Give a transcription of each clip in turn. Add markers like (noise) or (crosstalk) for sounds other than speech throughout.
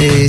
e,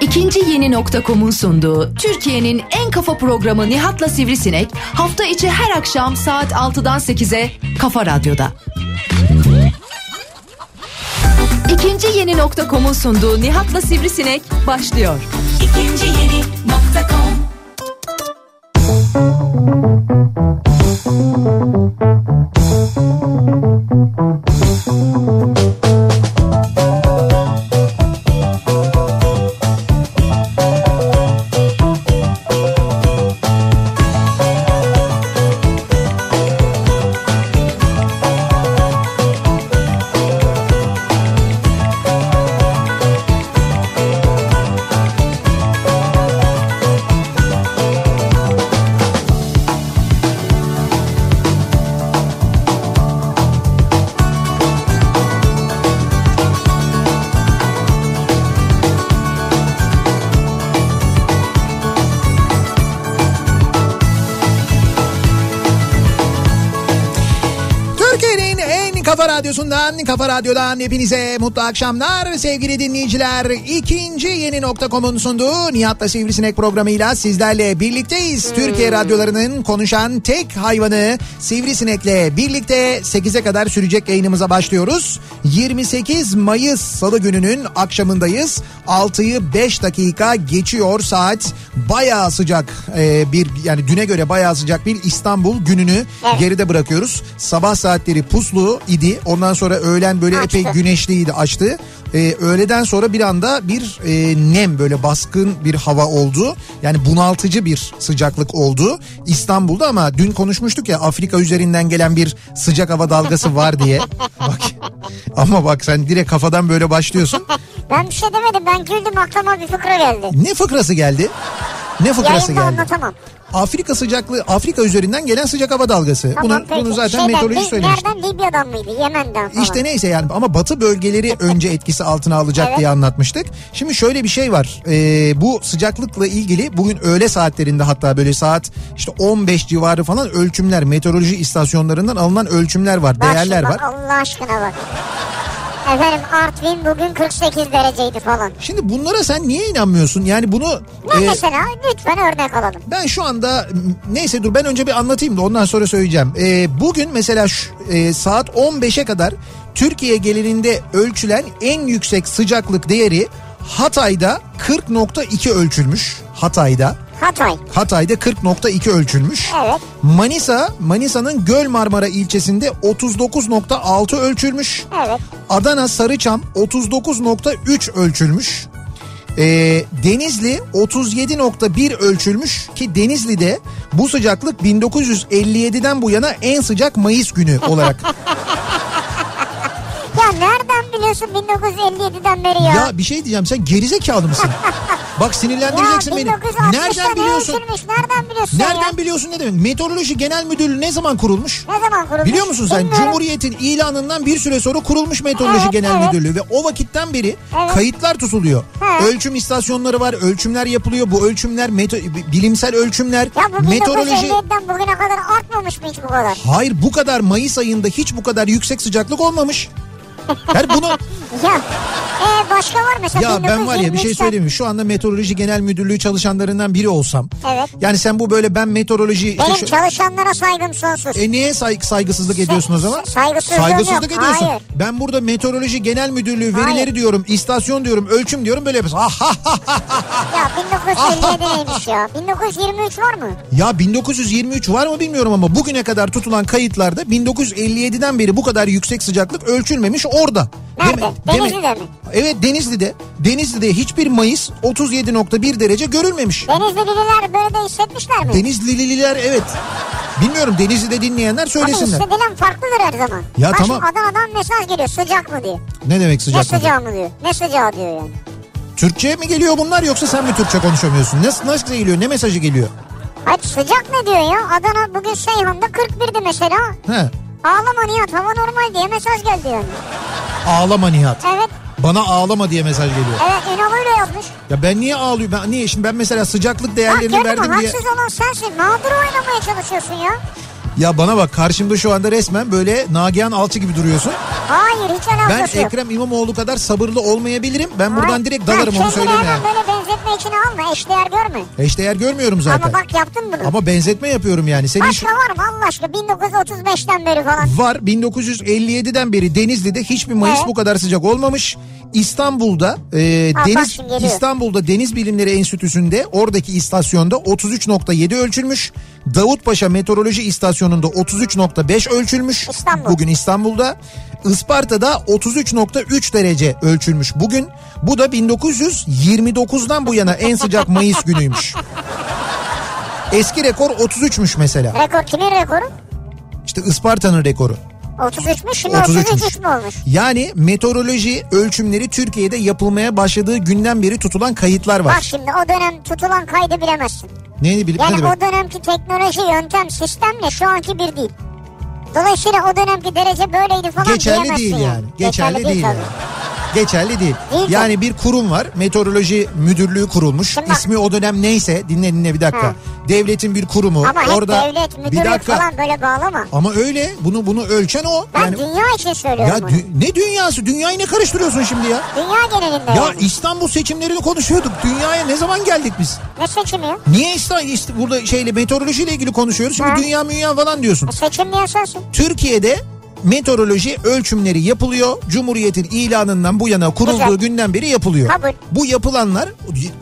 İkinci Yeni Nokta.com'un sunduğu Türkiye'nin en kafa programı Nihat'la Sivrisinek hafta içi her akşam saat 6'dan 8'e Kafa Radyo'da. İkinci Yeni Nokta.com'un sunduğu Nihat'la Sivrisinek başlıyor. İkinci yeni nokta kom. Türkiye'nin en kafa radyosundan, kafa radyodan hepinize mutlu akşamlar sevgili dinleyiciler. İkinci yeni nokta.com'un sunduğu Nihat'la Sivrisinek programıyla sizlerle birlikteyiz. Türkiye radyolarının konuşan tek hayvanı Sivrisinek'le birlikte 8'e kadar sürecek yayınımıza başlıyoruz. 28 Mayıs Salı gününün akşamındayız. 6'yı 5 dakika geçiyor saat. Bayağı sıcak e, bir yani düne göre bayağı sıcak bir İstanbul gününü geride bırakıyoruz. Sabah saatleri puslu idi. Ondan sonra öğlen böyle Açtı. epey güneşliydi açtı. E, öğleden sonra bir anda bir e, nem böyle baskın bir hava oldu. Yani bunaltıcı bir sıcaklık oldu İstanbul'da ama dün konuşmuştuk ya Afrika üzerinden gelen bir sıcak hava dalgası var (laughs) diye. Bak ama bak sen direkt kafadan böyle başlıyorsun. Ben bir şey demedim ben güldüm aklıma bir fıkra geldi. Ne fıkrası geldi? Ne fıkrası Yayında geldi? anlatamam. Afrika sıcaklığı, Afrika üzerinden gelen sıcak hava dalgası. Tamam, bunu, peki. bunu zaten Şeyden, meteoroloji Lib- söylemişti. Nereden Libya'dan mıydı Yemen'den falan. İşte neyse yani ama batı bölgeleri önce etkisi altına alacak Evet. diye anlatmıştık. Şimdi şöyle bir şey var. Ee, bu sıcaklıkla ilgili bugün öğle saatlerinde hatta böyle saat işte 15 civarı falan ölçümler meteoroloji istasyonlarından alınan ölçümler var, Bak değerler şimdi var. bak, Allah aşkına bak. Efendim Artvin bugün 48 dereceydi falan. Şimdi bunlara sen niye inanmıyorsun? Yani bunu Ne e, mesela lütfen örnek alalım. Ben şu anda neyse dur ben önce bir anlatayım da ondan sonra söyleyeceğim. Ee, bugün mesela şu- e, saat 15'e kadar Türkiye genelinde ölçülen en yüksek sıcaklık değeri Hatay'da 40.2 ölçülmüş. Hatay'da. Hatay. Hatay'da 40.2 ölçülmüş. Evet. Manisa, Manisa'nın Göl Marmara ilçesinde 39.6 ölçülmüş. Evet. Adana Sarıçam 39.3 ölçülmüş. Ee, Denizli 37.1 ölçülmüş ki Denizli'de bu sıcaklık 1957'den bu yana en sıcak Mayıs günü olarak. Ya nereden biliyorsun 1957'den beri ya? ya bir şey diyeceğim sen gerizekalı mısın? Bak sinirlendireceksin beni. 1960'ta Nereden ne biliyorsun? ölçülmüş, Nereden biliyorsun ya? Nereden biliyorsun ne demek? Meteoroloji Genel Müdürlüğü ne zaman kurulmuş? Ne zaman kurulmuş? Biliyor musun sen Bilmiyorum. Cumhuriyet'in ilanından bir süre sonra kurulmuş Meteoroloji Evet, Genel evet. Müdürlüğü ve o vakitten beri Evet. kayıtlar tutuluyor. Evet. Ölçüm istasyonları var, ölçümler yapılıyor. Bu ölçümler meto- bilimsel ölçümler, Ya bu meteoroloji 1957'den bugüne kadar artmamış mı hiç bu kadar? Hayır bu kadar Mayıs ayında hiç bu kadar yüksek sıcaklık olmamış. Yani (laughs) bunu Ya e, başka var mı? Mesela ya ben var ya bir şey 1923'ten söyleyeyim mi? Şu anda Meteoroloji Genel Müdürlüğü çalışanlarından biri olsam. Evet. Yani sen bu böyle ben meteoroloji işte Benim şu- çalışanlara saygım sonsuz. şey E niye say- saygısızlık ediyorsun o zaman? saygısızlığım Saygısızlık yok, ediyorsun. hayır. Ben burada meteoroloji genel müdürlüğü verileri Hayır. diyorum, istasyon diyorum, ölçüm diyorum böyle yapıyorsun. Ah, ah, ah, ah, ah. Ya 1957 neymiş ya? 1923 var mı? Ya 1923 var mı bilmiyorum ama bugüne kadar tutulan kayıtlarda 1957'den beri bu kadar yüksek sıcaklık ölçülmemiş orada. Nerede? Deme- deme- Denizli'de mi? Evet Denizli'de. Denizli'de hiçbir Mayıs 37.1 derece görülmemiş. Denizlililer böyle de hissetmişler mi? Denizlililer evet. Bilmiyorum Denizli'de dinleyenler Abi söylesinler. hissedilen farklıdır her zaman. Ya Bak tamam. şimdi Adana'dan mesaj geliyor sıcak mı diyor. Ne demek Ne sıcaklık? sıcağı mı diyor. Ne sıcağı diyor yani. Türkçe mi geliyor bunlar yoksa sen mi Türkçe konuşamıyorsun? Nasıl nasıl geliyor? Ne mesajı geliyor? Hayır sıcak ne diyor ya? Adana bugün şey Seyhan'da 41'di mesela. He. Ağlama Nihat hava normal diye mesaj geldi yani. Ağlama Nihat. Evet. Bana ağlama diye mesaj geliyor. Evet Ünal öyle yazmış. Ya ben niye ağlıyorum? Ben niye şimdi ben mesela sıcaklık Bak değerlerini gördün mü verdim diye. haksız olan sensin. Mağdur oynamaya çalışıyorsun ya. Ya bana bak karşımda şu anda resmen böyle Nagihan Alçı gibi duruyorsun. Hayır hiç Ben alakası yok. Ekrem İmamoğlu kadar sabırlı olmayabilirim. Ben Hayır. buradan direkt Ha, dalarım onu kendini söyleyeyim hemen yani. böyle benzetme içine alma eşdeğer görme. Eşdeğer görmüyorum zaten. Ama bak yaptın bunu. Ama şey- benzetme yapıyorum yani. Senin şu- Başka var mı Allah aşkına 1935'ten beri falan. var 1957'den beri Denizli'de hiçbir Mayıs Evet. bu kadar sıcak olmamış. İstanbul'da e, bak deniz şimdi geliyor. İstanbul'da Deniz Bilimleri Enstitüsü'nde oradaki istasyonda 33.7 ölçülmüş. Davutpaşa Meteoroloji İstasyonu'nda 33.5 ölçülmüş. İstanbul. Bugün İstanbul'da. Isparta'da 33.3 derece ölçülmüş bugün. Bu da 1929'dan bu yana en sıcak Mayıs (laughs) günüymüş. Eski rekor 33'müş mesela. Rekor kimin rekoru? İşte Isparta'nın rekoru. 33 mü? Şimdi 33 33, miş. mi olmuş? Yani meteoroloji ölçümleri Türkiye'de yapılmaya başladığı günden beri tutulan kayıtlar Bak var. şimdi o dönem tutulan kaydı bilemezsin. Neydi bilip ne Yani demek? o dönemki teknoloji, yöntem, sistemle şu anki bir değil. Dolayısıyla o dönemki derece böyleydi falan Geçerli diyemezsin değil yani. Geçerli, değil tabii. yani. Geçerli değil. Değil tabii. yani bir kurum var. Meteoroloji Müdürlüğü kurulmuş. Şimdi bak- İsmi o dönem neyse dinle dinle bir dakika. Ha. Devletin bir kurumu. Ama hep orada devlet, bir müdürlük dakika. falan böyle bağlama. Ama öyle bunu bunu ölçen o. Ben yani dünya için söylüyorum ya bunu. dü- ne dünyası? Dünyayı ne karıştırıyorsun şimdi ya? Dünya genelinde Ya yani. İstanbul seçimlerini konuşuyorduk. Dünyaya ne zaman geldik biz? Ne seçimi ya? Niye İsta- işte burada şeyle meteorolojiyle ilgili konuşuyoruz? Şimdi Ha. dünya münya falan diyorsun. E, Seçim diyen sensin. Türkiye'de meteoroloji ölçümleri yapılıyor. Cumhuriyet'in ilanından bu yana kurulduğu Güzel. günden beri yapılıyor. Kabul. Bu yapılanlar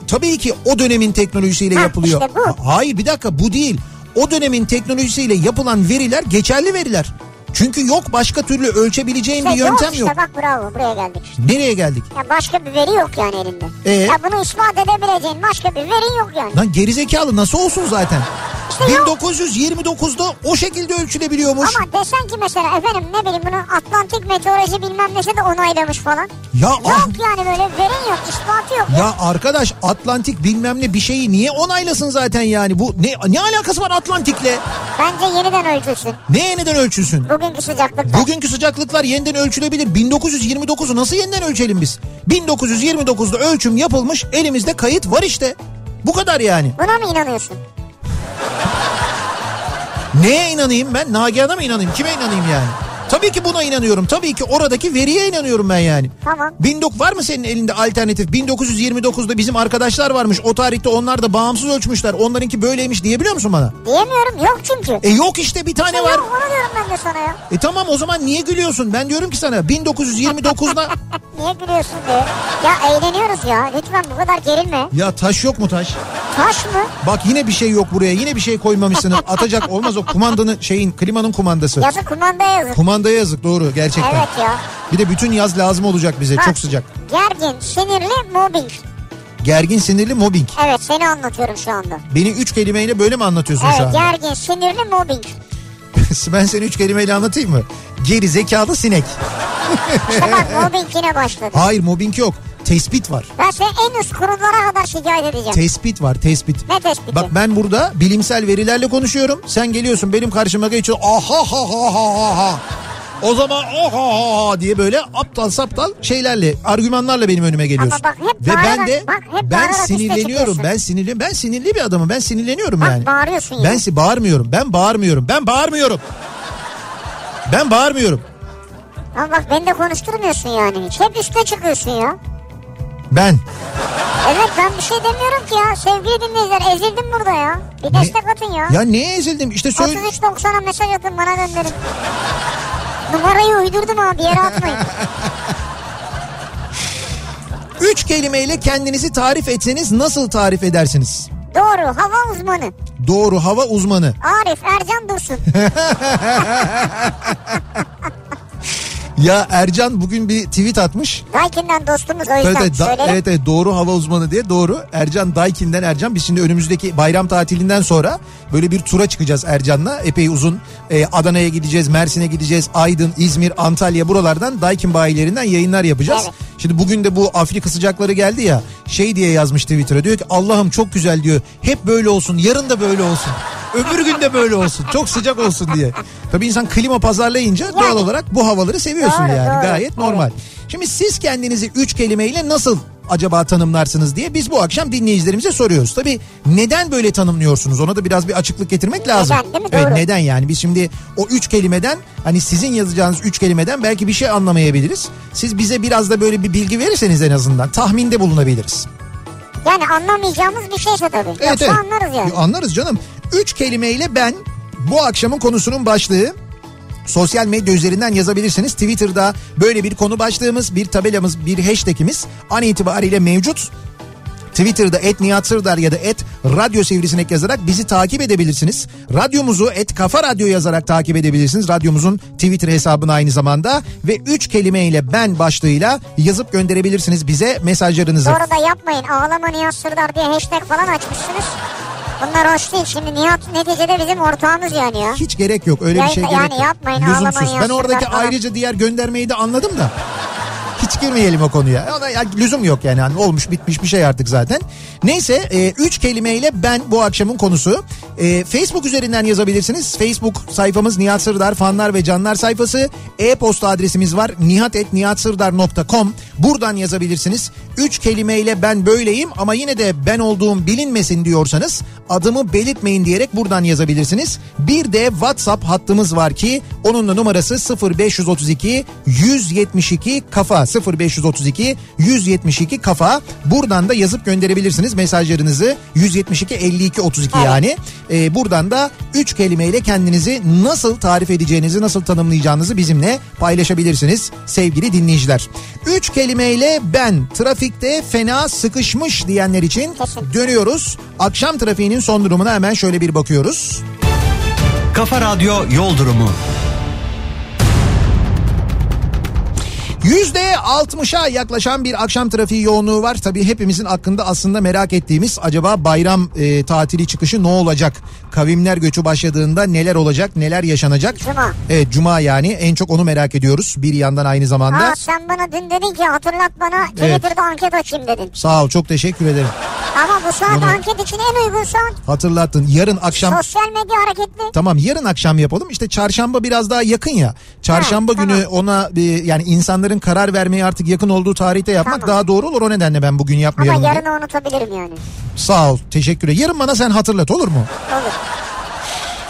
tabii ki o dönemin teknolojisiyle Ha, yapılıyor. işte bu. Ha- Hayır bir dakika bu değil. O dönemin teknolojisiyle yapılan veriler geçerli veriler. Çünkü yok başka türlü ölçebileceğin İşte bir yöntem işte yok. bak bravo buraya geldik işte. Nereye geldik? Ya başka bir veri yok yani elinde. Ee? Ya bunu ispat edebileceğin başka bir veri yok yani. Lan gerizekalı nasıl olsun zaten? İşte yok. 1929'da o şekilde ölçülebiliyormuş. Ama desen ki mesela efendim ne bileyim bunu Atlantik meteoroloji bilmem nesi de onaylamış falan. Ya ah, Yok yani böyle verin yok ispatı yok. Ya arkadaş Atlantik bilmem ne bir şeyi niye onaylasın zaten yani bu ne ne alakası var Atlantik'le? Bence yeniden ölçülsün. Ne yeniden ölçülsün? Bugünkü sıcaklıkta. Bugünkü sıcaklıklar yeniden ölçülebilir. 1929'u nasıl yeniden ölçelim biz? 1929'da ölçüm yapılmış elimizde kayıt var işte. Bu kadar yani. Buna mı inanıyorsun? Neye inanayım ben? Nagihan'a mı inanayım? Kime inanayım yani? Tabii ki buna inanıyorum. Tabii ki oradaki veriye inanıyorum ben yani. Tamam. Bindok var mı senin elinde alternatif? 1929'da bizim arkadaşlar varmış. O tarihte onlar da bağımsız ölçmüşler. Onlarınki böyleymiş diyebiliyor musun bana? Diyemiyorum yok çünkü. E yok işte bir tane var. Yok onu diyorum ben de sana ya. E tamam o zaman niye gülüyorsun? Ben diyorum ki sana (laughs) 1929'da... Niye gülüyorsun diye. Ya eğleniyoruz ya. Lütfen bu kadar gerilme. ya taş yok mu taş? Taş mı? Bak yine bir şey yok buraya. Yine bir şey koymamışsınız. Atacak olmaz o kumandanın şeyin klimanın kumandası. Yazı kumandaya yazın. Kumandaya yazık doğru gerçekten. Evet ya. Bir de bütün yaz lazım olacak bize. Bak, Çok sıcak. Gergin, sinirli, mobbing. Gergin sinirli mobbing. Evet seni anlatıyorum şu anda. Beni üç kelimeyle böyle mi anlatıyorsun şu Evet anda? gergin, sinirli, mobbing. (laughs) ben seni üç kelimeyle anlatayım mı? Geri zekalı sinek. İşte (laughs) bak mobbing yine başladı. Hayır mobbing yok. Tespit var. Ben seni en üst kurumlara kadar şikayet edeceğim. Tespit var tespit. Ne tespiti? Bak ben burada bilimsel verilerle konuşuyorum. Sen geliyorsun benim karşıma geçiyorsun. Aha ha ha ha ha ha. O zaman aha ha ha diye böyle aptal saptal şeylerle, argümanlarla benim önüme geliyorsun. Ama bak hep Ve ben bağırarak- de bak hep ben bağırarak üste sinirleniyorum. çıkıyorsun. Ben sinirli ben sinirli bir adamım. Ben sinirleniyorum Bak yani. bağırıyorsun ya. Ben si bağırmıyorum. Ben bağırmıyorum. Ben bağırmıyorum. Ben bağırmıyorum. Ama bak beni de konuşturmuyorsun yani hiç. Hep üste çıkıyorsun ya. Ben Evet ben bir şey demiyorum ki ya. Sevgili dinleyiciler ezildim burada ya. Bir Ne- destek atın ya. ya şey- neye ezildim? İşte söyle 33.90'a mesaj atın bana gönderin. Numarayı uydurdum abi (laughs) yere atmayın. üç kelimeyle kendinizi tarif etseniz nasıl tarif edersiniz? Doğru hava uzmanı. Doğru hava uzmanı. (laughs) Arif Ercan Dursun. Ya Ercan bugün bir tweet atmış. Daikin'den dostumuz o yüzden Evet evet, da- söylerim. evet evet doğru hava uzmanı diye doğru. Ercan Daikin'den Ercan biz şimdi önümüzdeki bayram tatilinden sonra böyle bir tura çıkacağız Ercan'la. Epey uzun Ee, Adana'ya gideceğiz, Mersin'e gideceğiz, Aydın, İzmir, Antalya buralardan Daikin bayilerinden yayınlar yapacağız. Evet. Şimdi bugün de bu Afrika sıcakları geldi ya şey diye yazmış Twitter'a diyor ki Allah'ım çok güzel diyor. Hep böyle olsun yarın da böyle olsun. Öbür gün de böyle olsun. Çok sıcak olsun diye. Tabii insan klima pazarlayınca doğal olarak bu havaları seviyorsun Doğru, yani. doğru. Gayet normal. Şimdi siz kendinizi üç kelimeyle nasıl acaba tanımlarsınız diye biz bu akşam dinleyicilerimize soruyoruz. Tabii neden böyle tanımlıyorsunuz ona da biraz bir açıklık getirmek lazım. Neden, değil mi? Evet, Doğru. neden yani biz şimdi o üç kelimeden hani sizin yazacağınız üç kelimeden belki bir şey anlamayabiliriz. Siz bize biraz da böyle bir bilgi verirseniz en azından tahminde bulunabiliriz. Yani anlamayacağımız bir şeyse tabii. Yoksa anlarız yani. Yo, Anlarız canım. Üç kelimeyle ben bu akşamın konusunun başlığı sosyal medya üzerinden yazabilirsiniz. Twitter'da böyle bir konu başlığımız, bir tabelamız, bir hashtagimiz an itibariyle mevcut. Twitter'da et Nihat Sırdar ya da et Radyo Sivrisinek yazarak bizi takip edebilirsiniz. Radyomuzu et Kafa Radyo yazarak takip edebilirsiniz. Radyomuzun Twitter hesabını aynı zamanda ve üç kelimeyle ben başlığıyla yazıp gönderebilirsiniz bize mesajlarınızı. Doğru da yapmayın. Ağlama Nihat Sırdar diye hashtag falan açmışsınız. Bunlar hoş değil. Şimdi Nihat neticede bizim ortağımız yani ya. Hiç gerek yok öyle bir Yani- şey yani gerek yok. yapmayın, Lüzumsuz. ağlamayın, Ben oradaki yapsınlar falan. ayrıca diğer göndermeyi de anladım da. Hiç girmeyelim o konuya. Ona ya lüzum yok yani. Hani olmuş bitmiş bir şey artık zaten. Neyse e, üç kelimeyle ben bu akşamın konusu. E, Facebook üzerinden yazabilirsiniz. Facebook sayfamız Nihat Sırdar fanlar ve canlar sayfası. E-posta adresimiz var nihat.nihatsırdar.com Buradan yazabilirsiniz. Üç kelimeyle ben böyleyim ama yine de ben olduğum bilinmesin diyorsanız adımı belirtmeyin diyerek buradan yazabilirsiniz. Bir de WhatsApp hattımız var ki onun da numarası 0532 172 kafa 0532 172 kafa buradan da yazıp gönderebilirsiniz mesajlarınızı 172 52 32 yani Ee, buradan da 3 kelimeyle kendinizi nasıl tarif edeceğinizi nasıl tanımlayacağınızı bizimle paylaşabilirsiniz sevgili dinleyiciler. 3 kelimeyle ben trafikte fena sıkışmış diyenler için dönüyoruz. Akşam trafiğinin son durumuna hemen şöyle bir bakıyoruz. Kafa Radyo Yol Durumu. %60'a yaklaşan bir akşam trafiği yoğunluğu var. Tabii hepimizin hakkında aslında merak ettiğimiz acaba bayram e, tatili çıkışı ne olacak? Kavimler göçü başladığında neler olacak, neler yaşanacak? Cuma. Evet Cuma yani en çok onu merak ediyoruz bir yandan aynı zamanda. Aa, sen bana dün dedin ki hatırlat bana Twitter'da anket açayım dedin. Sağ ol çok teşekkür ederim. Ama bu saat anket için en uygun saat Hatırlattın yarın akşam sosyal medya hareketli. Tamam yarın akşam yapalım. İşte çarşamba biraz daha yakın ya. Çarşamba Ha, günü ona bir yani insanların karar vermeye artık yakın olduğu tarihte yapmak Tamam. daha doğru olur. O nedenle ben bugün Ama yapmayalım. diye. yarını unutabilirim yani. Sağ ol. Teşekkür ederim. Yarın bana sen hatırlat olur mu? Olur.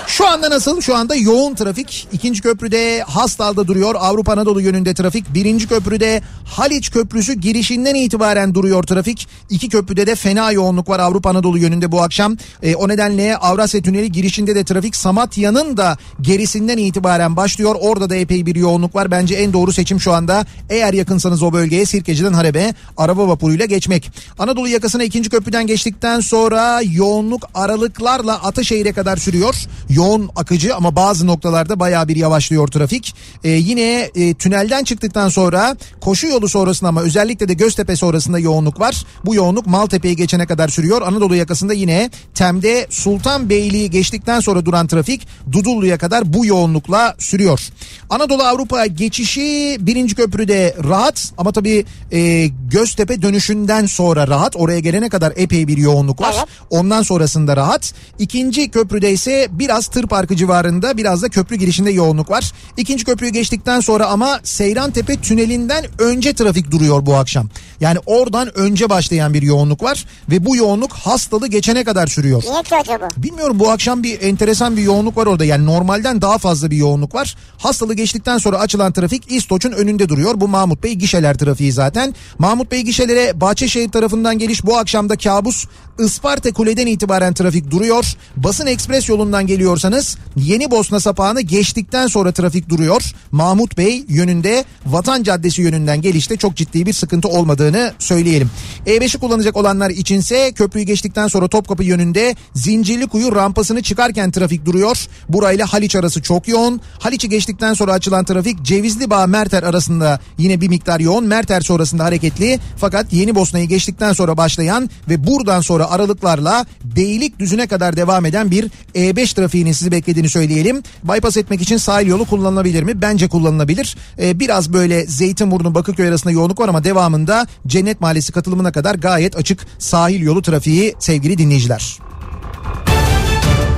Şu anda nasıl? Şu anda yoğun trafik. İkinci köprüde Hastal'da duruyor. Avrupa Anadolu yönünde trafik. Birinci köprüde Haliç Köprüsü girişinden itibaren duruyor trafik. İki köprüde de fena yoğunluk var Avrupa Anadolu yönünde bu akşam. E, o nedenle Avrasya Tüneli girişinde de trafik Samatya'nın da gerisinden itibaren başlıyor. Orada da epey bir yoğunluk var. Bence en doğru seçim şu anda eğer yakınsanız o bölgeye Sirkeci'den Harebe araba vapuruyla geçmek. Anadolu yakasına ikinci köprüden geçtikten sonra yoğunluk aralıklarla Ataşehir'e kadar sürüyor. Yoğun akıcı ama bazı noktalarda bayağı bir yavaşlıyor trafik. Ee, yine e, tünelden çıktıktan sonra koşu yolu sonrasında ama özellikle de Göztepe sonrasında yoğunluk var. Bu yoğunluk Maltepe'yi geçene kadar sürüyor. Anadolu yakasında yine Tem'de Sultanbeyli'yi geçtikten sonra duran trafik Dudullu'ya kadar bu yoğunlukla sürüyor. Anadolu Avrupa geçişi birinci köprüde rahat ama tabii e, Göztepe dönüşünden sonra rahat. Oraya gelene kadar epey bir yoğunluk var. Ondan sonrasında rahat. İkinci köprüde ise biraz tır parkı civarında biraz da köprü girişinde yoğunluk var. İkinci köprüyü geçtikten sonra ama Seyrantepe tünelinden önce trafik duruyor bu akşam. Yani oradan önce başlayan bir yoğunluk var ve bu yoğunluk hastalı geçene kadar sürüyor. Niye ki acaba? Bilmiyorum bu akşam bir enteresan bir yoğunluk var orada. Yani normalden daha fazla bir yoğunluk var. Hastalığı geçtikten sonra açılan trafik İstoç'un önünde duruyor. Bu Mahmut Bey gişeler trafiği zaten. Mahmut Bey gişelere Bahçeşehir tarafından geliş bu akşamda kabus. Isparta Kule'den itibaren trafik duruyor. Basın Ekspres yolundan geliyor sorsanız Yeni Bosna sapağını geçtikten sonra trafik duruyor. Mahmut Bey yönünde Vatan Caddesi yönünden gelişte çok ciddi bir sıkıntı olmadığını söyleyelim. E5'i kullanacak olanlar içinse köprüyü geçtikten sonra Topkapı yönünde Zincirlikuyu rampasını çıkarken trafik duruyor. Burayla Haliç arası çok yoğun. Haliç'i geçtikten sonra açılan trafik Cevizli Bağ Merter arasında yine bir miktar yoğun. Merter sonrasında hareketli fakat Yeni Bosna'yı geçtikten sonra başlayan ve buradan sonra aralıklarla Beylikdüzü'ne kadar devam eden bir E5 trafiğinin sizi beklediğini söyleyelim. Bypass etmek için sahil yolu kullanılabilir mi? Bence kullanılabilir. Ee, biraz böyle Zeytinburnu Bakırköy arasında yoğunluk var ama devamında Cennet Mahallesi katılımına kadar gayet açık sahil yolu trafiği sevgili dinleyiciler.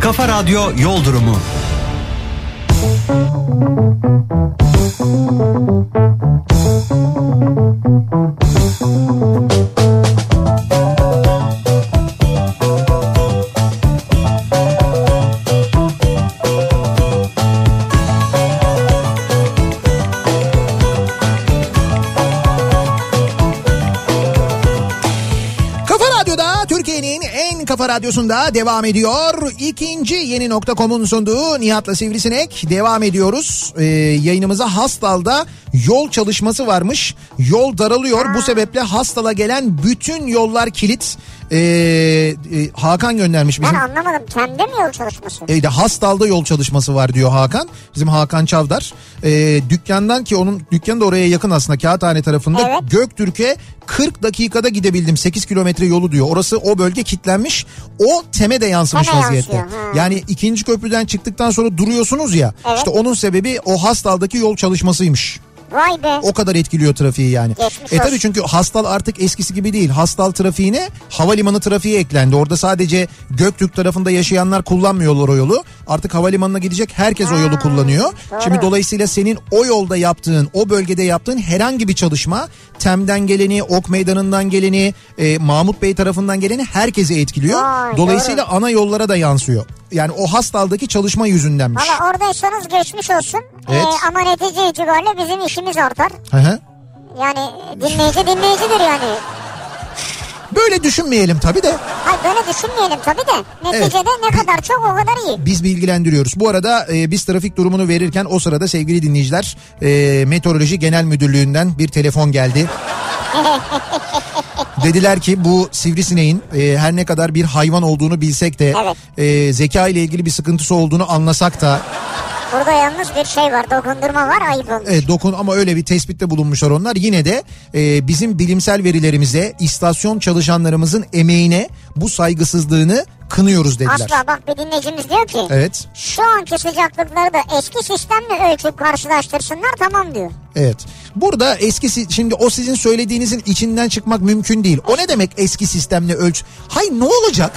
Kafa Radyo Yol Durumu. Kafa Radyo'da Türkiye'nin en kafa radyosunda devam ediyor. İkinci yeni nokta.com'un sunduğu Nihat'la Sivrisinek devam ediyoruz. Ee, yayınımıza Hastal'da yol çalışması varmış. Yol daralıyor. Bu sebeple Hastal'a gelen bütün yollar kilit. Ee, e, Hakan göndermiş Ben bizim. E, anlamadım. Kendi mi yol çalışması? Evde Ee, Hastal'da yol çalışması var diyor Hakan. Bizim Hakan Çavdar. Ee, dükkandan ki onun dükkanı da oraya yakın aslında Kağıthane tarafında. Evet. Göktürk'e 40 dakikada gidebildim 8 kilometre yolu diyor. Orası o bölge kitlenmiş. O teme de yansımış Teme vaziyette. yansıyor, ha. Yani ikinci köprüden çıktıktan sonra duruyorsunuz ya. işte Evet. İşte onun sebebi o Hastal'daki yol çalışmasıymış. Vay be. O kadar etkiliyor trafiği yani. Geçmiş e tabii olsun. çünkü Hastal artık eskisi gibi değil. Hastal trafiğine havalimanı trafiği eklendi. Orada sadece Göktürk tarafında yaşayanlar kullanmıyorlar o yolu. Artık havalimanına gidecek herkes o yolu kullanıyor. Şimdi dolayısıyla senin o yolda yaptığın, o bölgede yaptığın herhangi bir çalışma Tem'den geleni, Ok Meydanı'ndan geleni, e, Mahmut Bey tarafından geleni herkesi etkiliyor. Vay, dolayısıyla ana yollara da yansıyor. Yani o Hastal'daki çalışma yüzündenmiş. Valla oradaysanız geçmiş olsun. Evet. Ee, ama netice itibariyle bizim işimiz artar. Hı hı. Yani dinleyici dinleyicidir yani. Böyle düşünmeyelim tabii de. Hayır böyle düşünmeyelim tabii de. Evet. Neticede ne kadar çok o kadar iyi. biz bilgilendiriyoruz. Bu arada e, biz trafik durumunu verirken o sırada sevgili dinleyiciler e, Meteoroloji Genel Müdürlüğü'nden bir telefon geldi. Dediler ki bu sivrisineğin e, her ne kadar bir hayvan olduğunu bilsek de e, zeka ile ilgili bir sıkıntısı olduğunu anlasak da Burada yalnız bir şey var dokundurma var ayıp olmuş. e, dokun ama öyle bir tespitte bulunmuşlar onlar. Yine de e, bizim bilimsel verilerimize, istasyon çalışanlarımızın emeğine bu saygısızlığını kınıyoruz dediler. Asla bak bir dinleyicimiz diyor ki Evet. şu anki sıcaklıkları da eski sistemle ölçüp karşılaştırsınlar tamam diyor. Evet. Burada eskisi şimdi o sizin söylediğinizin içinden çıkmak mümkün değil. O ne demek eski sistemle ölç? Hay ne olacak?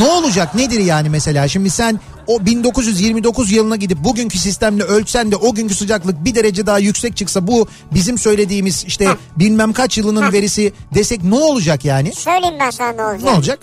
Ne olacak? Nedir yani mesela? Şimdi sen o 1929 yılına gidip bugünkü sistemle ölçsen de o günkü sıcaklık bir derece daha yüksek çıksa bu bizim söylediğimiz işte bilmem kaç yılının verisi desek ne olacak yani? Söyleyeyim ben sana ne olacak. Ne olacak?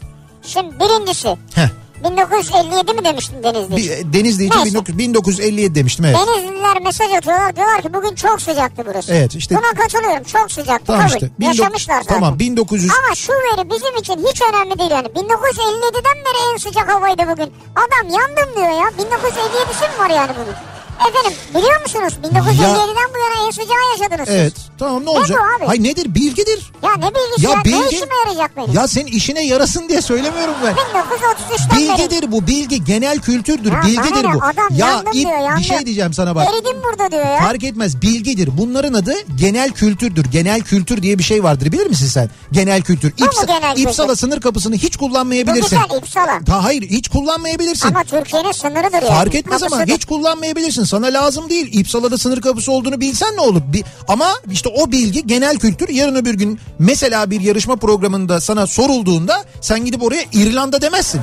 Şimdi birincisi Heh. 1957 mi demiştin Denizli? için? Bir- e, Denizli için Neyse. 19- 1957 demiştim evet. Denizliler mesaj atıyorlar diyorlar ki bugün çok sıcaktı burası. Evet, işte- Buna katılıyorum çok sıcaktı Tamam kabul. işte. 19- Yaşamışlar zaten. Tamam 1900 Ama şu veri bizim için hiç önemli değil yani. 1957'den beri en sıcak havaydı bugün. Adam yandım diyor ya. 1957'si mi var yani bunun? Efendim biliyor musunuz 1957'den bu yana en sıcağı yaşadınız siz. Evet. Tamam ne olacak? bu abi? Hay nedir? Bilgidir. Ya ne bilgisi Ya ya, ne bilgi- işime yarayacak benim? Ya senin işine yarasın diye söylemiyorum ben. 1933'ten beri. Bilgidir bu bilgi genel kültürdür Ya bilgidir bana ne? bu. Adam ya yandım ip- diyor, yandım. bir şey diyeceğim sana bak. Eridim burada diyor ya. Fark etmez bilgidir bunların adı genel kültürdür. Genel kültür diye bir şey vardır bilir misin sen? Genel kültür. mu İpsa- genel kültür? İpsala sınır kapısını hiç Bu kullanmayabilirsin. güzel İpsala. Ta hayır hiç kullanmayabilirsin. Ama Türkiye'nin sınırıdır yani. Fark etmez ama Kapısıdır. hiç kullanmayabilirsin. Sana lazım değil. İpsala'da sınır kapısı olduğunu bilsen ne olur? Bi- ama işte o bilgi genel kültür. Yarın öbür gün mesela bir yarışma programında sana sorulduğunda sen gidip oraya İrlanda demezsin.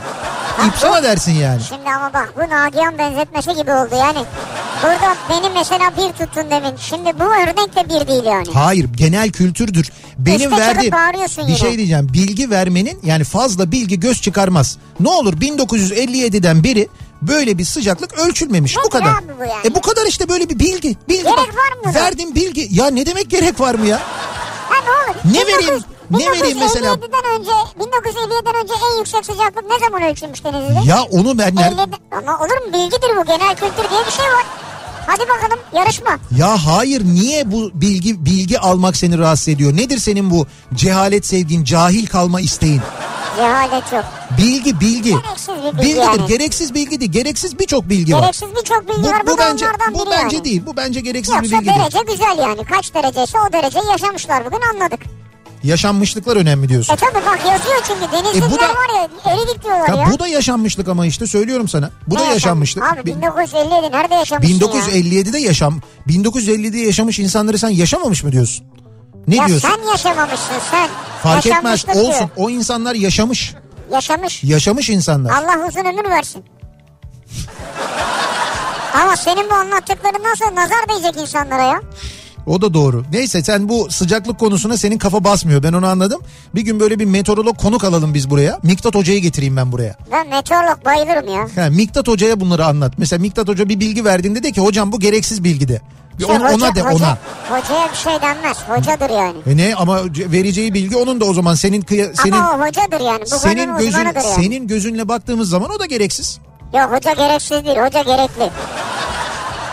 İpsala dersin yani. Şimdi ama bak bu Nagihan benzetmesi gibi oldu yani. Burada beni mesela bir tuttun demin. Şimdi bu örnek de bir değil yani. Hayır genel kültürdür. Benim İşte şurada verdiğim bağırıyorsun bir yine. şey diyeceğim. Bilgi vermenin yani fazla bilgi göz çıkarmaz. Ne olur 1957'den beri böyle bir sıcaklık ölçülmemiş. bu Nedir kadar. abi bu yani? E bu kadar işte böyle bir bilgi. bilgi Gerek var mı buna? Verdim bilgi. Ya ne demek gerek var mı ya? Ha ne olur. Ne vereyim? Ne vereyim mesela? 1957'den önce 1957'den önce en yüksek sıcaklık ne zaman ölçülmüş denizde? Ya onu ben ner- 50'de ama olur mu bilgidir bu genel kültür diye bir şey var. Hadi bakalım yarışma. Ya hayır niye bu bilgi bilgi almak seni rahatsız ediyor? Nedir senin bu cehalet sevgin, cahil kalma isteğin? Cehalet yok. Bilgi bilgi. Gereksiz bir bilgi Bilgidir. yani. Gereksiz bilgi değil. Gereksiz birçok bilgi var. Gereksiz birçok bilgi var. Bu, da bence onlardan bu biri bence yani. değil. Bu bence gereksiz bir Yoksa bilgi değil. derece güzel yani. Kaç dereceyse o derece yaşamışlar bugün anladık. Yaşanmışlıklar önemli diyorsun. E tabi bak yazıyor çünkü denizlikler E bu da- var ya eridik diyorlar ya. Ya bu da yaşanmışlık ama işte söylüyorum sana. Bu da Ne yaşam- yaşanmışlık. Abi Bi- 1957 nerede yaşamışsın 1950 ya? 1957'de yaşam 1950'de yaşamış insanları sen yaşamamış mı diyorsun? Ne Ya diyorsun? sen yaşamamışsın sen. Fark etmez Yaşanmışlık olsun. diyor. O insanlar yaşamış. Yaşamış. Yaşamış insanlar. Allah uzun ömür versin. Ama senin bu anlattıkların nasıl nazar değecek insanlara ya? O da doğru. Neyse sen bu sıcaklık konusuna senin kafa basmıyor. Ben onu anladım. Bir gün böyle bir meteorolog konuk alalım biz buraya. Miktat Hoca'yı getireyim ben buraya. Ben meteorolog bayılırım ya. Ha, Miktat Hoca'ya bunları anlat. Mesela Miktat Hoca bir bilgi verdiğinde de ki hocam bu gereksiz bilgi de. Bir İşte ona, Şey, hoca- ona de hoca- ona. Hocaya bir şey denmez. Hocadır yani. E ne ama vereceği bilgi onun da o zaman senin kıya- senin Ama o hocadır yani. Bu senin gözün uzmanıdır yani. senin gözünle baktığımız zaman o da gereksiz. Yok hoca gereksiz değil. Hoca gerekli.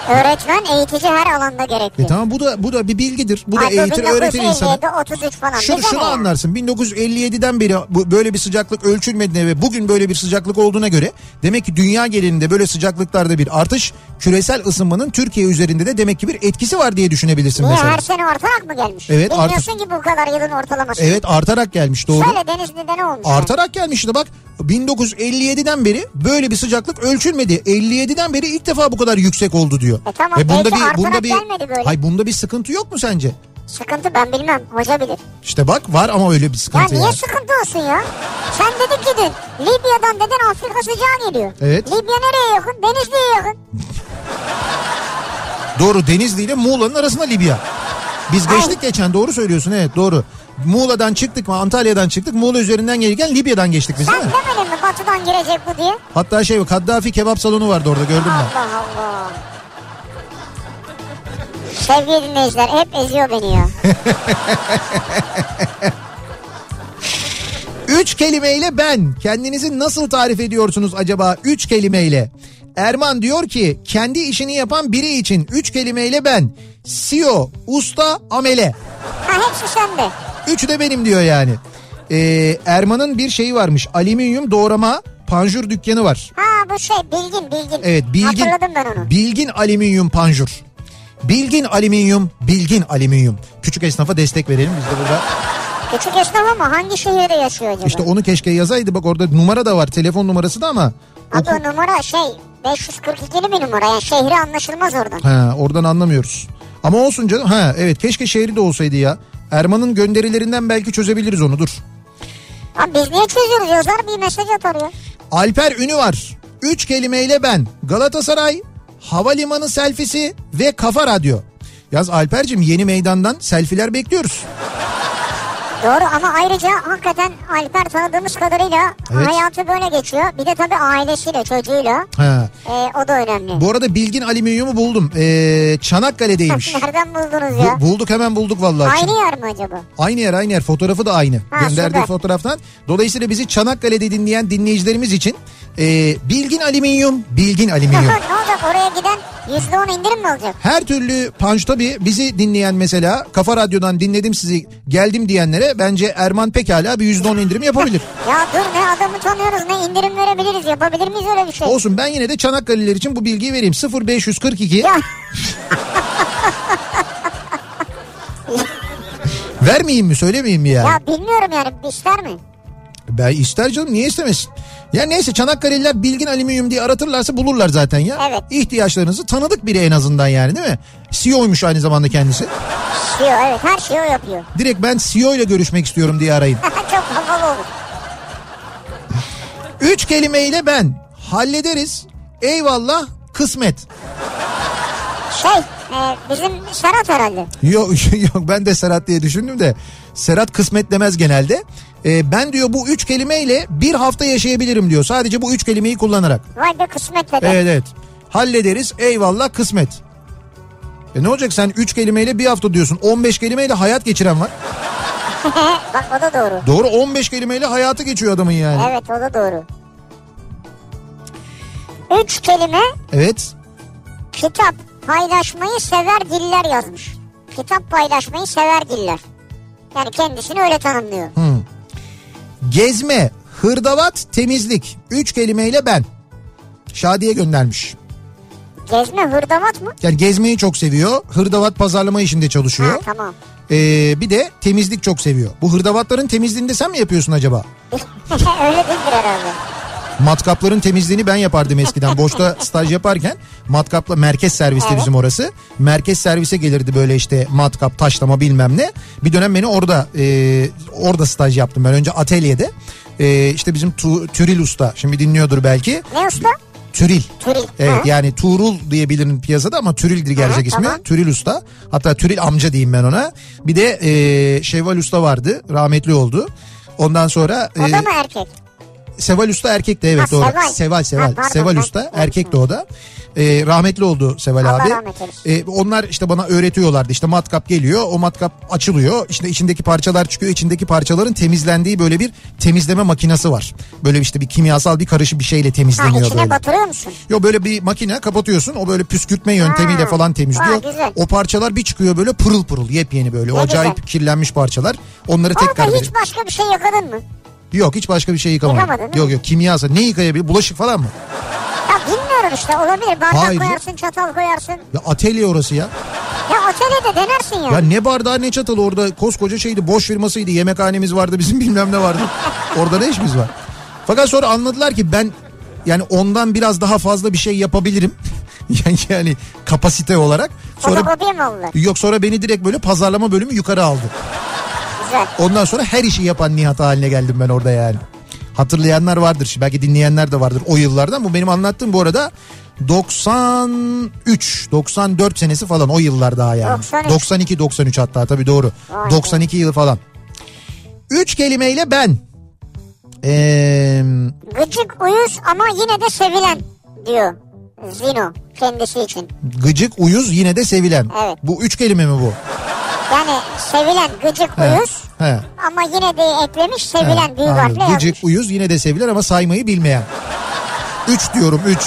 Öğretmen eğitici her alanda gerekli. E tamam bu da bu da bir bilgidir. Bu da Ay, eğitir öğretir 1957, insanı. 33 falan. Şunu, Bize şunu ne ya? anlarsın 1957'den beri bu, böyle bir sıcaklık ölçülmediğine ve bugün böyle bir sıcaklık olduğuna göre demek ki dünya genelinde böyle sıcaklıklarda bir artış küresel ısınmanın Türkiye üzerinde de demek ki bir etkisi var diye düşünebilirsin Niye mesela. her sene artarak mı gelmiş? Evet, Bilmiyorsun ki bu kadar yılın ortalaması. Evet artarak gelmiş doğru. Söyle Denizli'de ne olmuş? Artarak gelmiş işte bak 1957'den beri böyle bir sıcaklık ölçülmedi. 57'den beri ilk defa bu kadar yüksek oldu diyor. E tamam, belki artarak gelmedi böyle. Hayır bunda bir sıkıntı yok mu sence? Sıkıntı ben bilmem. Hoca bilir. İşte bak var ama öyle bir Ya sıkıntı niye yani. sıkıntı olsun ya? Sen dedin ki dün Libya'dan dedin Afrika sıcağı geliyor. Evet. Libya nereye yakın? Denizli'ye yakın. Doğru Denizli ile Muğla'nın arasında Libya. Biz geçtik geçen doğru söylüyorsun evet doğru. Muğla'dan çıktık mı Antalya'dan çıktık Muğla üzerinden gelirken Libya'dan geçtik biz değil Sen mi? demedin mi batıdan girecek bu diye? Hatta şey bak Kaddafi kebap salonu vardı orada gördüm ben. Allah Allah. Sevgili dinleyiciler hep eziyor beni ya. Üç kelimeyle ben kendinizi nasıl tarif ediyorsunuz acaba üç kelimeyle? Erman diyor ki kendi işini yapan biri için üç kelimeyle ben. CEO, usta, amele. ha hepsi sende. Üçü de benim diyor yani. Ee, Erman'ın bir şeyi varmış alüminyum doğrama panjur dükkanı var. Ha bu şey bilgin bilgin. Evet bilgin. Hatırladım ben onu. Bilgin alüminyum panjur. Bilgin alüminyum, bilgin alüminyum. Küçük esnafa destek verelim biz de burada. Küçük esnaf ama hangi şehirde yaşıyor acaba? İşte onu keşke yazaydı bak orada numara da var telefon numarası da ama. Abi oku- o numara şey 542'li bir numara yani şehri anlaşılmaz oradan. Ha, oradan anlamıyoruz. Ama olsun canım. Ha, evet keşke şehri de olsaydı ya. Erman'ın gönderilerinden belki çözebiliriz onu dur. Abi biz niye çözüyoruz yazar bir mesaj atar ya. Alper Ünü var. Üç kelimeyle ben. Galatasaray, havalimanı selfisi ve kafa radyo. Yaz Alper'cim yeni meydandan selfiler bekliyoruz. Doğru ama ayrıca hakikaten Alper tanıdığımız kadarıyla Evet. hayatı böyle geçiyor. Bir de tabii ailesiyle çocuğuyla Ha. Ee, o da önemli. Bu arada Bilgin alüminyumu buldum. Ee, Çanakkale'deymiş. Nereden buldunuz (laughs) ya? Bu- bulduk hemen bulduk vallahi. Şimdi- Aynı yer mi acaba? Aynı yer aynı yer fotoğrafı da aynı Ha, gönderdiği süper. fotoğraftan. Dolayısıyla bizi Çanakkale'de dinleyen dinleyicilerimiz için e, bilgin alüminyum, bilgin (laughs) alüminyum. (laughs) ne olacak oraya giden %10 indirim mi olacak? Her türlü panç tabii bizi dinleyen mesela Kafa Radyo'dan dinledim sizi geldim diyenlere bence Erman pekala bir yüzde on indirim yapabilir. Ya dur ne adamı tanıyoruz ne indirim verebiliriz yapabilir miyiz öyle bir şey? Olsun ben yine de Çanakkale'liler için bu bilgiyi vereyim. 0542 Ya (laughs) vermeyeyim mi söylemeyeyim mi yani? ya bilmiyorum yani ister mi? Ben ister canım niye istemesin? Ya neyse Çanakkale'liler bilgin alüminyum diye aratırlarsa bulurlar zaten ya. Evet. İhtiyaçlarınızı tanıdık biri en azından yani değil mi? CEO'ymuş aynı zamanda kendisi. CEO evet her şeyi o yapıyor. (laughs) Direkt ben CEO ile görüşmek istiyorum diye arayın. Çok havalı olur. Üç kelimeyle ben hallederiz. Eyvallah kısmet. Şey e, bizim Serhat herhalde. Yok (laughs) yok ben de Serhat diye düşündüm de Serhat kısmet demez genelde. Ee, ben diyor bu üç kelimeyle bir hafta yaşayabilirim diyor. Sadece bu üç kelimeyi kullanarak. Vay be kısmetle de. Evet evet. Hallederiz eyvallah kısmet. E ne olacak sen 3 kelimeyle bir hafta diyorsun. 15 kelimeyle hayat geçiren var. Bak o da doğru. Doğru 15 kelimeyle hayatı geçiyor adamın yani. Evet. Evet o da doğru. Üç kelime kitap paylaşmayı sever diller yazmış. Kitap paylaşmayı sever diller. Yani kendisini öyle tanımlıyor. Gezme, hırdavat, temizlik. Üç kelimeyle ben. Şadiye göndermiş. Gezme hırdavat mı? Yani gezmeyi çok seviyor. Hırdavat pazarlama işinde Ha, çalışıyor. tamam. (laughs) Ee, bir de temizlik çok seviyor. Bu hırdavatların temizliğini de sen mi yapıyorsun acaba? öyle değildir herhalde. Matkapların temizliğini ben yapardım eskiden. Boşta staj yaparken matkapla merkez serviste bizim orası. Merkez servise gelirdi böyle işte matkap, taşlama bilmem ne. Bir dönem beni orada e, orada staj yaptım ben önce atelyede. E, işte bizim tu, Türil Usta şimdi dinliyordur belki. Ne usta? Türil. Türil. Evet Ha. yani Tuğrul diye bilinen piyasada ama Türil'dir gerçek ismi. tamam. Türil Usta. Hatta Türil amca diyeyim ben ona. Bir de e, Şevval Usta vardı. Rahmetli oldu. Ondan sonra O da e, mı erkek? Seval Usta erkek de evet Ha, doğru. Seval. Seval Seval. Ha, pardon, Seval ben- Usta erkek de o da. Ee, rahmetli oldu Seval Allah abi. rahmet eylesin. Ee, onlar işte bana öğretiyorlardı. İşte matkap geliyor. O matkap açılıyor. İşte içindeki parçalar çıkıyor. İçindeki parçaların temizlendiği böyle bir temizleme makinesi var. Böyle işte bir kimyasal bir karışım bir şeyle Ha, temizleniyor içine böyle. batırıyor musun? Yo böyle bir makine kapatıyorsun. O böyle püskürtme yöntemiyle Ha, falan temizliyor. ha, güzel. o parçalar bir çıkıyor böyle pırıl pırıl yepyeni böyle. Ne acayip güzel. kirlenmiş parçalar. Onları Orada tekrar hiç veriyor. başka bir şey yakaladın mı? Yok hiç başka bir şey yıkamadım. Yıkamadın, değil mi? yok yok kimyasal. Ne yıkayabilir? Bulaşık falan mı? Ya bilmiyorum işte olabilir. Bardak Hayır. koyarsın, çatal koyarsın. Ya atölye orası ya. Ya otele de denersin ya. Ya ne bardağı ne çatalı orada koskoca şeydi boş firmasıydı. Yemekhanemiz vardı bizim (laughs) bilmem ne vardı. orada ne işimiz var? Fakat sonra anladılar ki ben yani ondan biraz daha fazla bir şey yapabilirim. (laughs) yani, yani kapasite olarak. Sonra Fotokopiye mi oldu? Yok sonra beni direkt böyle pazarlama bölümü yukarı aldı. Güzel. Ondan sonra her işi yapan Nihat haline geldim ben orada yani. Hatırlayanlar vardır. Şimdi Belki dinleyenler de vardır o yıllardan. Bu benim anlattığım bu arada 93, 94 senesi falan o yıllar daha yani. 93. 92, 93 hatta tabii doğru. Vay be. 92 yılı falan. Üç kelimeyle ben. Ee, Gıcık uyuz ama yine de sevilen diyor Zino kendisi için. gıcık, uyuz yine de sevilen. Evet. Bu üç kelime mi bu? Yani sevilen gıcık He, uyuz he. ama yine de eklemiş sevilen büyük Anladım. harfle yazmış. Gıcık, uyuz yine de sevilen ama saymayı bilmeyen. Üç diyorum üç.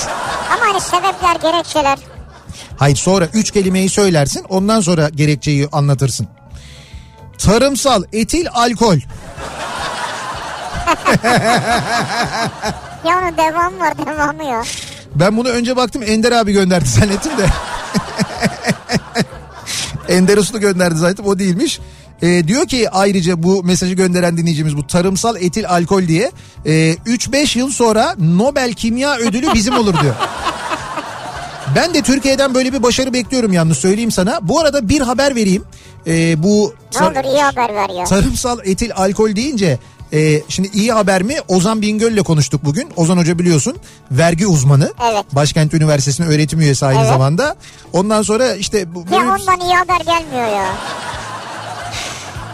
Ama hani sebepler gerekçeler. Hayır sonra üç kelimeyi söylersin ondan sonra gerekçeyi anlatırsın. Tarımsal etil alkol. Ya onun devamı var devamı ya. Ben bunu önce baktım Ender abi gönderdi (laughs) zannettim de. Ender Uslu gönderdi zannettim o değilmiş. Ee, diyor ki ayrıca bu mesajı gönderen dinleyicimiz bu tarımsal etil alkol diye e, 3-5 yıl sonra Nobel Kimya Ödülü bizim olur diyor. Ben de Türkiye'den böyle bir başarı bekliyorum yalnız söyleyeyim sana. Bu arada bir haber vereyim. Ee, bu Ne olur iyi haber ver ya. Tarımsal etil alkol deyince e, şimdi iyi haber mi? Ozan Bingöl'le konuştuk bugün. Ozan Hoca biliyorsun vergi uzmanı. Evet. Başkent Üniversitesi'nin öğretim üyesi aynı Evet. zamanda. Ondan sonra işte bu, Ya böyle- ondan iyi haber gelmiyor ya.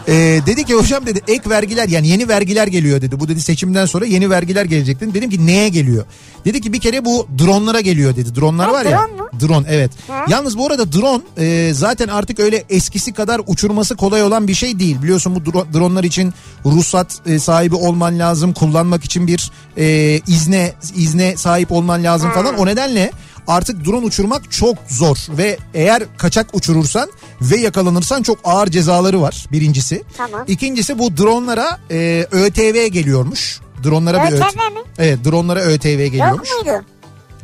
e, dedi ki hocam dedi ek vergiler yani yeni vergiler geliyor dedi. Bu dedi seçimden sonra yeni vergiler gelecek dedi. Dedim ki neye geliyor? Dedi ki bir kere bu dronlara geliyor dedi. Dronlar Ha, var ya. drone mu? Drone evet. Ha. Yalnız bu arada drone e, zaten artık öyle eskisi kadar uçurması kolay olan bir şey değil. Biliyorsun bu dro- dronlar için ruhsat e, sahibi olman lazım. Kullanmak için bir e, izne izne sahip olman lazım falan. O nedenle artık drone uçurmak çok zor ve eğer kaçak uçurursan ve yakalanırsan çok ağır cezaları var birincisi. Tamam. İkincisi bu dronlara e, ÖTV geliyormuş. Dronlara bir ÖTV ÖT- mi? Evet, dronlara ÖTV Yok geliyormuş. muydu?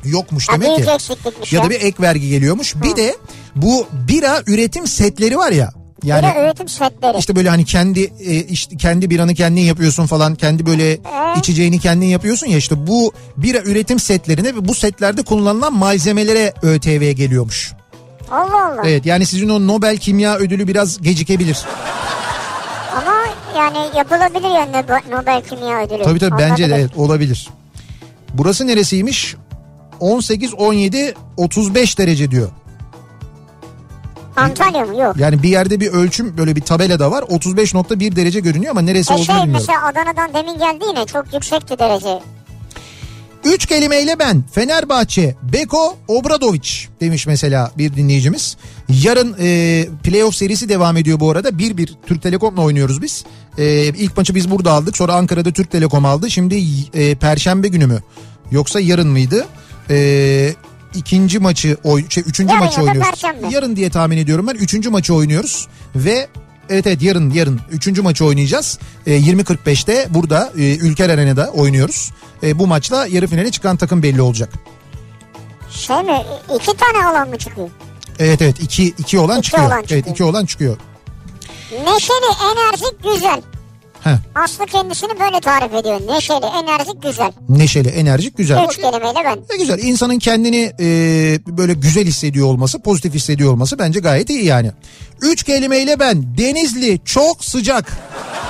Yokmuş Ya demek büyük ki. eksiklikmiş Ya da bir ek vergi geliyormuş. Bir de bu bira üretim setleri var ya. Bir Yani de öğütüm setleri. işte böyle hani kendi e, işte kendi biranı kendin yapıyorsun falan. Kendi böyle içeceğini kendin yapıyorsun ya işte bu bira üretim setlerine ve bu setlerde kullanılan malzemelere ÖTV geliyormuş. Allah Allah. Evet yani sizin o Nobel Kimya Ödülü biraz gecikebilir. Ama yani yapılabilir ya Nobe- Nobel Kimya Ödülü. Tabii tabii bence de Olabilir. evet, olabilir. Burası neresiymiş? 18, 17, 35 derece diyor. Antalya mı? Yok. Yani bir yerde bir ölçüm böyle bir tabela da var. 35.1 derece görünüyor ama neresi E olduğunu şey bilmiyorum. mesela Adana'dan demin geldi yine çok yüksekti derece. Üç kelimeyle ben Fenerbahçe, Beko, Obradoviç demiş mesela bir dinleyicimiz. Yarın e, playoff serisi devam ediyor bu arada. 1-1 Türk Telekom'la oynuyoruz biz. E, ilk maçı biz burada aldık. Sonra Ankara'da Türk Telekom aldı. Şimdi e, Perşembe günü mü? Yoksa yarın mıydı? E, ikinci maçı, oy, şey, üçüncü Yarın maçı ya da oynuyoruz. Perşembe. Yarın diye tahmin ediyorum ben. Üçüncü maçı oynuyoruz ve evet evet yarın yarın üçüncü maçı oynayacağız. E, 20.45'te burada e, Ülker Arena'da oynuyoruz. E, bu maçla yarı finale çıkan takım belli olacak. Şey mi? İki tane alan mı çıkıyor? Evet evet iki, iki olan İki çıkıyor. olan Evet çıkıyor. iki olan çıkıyor. Neşeli, enerjik, güzel. Heh, Aslı kendisini böyle tarif ediyor. Neşeli, enerjik, güzel. neşeli, enerjik, güzel. Üç kelimeyle ben. Ne güzel insanın kendini e, böyle güzel hissediyor olması, pozitif hissediyor olması bence gayet iyi yani. Üç kelimeyle ben Denizli çok sıcak.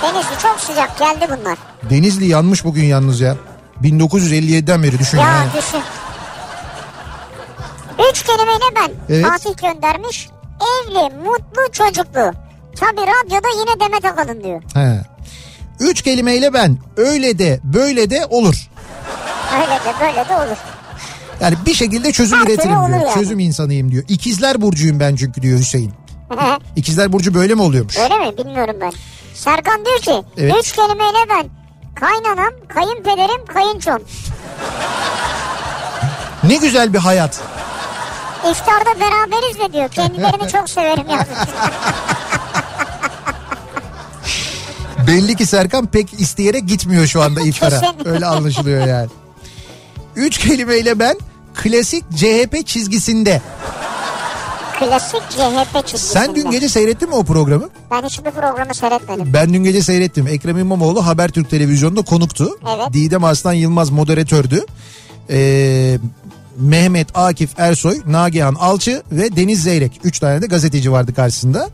Denizli çok sıcak geldi bunlar. Denizli yanmış bugün yalnız ya. 1957'den beri düşün. Ya yani. düşün. Üç kelimeyle ben. Evet. Fatih göndermiş. Evli, mutlu, çocuklu. Tabi radyoda yine Demet Akalın diyor. He. Üç kelimeyle ben öyle de böyle de olur. Öyle de böyle de olur. Yani bir şekilde çözüm Her türlü üretirim diyor. olur yani. Çözüm insanıyım diyor. İkizler burcuyum ben çünkü diyor Hüseyin. (laughs) İkizler burcu böyle mi oluyormuş? Öyle mi bilmiyorum ben. Serkan diyor ki Evet. üç kelimeyle ben. Kaynanam, kayınpederim, kayınçom. Ne güzel bir hayat. İftarda beraberiz de (laughs) diyor. Kendilerini çok severim yazmış. Belli ki Serkan pek isteyerek gitmiyor şu anda iftara. Kesin. Öyle anlaşılıyor yani. Üç kelimeyle ben klasik CHP çizgisinde. Klasik CHP çizgisinde. Sen dün gece seyrettin mi o programı? Ben hiçbir programı seyretmedim. Ben dün gece seyrettim. Ekrem İmamoğlu Habertürk televizyonunda konuktu. Evet. Didem Aslan Yılmaz moderatördü. Ee, Mehmet Akif Ersoy, Nagihan Alçı ve Deniz Zeyrek. Üç tane de gazeteci vardı karşısında.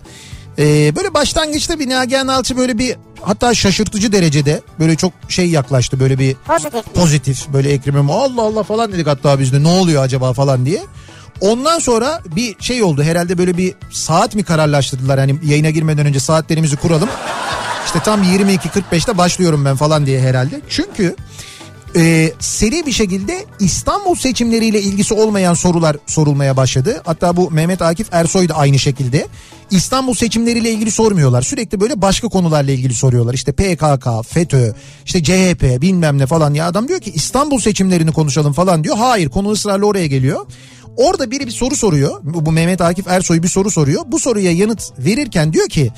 Ee, böyle başlangıçta bir Nagihan Alçı böyle bir hatta şaşırtıcı derecede böyle çok şey yaklaştı böyle bir Pozitif. pozitif böyle Ekrem İmamoğlu Allah Allah falan dedik hatta biz de ne oluyor acaba falan diye. Ondan sonra bir şey oldu herhalde böyle bir saat mi kararlaştırdılar hani yayına girmeden önce saatlerimizi kuralım. İşte tam 22.45'te başlıyorum ben falan diye herhalde. Çünkü e, seri bir şekilde İstanbul seçimleriyle ilgisi olmayan sorular sorulmaya başladı. Hatta bu Mehmet Akif Ersoy da aynı şekilde. İstanbul seçimleriyle ilgili sormuyorlar. Sürekli böyle başka konularla ilgili soruyorlar. İşte PKK, FETÖ, işte CHP bilmem ne falan. Ya adam diyor ki İstanbul seçimlerini konuşalım falan diyor. Hayır konu ısrarla oraya geliyor. Orada biri bir soru soruyor. Bu bu Mehmet Akif Ersoy bir soru soruyor. Bu soruya yanıt verirken diyor ki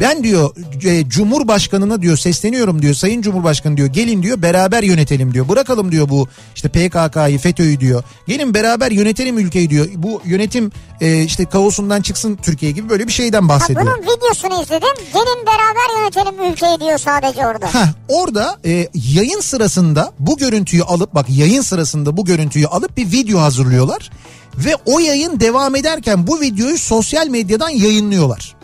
ben diyor e, Cumhurbaşkanına diyor sesleniyorum diyor. Sayın Cumhurbaşkanı diyor gelin diyor beraber yönetelim diyor. Bırakalım diyor bu işte PKK'yı FETÖ'yü diyor. Gelin beraber yönetelim ülkeyi diyor. Bu yönetim e, işte kaosundan çıksın Türkiye gibi böyle bir şeyden Ha, bahsediyor. bunun videosunu izledim. Gelin beraber yönetelim ülkeyi diyor sadece orada. Heh, orada e, yayın sırasında bu görüntüyü alıp bak yayın sırasında bu görüntüyü alıp bir video hazırlıyorlar ve o yayın devam ederken bu videoyu sosyal medyadan yayınlıyorlar.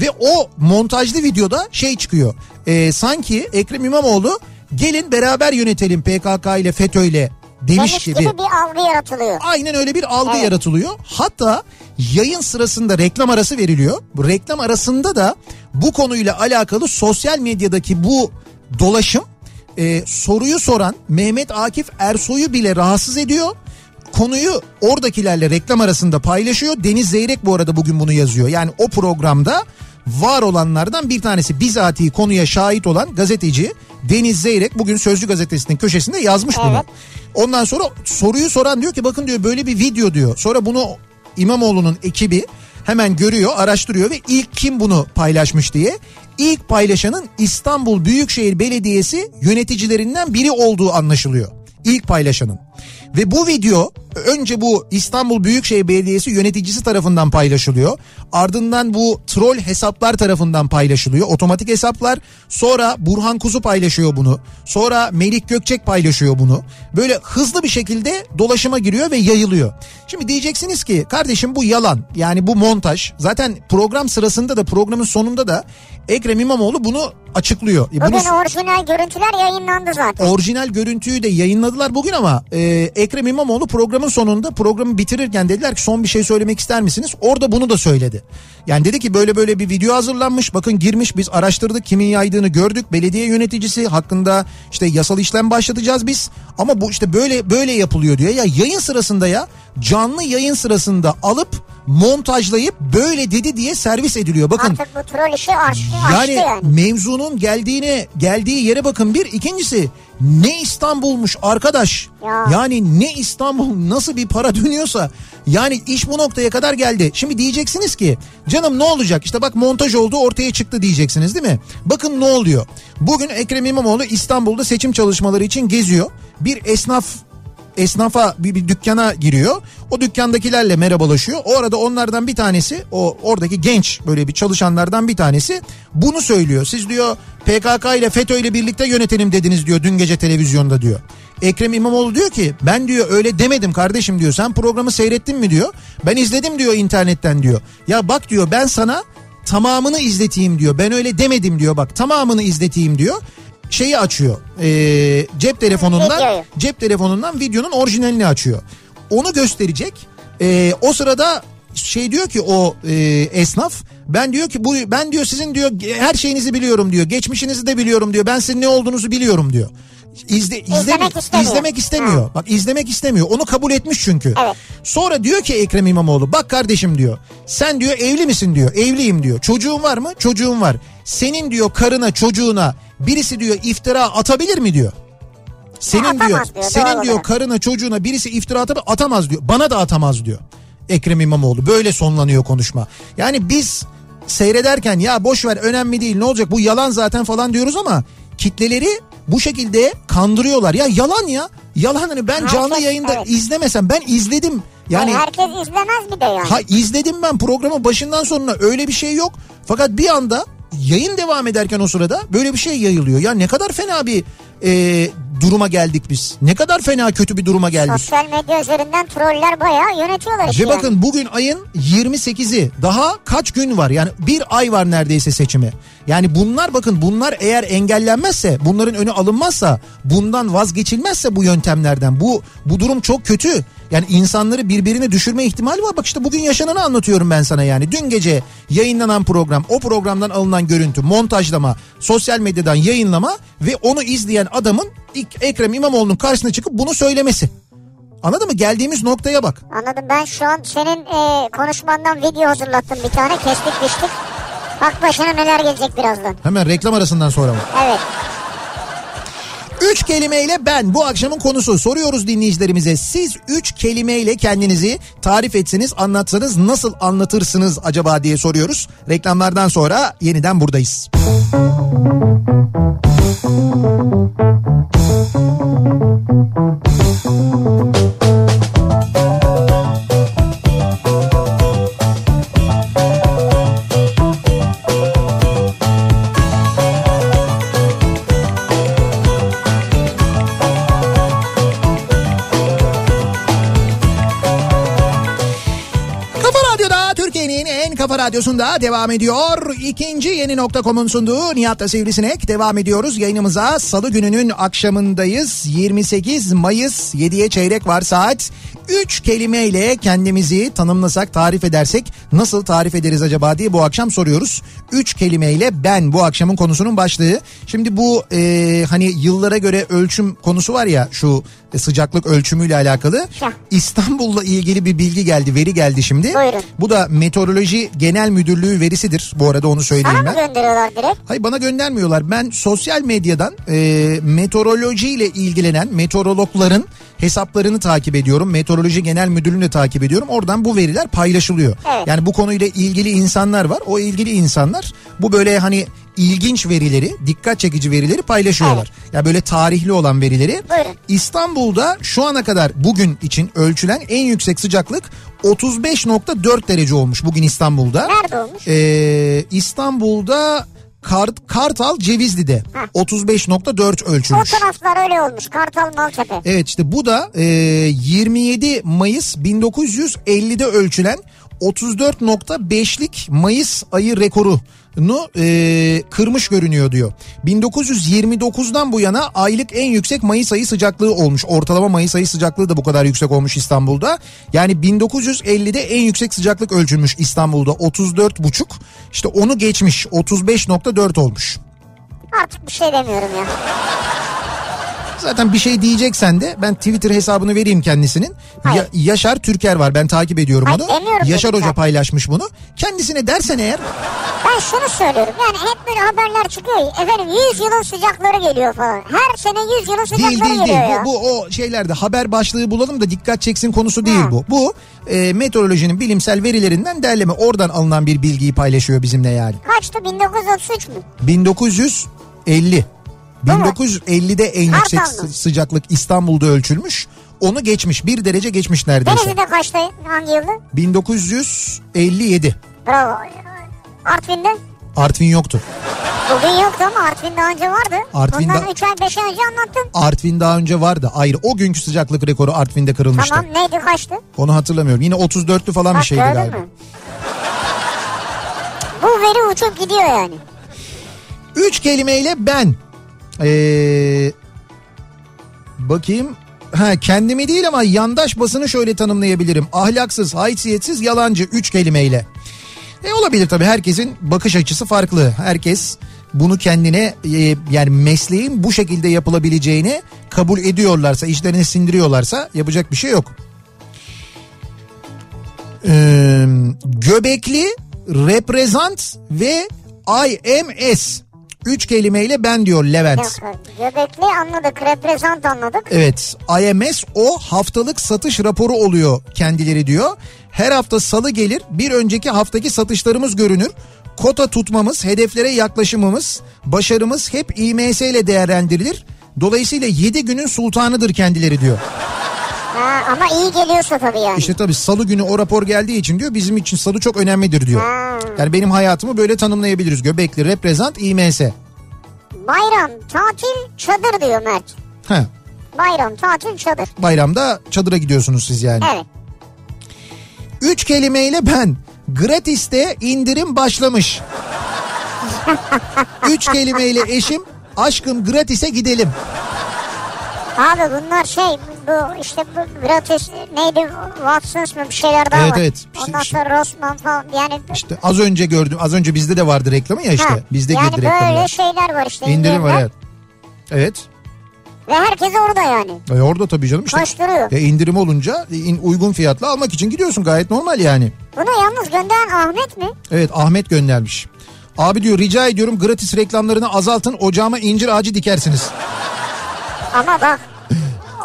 Ve o montajlı videoda şey çıkıyor. E, sanki Ekrem İmamoğlu gelin beraber yönetelim PKK ile FETÖ ile demiş, Demiş gibi. gibi bir algı yaratılıyor. Aynen öyle bir algı Evet. yaratılıyor. Hatta yayın sırasında reklam arası veriliyor. Bu Reklam arasında da bu konuyla alakalı sosyal medyadaki bu dolaşım e, soruyu soran Mehmet Akif Ersoy'u bile rahatsız ediyor. Konuyu oradakilerle reklam arasında paylaşıyor. Deniz Zeyrek bu arada bugün bunu yazıyor. Yani o programda var olanlardan bir tanesi bizatihi konuya şahit olan gazeteci Deniz Zeyrek bugün Sözcü gazetesinin köşesinde yazmış bunu. Ondan sonra soruyu soran diyor ki bakın diyor böyle bir video diyor. Sonra bunu İmamoğlu'nun ekibi hemen görüyor, araştırıyor ve ilk kim bunu paylaşmış diye. İlk paylaşanın İstanbul Büyükşehir Belediyesi yöneticilerinden biri olduğu anlaşılıyor. İlk paylaşanın. Ve bu video önce bu İstanbul Büyükşehir Belediyesi yöneticisi tarafından paylaşılıyor. Ardından bu troll hesaplar tarafından paylaşılıyor. Otomatik hesaplar. Sonra Burhan Kuzu paylaşıyor bunu. Sonra Melik Gökçek paylaşıyor bunu. Böyle hızlı bir şekilde dolaşıma giriyor ve yayılıyor. Şimdi diyeceksiniz ki kardeşim bu yalan. Yani bu montaj. Zaten program sırasında da programın sonunda da Ekrem İmamoğlu bunu açıklıyor. E Bunu Bugün orijinal görüntüler yayınlandı zaten. orijinal görüntüyü de yayınladılar bugün ama e, Ekrem İmamoğlu programın sonunda programı bitirirken dediler ki son bir şey söylemek ister misiniz? Orada bunu da söyledi. Yani dedi ki böyle böyle bir video hazırlanmış bakın girmiş biz araştırdık kimin yaydığını gördük. Belediye yöneticisi hakkında işte yasal işlem başlatacağız biz ama bu işte böyle böyle yapılıyor diyor. Ya yayın sırasında ya canlı yayın sırasında alıp montajlayıp böyle dedi diye servis ediliyor. Bakın Artık bu troll işi aştı yani yani. yani. mevzunun geldiğine geldiği yere bakın bir. ikincisi ne İstanbul'muş arkadaş. Ya. Yani ne İstanbul nasıl bir para dönüyorsa. Yani iş bu noktaya kadar geldi. Şimdi diyeceksiniz ki canım ne olacak? İşte bak montaj oldu ortaya çıktı diyeceksiniz değil mi? Bakın ne oluyor. Bugün Ekrem İmamoğlu İstanbul'da seçim çalışmaları için geziyor. Bir esnaf esnafa bir, bir dükkana giriyor. O dükkandakilerle merhabalaşıyor. O arada onlardan bir tanesi o oradaki genç böyle bir çalışanlardan bir tanesi bunu söylüyor. Siz diyor PKK ile FETÖ ile birlikte yönetelim dediniz diyor dün gece televizyonda diyor. Ekrem İmamoğlu diyor ki ben diyor öyle demedim kardeşim diyor. Sen programı seyrettin mi diyor. Ben izledim diyor internetten diyor. Ya bak diyor ben sana tamamını izleteyim diyor. Ben öyle demedim diyor bak tamamını izleteyim diyor. Şeyi açıyor ee, cep telefonundan Videoyu. cep telefonundan videonun orijinalini açıyor. Onu gösterecek. Ee, o sırada şey diyor ki o e, esnaf ben diyor ki bu ben diyor sizin diyor her şeyinizi biliyorum diyor. Geçmişinizi de biliyorum diyor. Ben sizin ne olduğunuzu biliyorum diyor. İzle, izle, İzlemek istemiyor. izlemek istemiyor. Bak izlemek istemiyor. Onu kabul etmiş çünkü. Evet. Sonra diyor ki Ekrem İmamoğlu bak kardeşim diyor. Sen diyor evli misin diyor. Evliyim diyor. Çocuğun var mı? Çocuğum var. Senin diyor karına çocuğuna birisi diyor iftira atabilir mi diyor. Senin Ya diyor, atamaz diyor, senin doğru. diyor karına çocuğuna birisi iftira atıp atamaz diyor. Bana da atamaz diyor. Ekrem İmamoğlu böyle sonlanıyor konuşma. Yani biz seyrederken ya boş ver önemli değil ne olacak bu yalan zaten falan diyoruz ama kitleleri bu şekilde kandırıyorlar. Ya yalan ya. Yalan hani ben Herkes, canlı yayında evet. izlemesem ben izledim. Yani Hayır, herkes izlemez bir de yani. Ha izledim ben programı başından sonuna öyle bir şey yok. Fakat bir anda yayın devam ederken o sırada böyle bir şey yayılıyor. Ya ne kadar fena bir e, duruma geldik biz. Ne kadar fena kötü bir duruma geldik. Sosyal medya üzerinden troller bayağı yönetiyorlar işi. Ve yani. bakın bugün ayın 28'i daha kaç gün var yani bir ay var neredeyse seçime. Yani bunlar bakın bunlar eğer engellenmezse bunların önü alınmazsa bundan vazgeçilmezse bu yöntemlerden bu bu durum çok kötü. Yani insanları birbirine düşürme ihtimali var. Bak işte bugün yaşananı anlatıyorum ben sana yani. Dün gece yayınlanan program, o programdan alınan görüntü, montajlama, sosyal medyadan yayınlama ve onu izleyen adamın ilk Ekrem İmamoğlu'nun karşısına çıkıp bunu söylemesi. Anladın mı? Geldiğimiz noktaya bak. Anladım ben şu an senin e, konuşmandan video hazırlattım bir tane kestik biçtik. Bak başına neler gelecek birazdan. Hemen reklam arasından sonra mı? Evet. Üç kelimeyle ben bu akşamın konusu. Soruyoruz dinleyicilerimize siz üç kelimeyle kendinizi tarif etseniz anlatsanız nasıl anlatırsınız acaba diye soruyoruz. Reklamlardan sonra yeniden buradayız. Kafa Radyo'da Türkiye'nin en kafa radyosunda devam ediyor. İkinci yeni nokta.com'un sunduğu Nihat'la Sivrisinek devam ediyoruz. Yayınımıza salı gününün akşamındayız. 28 Mayıs 7'ye çeyrek var saat. 3 kelimeyle kendimizi tanımlasak tarif edersek nasıl tarif ederiz acaba diye bu akşam soruyoruz. 3 kelimeyle ben bu akşamın konusunun başlığı. Şimdi bu e, hani yıllara göre ölçüm konusu var ya şu e, sıcaklık ölçümüyle alakalı. Ya. İstanbul'la ilgili bir bilgi geldi, veri geldi şimdi. Buyurun. Bu da Meteoroloji Genel Müdürlüğü verisidir. Bu arada onu söyleyeyim Sana mı ben. gönderiyorlar direkt? Hayır bana göndermiyorlar. Ben sosyal medyadan e, meteorolojiyle ilgilenen meteorologların hesaplarını takip ediyorum. Meteoroloji Genel Müdürlüğü'nü de takip ediyorum. Oradan bu veriler paylaşılıyor. Evet. Yani bu konuyla ilgili insanlar var. O ilgili insanlar bu böyle hani ilginç verileri, dikkat çekici verileri paylaşıyorlar. Ya böyle tarihli olan verileri. Buyurun. İstanbul'da şu ana kadar bugün için ölçülen en yüksek sıcaklık 35.4 derece olmuş bugün İstanbul'da. Nerede olmuş? Ee, İstanbul'da Kart, Kartal Cevizli'de 35.4 O ölçülmüş. taraflar öyle olmuş. Kartal Maltepe. Evet işte bu da e, 27 Mayıs 1950'de ölçülen 34.5'lik Mayıs ayı rekoru. nu e, kırmış görünüyor diyor. 1929'dan bu yana aylık en yüksek Mayıs ayı sıcaklığı olmuş. Ortalama Mayıs ayı sıcaklığı da bu kadar yüksek olmuş İstanbul'da. Yani 1950'de en yüksek sıcaklık ölçülmüş İstanbul'da 34,5. İşte onu geçmiş 35,4 olmuş. Artık bir şey demiyorum ya. Zaten bir şey diyeceksen de ben Twitter hesabını vereyim kendisinin. Hayır. Ya- Yaşar Türker var ben takip ediyorum Hayır, onu. demiyorum Yaşar dedim Hoca ben. paylaşmış bunu. Kendisine dersen eğer Ben şunu söylüyorum yani hep böyle haberler çıkıyor. ya, Efendim 100 yılın sıcakları geliyor falan. Her sene 100 yılın sıcakları değil değil değil. geliyor ya. Bu, bu o şeylerde haber başlığı bulalım da dikkat çeksin konusu değil Ha. bu. Bu e, meteorolojinin bilimsel verilerinden derleme oradan alınan bir bilgiyi paylaşıyor bizimle yani. Kaçtı 1933 mü? 1950. 1950'de en yüksek Pardon. sı- sıcaklık İstanbul'da ölçülmüş. Onu geçmiş. Bir derece geçmiş neredeyse. Denizli'de kaçtı hangi yılda? 1957. Bravo. Artvin'de? Artvin yoktu. Bugün yoktu ama Artvin daha önce vardı. Artvin Bundan daha- 3 ay 5 ay önce anlattım. Artvin daha önce vardı. Ayrı. O günkü sıcaklık rekoru Artvin'de kırılmıştı. Tamam neydi kaçtı? Onu hatırlamıyorum. Yine 34'lü falan bir Bak şeydi gördün galiba. mü? Bu veri uçup gidiyor yani. Üç kelimeyle ben. Ee, bakayım. Ha, kendimi değil ama yandaş basını şöyle tanımlayabilirim. Ahlaksız, haysiyetsiz, yalancı. Üç kelimeyle. E olabilir tabii herkesin bakış açısı farklı. Herkes bunu kendine e, yani mesleğin bu şekilde yapılabileceğini kabul ediyorlarsa, işlerini sindiriyorlarsa yapacak bir şey yok. Ee, göbekli, reprezent ve IMS. Üç kelimeyle ben diyor Levent. Yok, göbekli anladık, reprezent anladık. Evet IMS o haftalık satış raporu oluyor kendileri diyor. Her hafta salı gelir bir önceki haftaki satışlarımız görünür. Kota tutmamız, hedeflere yaklaşımımız, başarımız hep IMS ile değerlendirilir. Dolayısıyla 7 günün sultanıdır kendileri diyor. Ha, ama iyi geliyorsa tabii yani. İşte tabii salı günü o rapor geldiği için diyor bizim için salı çok önemlidir diyor. Ha. Yani benim hayatımı böyle tanımlayabiliriz. Göbekli, reprezent, IMS. Bayram, tatil, çadır diyor Mert. Ha, Bayram, tatil, çadır. bayramda çadıra gidiyorsunuz siz yani. Evet. Üç kelimeyle ben. Gratis'te indirim başlamış. Üç kelimeyle eşim. Aşkım gratis'e gidelim. Abi bunlar şey bu işte bu gratis neydi Watson's mı bir şeyler daha Evet, var. evet. Ondan İşte- sonra Rossmann falan yani İşte az önce gördüm. Az önce bizde de vardı reklamı ya işte. Ha, Bizde yani girdi böyle şey reklamı. şeyler var işte İndirim var indirimler. evet. Evet. Ve herkes orada yani. E orada tabii canım işte. Koşturuyor. Ya indirim olunca e, in- uygun fiyatla almak için gidiyorsun gayet normal yani. Bunu yalnız gönderen Ahmet mi? Evet Ahmet göndermiş. Abi diyor rica ediyorum gratis reklamlarını azaltın ocağıma incir ağacı dikersiniz. Ama bak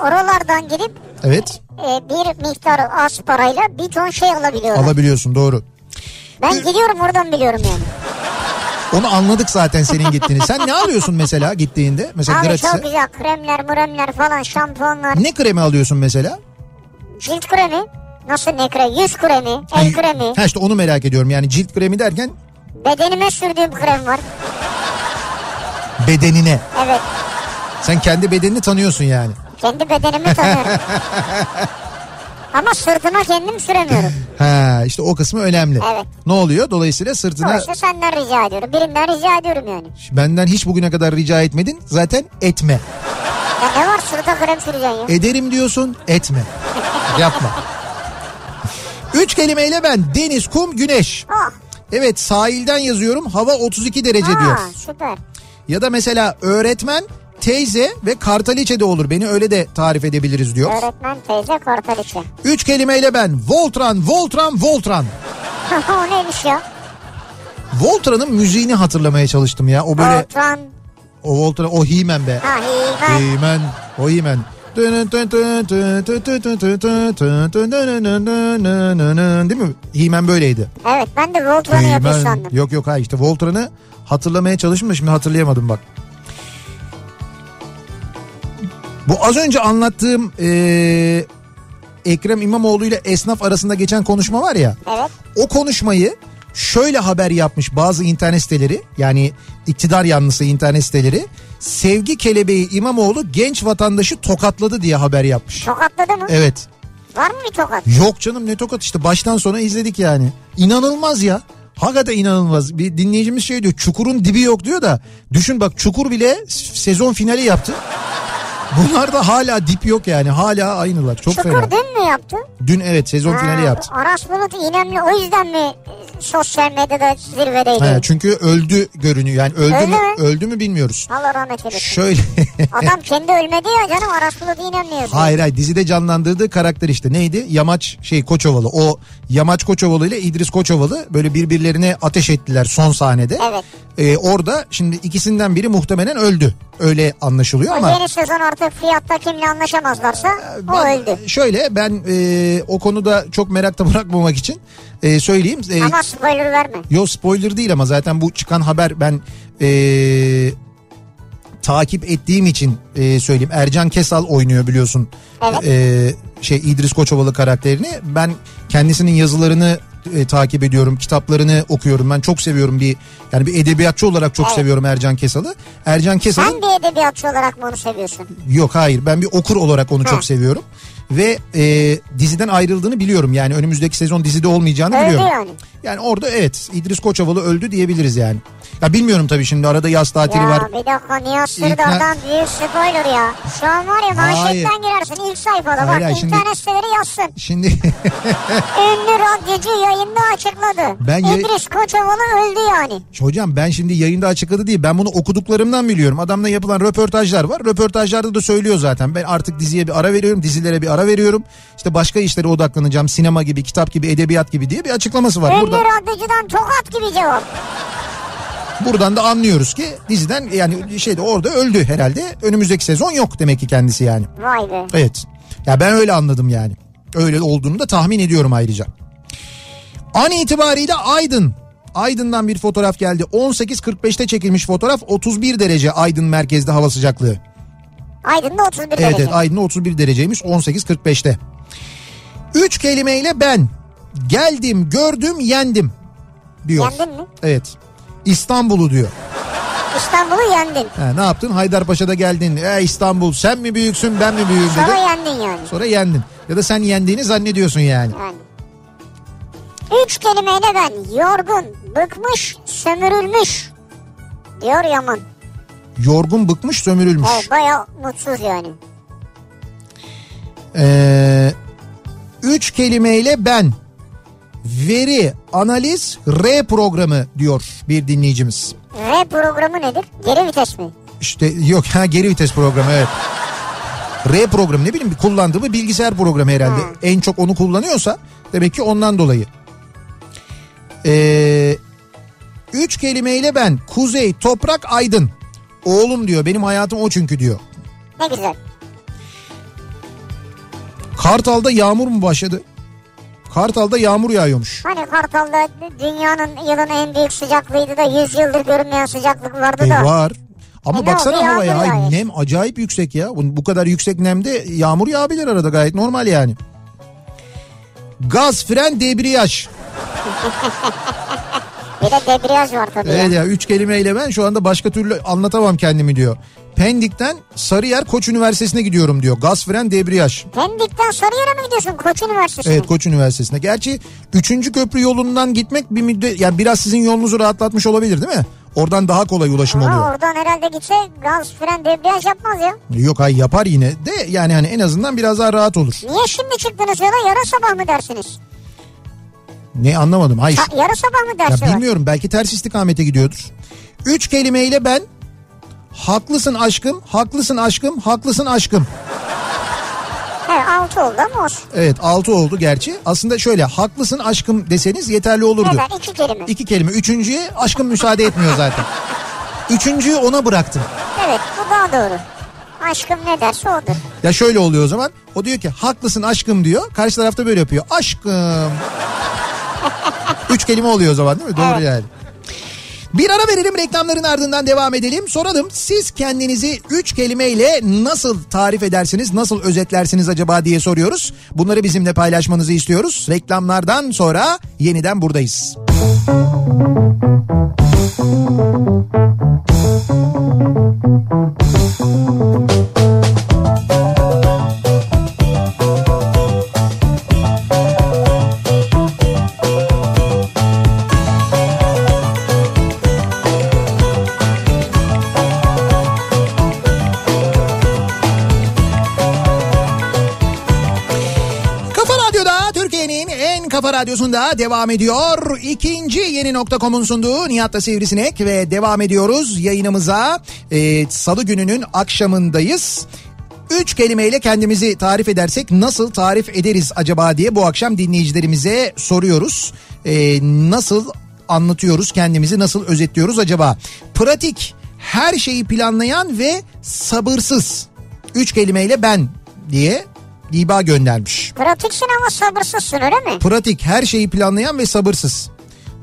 oralardan gidip Evet e, bir miktar az parayla bir ton şey alabiliyorlar. alabiliyorsun doğru. ben gidiyorum oradan biliyorum yani. Onu anladık zaten senin gittiğini. Sen ne alıyorsun mesela gittiğinde? Mesela Abi gratis'e. çok güzel kremler müremler falan şampuanlar. Ne kremi alıyorsun mesela? Cilt kremi. Nasıl ne kremi? Yüz kremi. El kremi. Hani- Ha işte onu merak ediyorum. Yani cilt kremi derken Bedenime sürdüğüm krem var. bedenine. Evet. Sen kendi bedenini tanıyorsun yani. Kendi bedenimi (laughs) tanıyorum. Ama sırtıma kendim süremiyorum. Ha işte o kısmı önemli. Evet. Ne oluyor? Dolayısıyla sırtına Sonuçta senden rica ediyorum. Birinden rica ediyorum yani. benden hiç bugüne kadar rica etmedin. Zaten etme. Ya ne var sırta krem süreceksin ya? Ederim diyorsun, etme. Yapma. Üç kelimeyle ben deniz, kum, güneş. Ah. Evet sahilden yazıyorum hava 32 derece diyor. Aa, Ah, süper. Ya da mesela öğretmen, teyze ve kartaliçe de olur. Beni öyle de tarif edebiliriz diyor. Öğretmen teyze kortaliçe. Üç kelimeyle ben Voltran, Voltran, Voltran. (laughs) o neymiş ya? Voltran'ın müziğini hatırlamaya çalıştım ya. O böyle Voltran. o Voltran o Himen be. Ha heyman. Himen, o Himen. Değil mi? Himen böyleydi. Evet ben de Voltran'ı Ee, yapmış ben- sandım. Yok yok ha işte Voltran'ı hatırlamaya çalıştım da şimdi hatırlayamadım bak. Bu az önce anlattığım ee, Ekrem İmamoğlu ile esnaf arasında geçen konuşma var ya. Evet. O konuşmayı şöyle haber yapmış bazı internet siteleri yani iktidar yanlısı internet siteleri. Sevgi kelebeği İmamoğlu genç vatandaşı tokatladı diye haber yapmış. Tokatladı mı? Evet. Var mı bir tokat? Yok canım ne tokat işte baştan sona izledik yani. İnanılmaz ya. Hakikaten inanılmaz. Bir dinleyicimiz şey diyor çukurun dibi yok diyor da düşün bak çukur bile s- sezon finali yaptı. (laughs) Bunlar da hala dip yok yani hala aynılar çok fena. Çukur dün mü yaptı? Dün evet sezon finali Ha, yaptı. Aras Bulut İynemli o yüzden mi e, sosyal medyada zirvedeydi? Ha, çünkü öldü görünüyor yani öldü, Öldü mü, mü? öldü mü bilmiyoruz. Allah rahmet eylesin. Şöyle (laughs) Adam kendi ölmedi ya canım Aras Bulut İynemli yazıyor. hayır hayır dizide canlandırdığı karakter işte neydi? Yamaç şey Koçovalı o Yamaç Koçovalı ile İdris Koçovalı böyle birbirlerine ateş ettiler son sahnede. Evet. Ee, orada şimdi ikisinden biri muhtemelen öldü öyle anlaşılıyor ama. Ee, Yeni sezon artık fiyatta kimle anlaşamazlarsa o Ben- öldü. Şöyle ben e, o konuda çok merakta (laughs) bırakmamak için e, söyleyeyim. E, Ama spoiler verme. yo spoiler değil ama zaten bu çıkan haber ben e, takip ettiğim için e, söyleyeyim. Ercan Kesal oynuyor biliyorsun. Evet. E, şey İdris Koçovalı karakterini. Ben kendisinin yazılarını e, takip ediyorum. Kitaplarını okuyorum. Ben çok seviyorum bir yani bir edebiyatçı olarak çok seviyorum Ercan Kesal'ı. Ercan Kesal'ın Sen bir edebiyatçı olarak mı onu seviyorsun? Yok hayır ben bir okur olarak onu çok seviyorum. Ve e, diziden ayrıldığını biliyorum yani önümüzdeki sezon dizide olmayacağını Öldü biliyorum. yani. Yani orada evet İdris Koçovalı öldü diyebiliriz yani. Ya bilmiyorum tabii şimdi arada yaz tatili Ya var. bir dakika Nihat İlk- Sırdar'dan büyük spoiler ya. Şu an var ya manşetten Hayır. girersin ilk sayfada Hayır, bak hayır, şimdi- internet siteleri yazsın. Şimdi (laughs) Ünlü radyocu yayında açıkladı. Ben E, ye- İdris Koçovalı öldü yani. hocam ben şimdi yayında açıkladı değil ben bunu okuduklarımdan biliyorum. Adamla yapılan röportajlar var. Röportajlarda da söylüyor zaten ben artık diziye bir ara veriyorum dizilere bir ara veriyorum. İşte başka işlere odaklanacağım sinema gibi kitap gibi edebiyat gibi diye bir açıklaması var. Ünlü Burada- radyocudan tokat gibi cevap. Buradan da anlıyoruz ki diziden yani şeyde orada öldü herhalde. Önümüzdeki sezon yok demek ki kendisi yani. Vay be. Evet. Ya ben öyle anladım yani. Öyle olduğunu da tahmin ediyorum ayrıca. An itibariyle Aydın. Aydın'dan bir fotoğraf geldi. 18.45'te çekilmiş fotoğraf 31 derece Aydın merkezde hava sıcaklığı. Aydın'da 31 Evet derece. evet Aydın'da 31 dereceymiş 18.45'te. Üç kelimeyle ben geldim gördüm yendim diyor. Yendin mi? Evet. İstanbul'u diyor. İstanbul'u yendin. Ha, ne yaptın? Haydarpaşa'da geldin. E, İstanbul sen mi büyüksün ben mi büyüğüm Sonra dedi. yendin yani. Sonra yendin. Ya da sen yendiğini zannediyorsun yani. yani. Üç kelimeyle ben yorgun, bıkmış, sömürülmüş diyor Yaman. Yorgun bıkmış sömürülmüş. Evet baya mutsuz yani. Ee, üç kelimeyle ben. Veri, analiz, R programı diyor bir dinleyicimiz. R programı nedir? Geri vites mi? İşte yok ha geri vites programı evet. R programı ne bileyim bir kullandığı bir bilgisayar programı herhalde. En çok onu kullanıyorsa demek ki ondan dolayı. Ee, üç kelimeyle ben Kuzey Toprak Aydın. Oğlum diyor benim hayatım o çünkü diyor. Ne güzel. Kartal'da yağmur mu başladı? Kartal'da yağmur yağıyormuş. Hani Kartal'da dünyanın yılın en büyük sıcaklığıydı da 100 yıldır görünmeyen sıcaklık vardı E, da. var. Ama E, ne baksana oldu? Yağmur havaya. Ay, yağıyor. nem acayip yüksek ya. Bu bu kadar yüksek nemde yağmur yağabilir arada gayet normal yani. Gaz, fren, debriyaj. Bir de debriyaj var tabii. Evet ya. ya üç kelimeyle ben şu anda başka türlü anlatamam kendimi diyor. Pendik'ten Sarıyer Koç Üniversitesi'ne gidiyorum diyor. Gaz, fren, debriyaj. Pendik'ten Sarıyer'e mi gidiyorsun Koç Üniversitesi'ne? Evet Koç Üniversitesi'ne. Gerçi 3. köprü yolundan gitmek bir müddet yani biraz sizin yolunuzu rahatlatmış olabilir değil mi? Oradan daha kolay ulaşım Ama oluyor. oradan herhalde gitse gaz fren debriyaj yapmaz ya. Yok ay yapar yine de yani hani en azından biraz daha rahat olur. Niye şimdi çıktınız yola yarın sabah mı dersiniz? Ne anlamadım. Hayır. Ha, yarın sabah mı dersi Ya Şey var? bilmiyorum belki ters istikamete gidiyordur. Üç kelimeyle ben haklısın aşkım, haklısın aşkım, haklısın aşkım. He 6 oldu ama olsun. Evet altı oldu gerçi. Aslında şöyle haklısın aşkım deseniz yeterli olurdu. Neden? İki kelime. İki kelime. Üçüncüye aşkım müsaade etmiyor zaten. Üçüncüyü ona bıraktım. Evet bu daha doğru. Aşkım ne derse odur. Ya şöyle oluyor o zaman. O diyor ki haklısın aşkım diyor. Karşı tarafta böyle yapıyor. Aşkım. Üç kelime oluyor o zaman değil mi? Doğru yani. Bir ara verelim reklamların ardından devam edelim. Soralım siz kendinizi üç kelimeyle nasıl tarif edersiniz, nasıl özetlersiniz acaba diye soruyoruz. Bunları bizimle paylaşmanızı istiyoruz. Reklamlardan sonra yeniden buradayız. Kafa Radyosu'nda devam ediyor. İkinci yeni nokta.com'un sunduğu Nihat'la Sivrisinek ve devam ediyoruz yayınımıza. Ee, Salı gününün akşamındayız. Üç kelimeyle kendimizi tarif edersek nasıl tarif ederiz acaba diye bu akşam dinleyicilerimize soruyoruz. Ee, nasıl anlatıyoruz kendimizi nasıl özetliyoruz acaba? Pratik, her şeyi planlayan ve sabırsız. Üç kelimeyle ben diye Diba göndermiş. Pratiksin ama sabırsızsın öyle mi? Pratik, her şeyi planlayan ve sabırsız.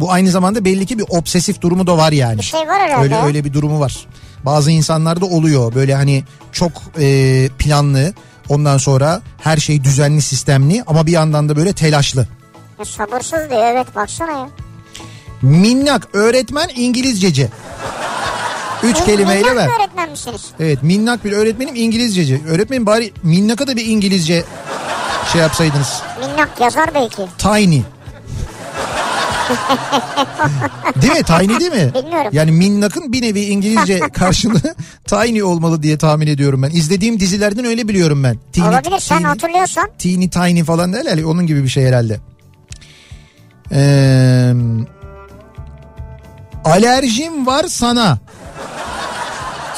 Bu aynı zamanda belli ki bir obsesif durumu da var yani. Bir şey var herhalde Öyle, ya. öyle bir durumu var. Bazı insanlarda oluyor böyle hani çok e, planlı ondan sonra her şey düzenli sistemli ama bir yandan da böyle telaşlı. Ya sabırsız diyor evet baksana ya. Minnak öğretmen İngilizceci. Üç Min- kelimeyle minnak ver. bir öğretmen misiniz? Evet minnak bir öğretmenim İngilizceci. Öğretmenim bari minnaka da bir İngilizce şey yapsaydınız. Minnak yazar belki. Tiny. değil mi? Tiny değil mi? Bilmiyorum. Yani minnakın bir nevi (laughs) İngilizce karşılığı tiny olmalı diye tahmin ediyorum ben. İzlediğim dizilerden öyle biliyorum ben. Teeny- Olabilir sen teeny- hatırlıyorsan. teeny tiny falan derler ya onun gibi bir şey herhalde. Ee, alerjim var sana.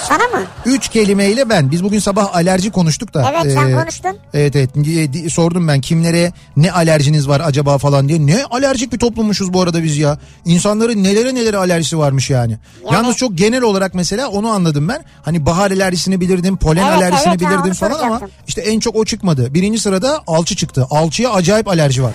Sana mı? Üç kelimeyle ben. Biz bugün sabah alerji konuştuk da. e, Evet, sen konuştun. Evet evet Di- di- sordum ben kimlere ne alerjiniz var acaba falan diye. Ne alerjik bir toplumuşuz bu arada biz ya. İnsanların nelere nelere alerjisi varmış yani. Yalnız çok genel olarak mesela onu anladım ben. Hani bahar alerjisini bilirdim, polen Evet, alerjisini evet, ha, bilirdim onu falan ama soracaktım. işte en çok o çıkmadı. Birinci sırada alçı çıktı. Alçıya acayip alerji var.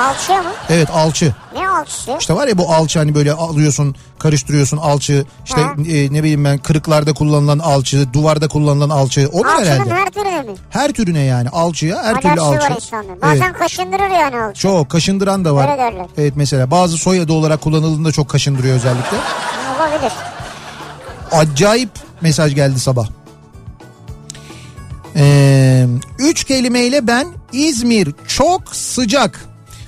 Alçıya mı? Evet alçı. Ne alçısı? İşte var ya bu alçı hani böyle alıyorsun karıştırıyorsun alçı işte Ha. e, ne bileyim ben kırıklarda kullanılan alçı duvarda kullanılan alçı o mu Alçının herhalde? her türlü mü? Her türüne yani alçıya her türlü Alerjisi alçı. var insanların. Bazen Evet. kaşındırır yani alçı. Çok kaşındıran da var. Öyle derler. Evet mesela bazı soyadı olarak kullanıldığında çok kaşındırıyor özellikle. Olabilir. Acayip mesaj geldi sabah. Ee, üç kelimeyle ben İzmir çok sıcak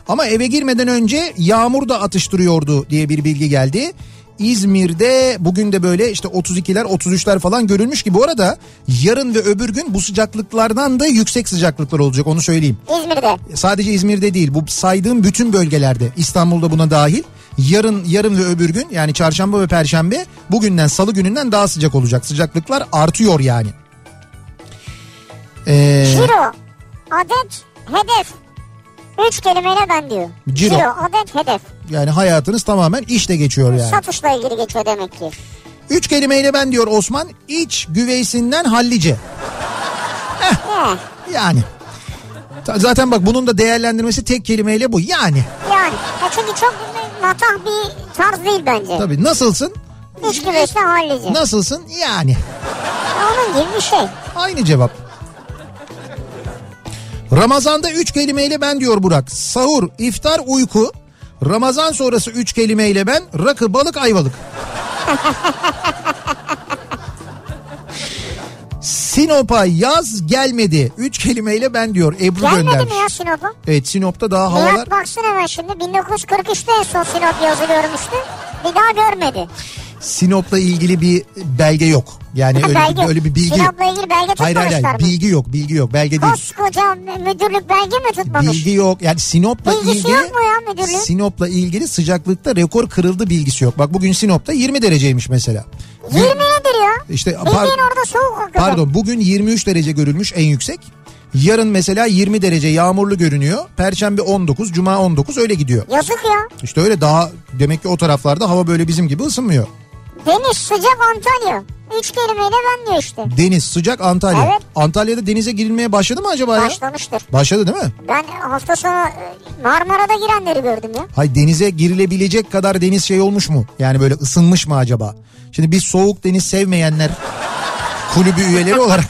ama eve girmeden önce yağmur da atıştırıyordu diye bir bilgi geldi. İzmir'de bugün de böyle işte 32'ler 33'ler falan görülmüş ki bu arada yarın ve öbür gün bu sıcaklıklardan da yüksek sıcaklıklar olacak onu söyleyeyim İzmir'de. sadece İzmir'de değil bu saydığım bütün bölgelerde İstanbul'da buna dahil yarın yarın ve öbür gün yani çarşamba ve perşembe bugünden salı gününden daha sıcak olacak sıcaklıklar artıyor yani. Ee, Ciro, adet, hedef. Üç kelimeyle ben diyor. Ciro. adet, hedef. yani hayatınız tamamen işle geçiyor yani. Satışla ilgili geçiyor demek ki. Üç kelimeyle ben diyor Osman iç güveysinden hallice. Eh, Yani. Ta- Zaten bak bunun da değerlendirmesi tek kelimeyle bu. Yani yani. Ya çünkü çok matah bir tarz değil bence. tabii nasılsın? Üç güveçle hallice. Nasılsın? Yani. Ya Onun gibi bir şey. Aynı cevap. Ramazanda üç kelimeyle ben diyor Burak. Sahur, iftar, uyku. Ramazan sonrası üç kelimeyle ben. Rakı, balık, ayvalık. Sinop'a yaz gelmedi. Üç kelimeyle ben diyor. Ebru Gelmedi mi göndermiş. ya Sinop'a? Evet Sinop'ta daha havalar. Nihat baksın hemen şimdi 1943'te en son Sinop yazılıyormuştu. Bir daha görmedi. Sinop'la ilgili bir belge yok. Yani E, öyle, belge. bir, öyle bir bilgi yok. Sinop'la ilgili belge Hayır hayır, tutmamışlar hayır. mı? bilgi yok bilgi yok belge değil. Koskoca müdürlük belge mi tutmamış? Bilgi yok. Yani Sinop'la Bilgisi ilgili yok mu ya müdürlüğün? Sinop'la ilgili sıcaklıkta rekor kırıldı bilgisi yok. Bak bugün Sinop'ta 20 dereceymiş mesela. 20 nedir ya? İşte Bildiğin par- orada soğuk hakikaten. E, pardon bugün 23 derece görülmüş en yüksek. Yarın mesela 20 derece yağmurlu görünüyor. Perşembe 19, cuma 19 öyle gidiyor. Yazık ya. İşte öyle daha demek ki o taraflarda hava böyle bizim gibi ısınmıyor. Deniz sıcak Antalya. Üç kelimeyle ben diyor işte. Deniz sıcak Antalya. Evet. Antalya'da denize girilmeye başladı mı acaba ya? Başlamıştır. Başladı değil mi? Ben hafta sonu e, Marmara'da girenleri gördüm ya. Hay denize girilebilecek kadar deniz şey olmuş mu? Yani böyle ısınmış mı acaba? Şimdi biz soğuk deniz sevmeyenler kulübü üyeleri olarak.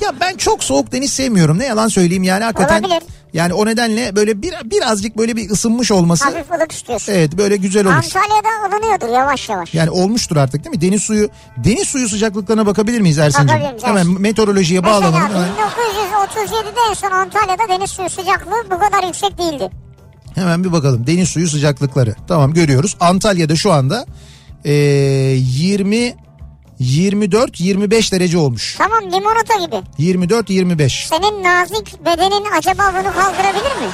ya ben çok soğuk deniz sevmiyorum. Ne yalan söyleyeyim yani hakikaten. Olabilir. Yani o nedenle böyle bir, birazcık böyle bir ısınmış olması. Hafif ılık istiyorsun. Evet böyle güzel olur. Antalya'da ılınıyordur yavaş yavaş. Yani olmuştur artık değil mi? Deniz suyu deniz suyu sıcaklıklarına bakabilir miyiz Ersin'cim? Bakabilir miyiz, Hemen Ersin? meteorolojiye Mesela bağlanalım. Hemen, 1937'de en son Antalya'da deniz suyu sıcaklığı bu kadar yüksek değildi. hemen bir bakalım. Deniz suyu sıcaklıkları. Tamam görüyoruz. Antalya'da şu anda e, eee 20 24-25 derece olmuş. Tamam limonata gibi. 24-25. Senin nazik bedenin acaba bunu kaldırabilir mi?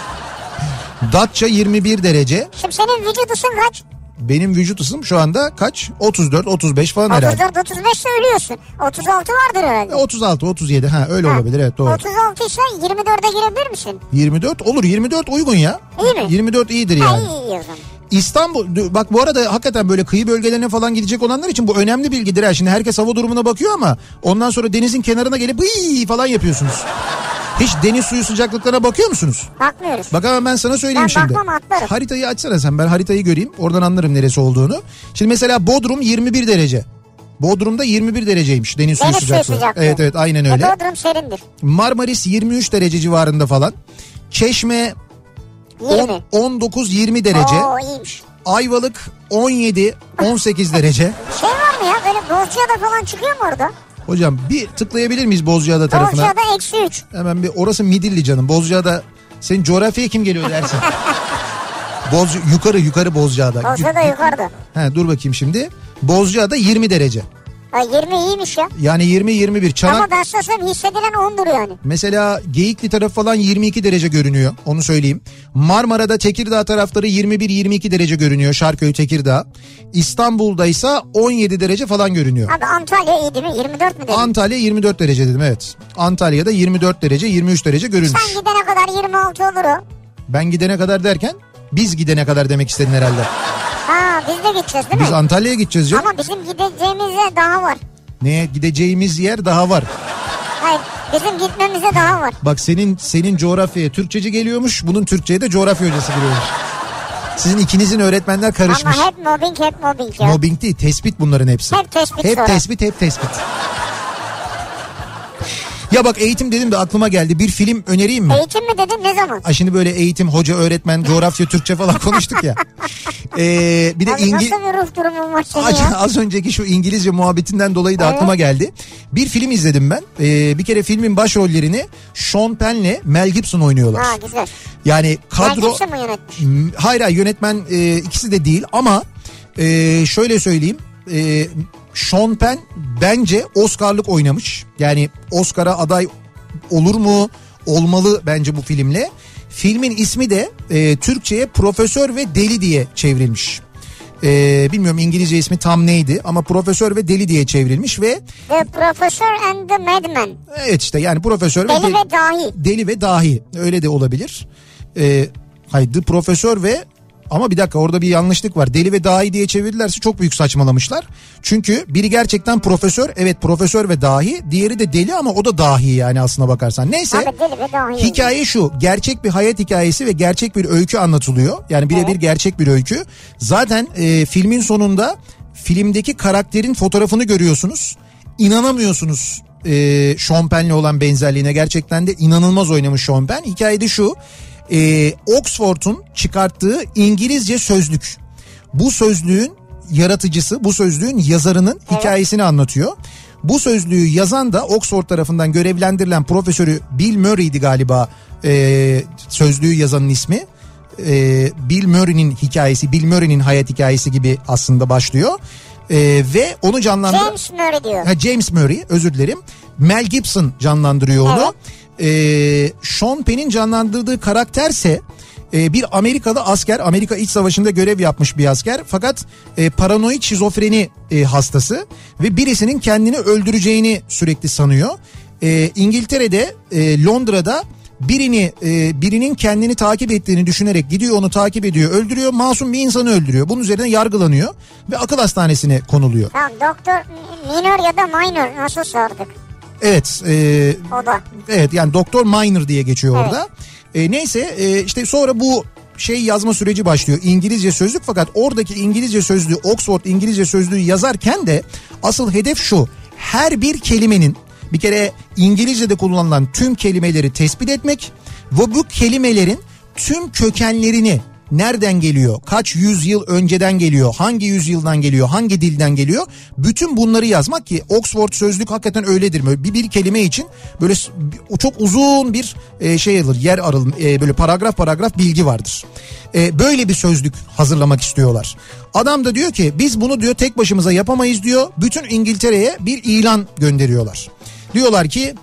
Datça 21 derece. Şimdi senin vücut ısın kaç? Benim vücut ısım şu anda kaç? 34, 35 falan herhalde. E, 34 35 ölüyorsun. 36 vardır herhalde. 36, 37 ha öyle olabilir evet doğru. 36 ise 24'e girebilir misin? 24 olur 24 uygun ya. İyi mi? 24 iyidir Ha, yani. iyi iyi o zaman. İstanbul bak bu arada hakikaten böyle kıyı bölgelerine falan gidecek olanlar için bu önemli bilgidir. ha. Şimdi herkes hava durumuna bakıyor ama ondan sonra denizin kenarına gelip "Iii" falan yapıyorsunuz. Hiç deniz suyu sıcaklıklarına bakıyor musunuz? Bakmıyoruz. Bak hemen ben sana söyleyeyim Ben şimdi. bakmam, atlarım. Haritayı açsana sen ben haritayı göreyim oradan anlarım neresi olduğunu. Şimdi mesela Bodrum 21 derece. Bodrum'da 21 dereceymiş deniz suyu Deniz suyu sıcaklığı. sıcaklığı. Evet evet aynen E, öyle. Bodrum serindir. Marmaris 23 derece civarında falan. Çeşme 20. 19-20 derece. Oo iyiymiş. Ayvalık 17 18 derece. Şey var mı ya böyle Bozcaada falan çıkıyor mu orada? Hocam bir tıklayabilir miyiz Bozcaada tarafına? Bozcaada eksi 3. Hemen bir orası Midilli canım. Bozcaada senin coğrafyaya kim geliyor dersin? Boz yukarı yukarı Bozcaada. Bozcaada yukarıda. He, dur bakayım şimdi. Bozcaada 20 derece. Ha, 20 iyiymiş ya. Yani 20 21 Çanak Ama ben sana söyleyeyim, hissedilen 10'dur yani. Mesela Geyikli tarafı falan 22 derece görünüyor. Onu söyleyeyim. Marmara'da Tekirdağ tarafları 21-22 derece görünüyor. Şarköy Tekirdağ. İstanbul'da ise 17 derece falan görünüyor. Abi Antalya iyi değil mi? 24 mü dedin? Antalya 24 derece dedim evet. Antalya'da 24 derece 23 derece görünmüş. Sen gidene kadar 26 olur o. Ben gidene kadar derken biz gidene kadar demek istedin herhalde. Ha biz de gideceğiz değil Biz mi? Antalya'ya gideceğiz canım. Ama bizim gideceğimize daha var. Neye gideceğimiz yer daha var. Hayır bizim gitmemize daha var. Bak senin senin coğrafyaya Türkçeci geliyormuş. Bunun Türkçeye de coğrafya hocası geliyormuş. Sizin ikinizin öğretmenler karışmış. Ama hep mobbing hep mobbing ya. Mobbing değil tespit bunların hepsi. Hep tespit Hep sonra. tespit hep tespit. ya bak eğitim dedim de aklıma geldi. Bir film önereyim mi? Eğitim mi dedin ne zaman? Ay şimdi böyle eğitim, hoca, öğretmen, coğrafya, Türkçe falan (laughs) konuştuk ya. Ee, bir de Abi İngi... nasıl bir ruh durumun var senin Ac- ya? Az önceki şu İngilizce muhabbetinden dolayı da aklıma geldi. Bir film izledim ben. Ee, bir kere filmin başrollerini Sean Penn'le Mel Gibson oynuyorlar. Ha güzel. Yani Kadro... kadro... mi yönetmiş? M- Hayır hayır yönetmen e, ikisi de değil ama e, şöyle söyleyeyim. E, Sean Penn bence Oscar'lık oynamış. Yani Oscar'a aday olur mu? Olmalı bence bu filmle. Filmin ismi de e, Türkçe'ye Profesör ve Deli diye çevrilmiş. E, bilmiyorum İngilizce ismi tam neydi ama Profesör ve Deli diye çevrilmiş ve The Professor and the Madman. evet işte yani Profesör Deli ve Deli ve dahi. deli ve dahi öyle de olabilir. Ee, hayır The Profesör ve ama bir dakika orada bir yanlışlık var. Deli ve dahi diye çevirdilerse çok büyük saçmalamışlar. Çünkü biri gerçekten profesör evet profesör ve dahi diğeri de deli ama o da dahi yani aslına bakarsan. Neyse Abi deli ve dahi. hikaye şu gerçek bir hayat hikayesi ve gerçek bir öykü anlatılıyor. Yani birebir gerçek bir öykü. Zaten e, filmin sonunda filmdeki karakterin fotoğrafını görüyorsunuz. İnanamıyorsunuz e, Sean Penn'le olan benzerliğine. Gerçekten de inanılmaz oynamış Sean Penn. Hikayede şu e, Oxford'un çıkarttığı İngilizce sözlük. Bu sözlüğün yaratıcısı, bu sözlüğün yazarının hikayesini anlatıyor. Bu sözlüğü yazan da Oxford tarafından görevlendirilen profesörü Bill Murray'di galiba e, sözlüğü yazanın ismi. E, Bill Murray'nin hikayesi, Bill Murray'nin hayat hikayesi gibi aslında başlıyor. E, ve onu canlandıran... James Murray diyor. Ha, James Murray özür dilerim. Mel Gibson canlandırıyor onu. Ee, Sean Penn'in canlandırdığı karakterse e, bir Amerikalı asker Amerika İç Savaşı'nda görev yapmış bir asker fakat e, paranoid şizofreni e, hastası ve birisinin kendini öldüreceğini sürekli sanıyor. E, İngiltere'de e, Londra'da birini e, birinin kendini takip ettiğini düşünerek gidiyor onu takip ediyor öldürüyor masum bir insanı öldürüyor bunun üzerine yargılanıyor ve akıl hastanesine konuluyor. Tamam doktor minor ya da minor nasıl sorduk Evet. e, o da. evet yani Doktor Minor diye geçiyor Evet. orada. E, neyse e, işte sonra bu şey yazma süreci başlıyor. İngilizce sözlük fakat oradaki İngilizce sözlüğü Oxford İngilizce sözlüğü yazarken de asıl hedef şu. Her bir kelimenin bir kere İngilizce'de kullanılan tüm kelimeleri tespit etmek ve bu kelimelerin tüm kökenlerini nereden geliyor? Kaç yüzyıl önceden geliyor? Hangi yüzyıldan geliyor? Hangi dilden geliyor? Bütün bunları yazmak ki Oxford sözlük hakikaten öyledir. Böyle bir, bir kelime için böyle s- bir- çok uzun bir e, şey alır. Yer aralım e, böyle paragraf paragraf bilgi vardır. E, böyle bir sözlük hazırlamak istiyorlar. Adam da diyor ki biz bunu diyor tek başımıza yapamayız diyor. Bütün İngiltere'ye bir ilan gönderiyorlar. Diyorlar ki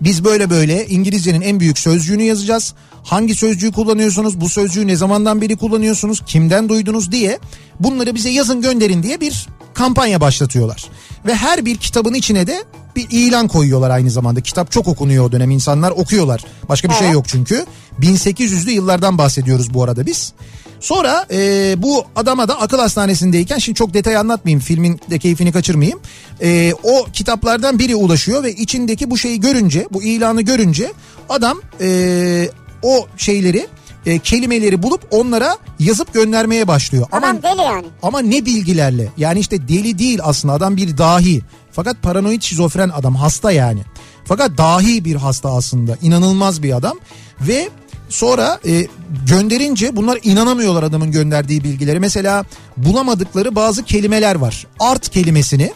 Biz böyle böyle İngilizcenin en büyük sözcüğünü yazacağız. Hangi sözcüğü kullanıyorsunuz? Bu sözcüğü ne zamandan beri kullanıyorsunuz? Kimden duydunuz diye bunları bize yazın gönderin diye bir kampanya başlatıyorlar. Ve her bir kitabın içine de bir ilan koyuyorlar aynı zamanda. Kitap çok okunuyor o dönem insanlar okuyorlar. Başka bir şey yok çünkü. 1800'lü yıllardan bahsediyoruz bu arada biz. Sonra e, bu adama da akıl hastanesindeyken şimdi çok detay anlatmayayım filmin de keyfini kaçırmayayım. E, o kitaplardan biri ulaşıyor ve içindeki bu şeyi görünce bu ilanı görünce adam e, o şeyleri e, kelimeleri bulup onlara yazıp göndermeye başlıyor. Adam deli yani. Ama ne bilgilerle? Yani işte deli değil aslında adam bir dahi. Fakat paranoid şizofren adam hasta yani. Fakat dahi bir hasta aslında. İnanılmaz bir adam ve sonra e, gönderince bunlar inanamıyorlar adamın gönderdiği bilgileri. Mesela bulamadıkları bazı kelimeler var. Art kelimesini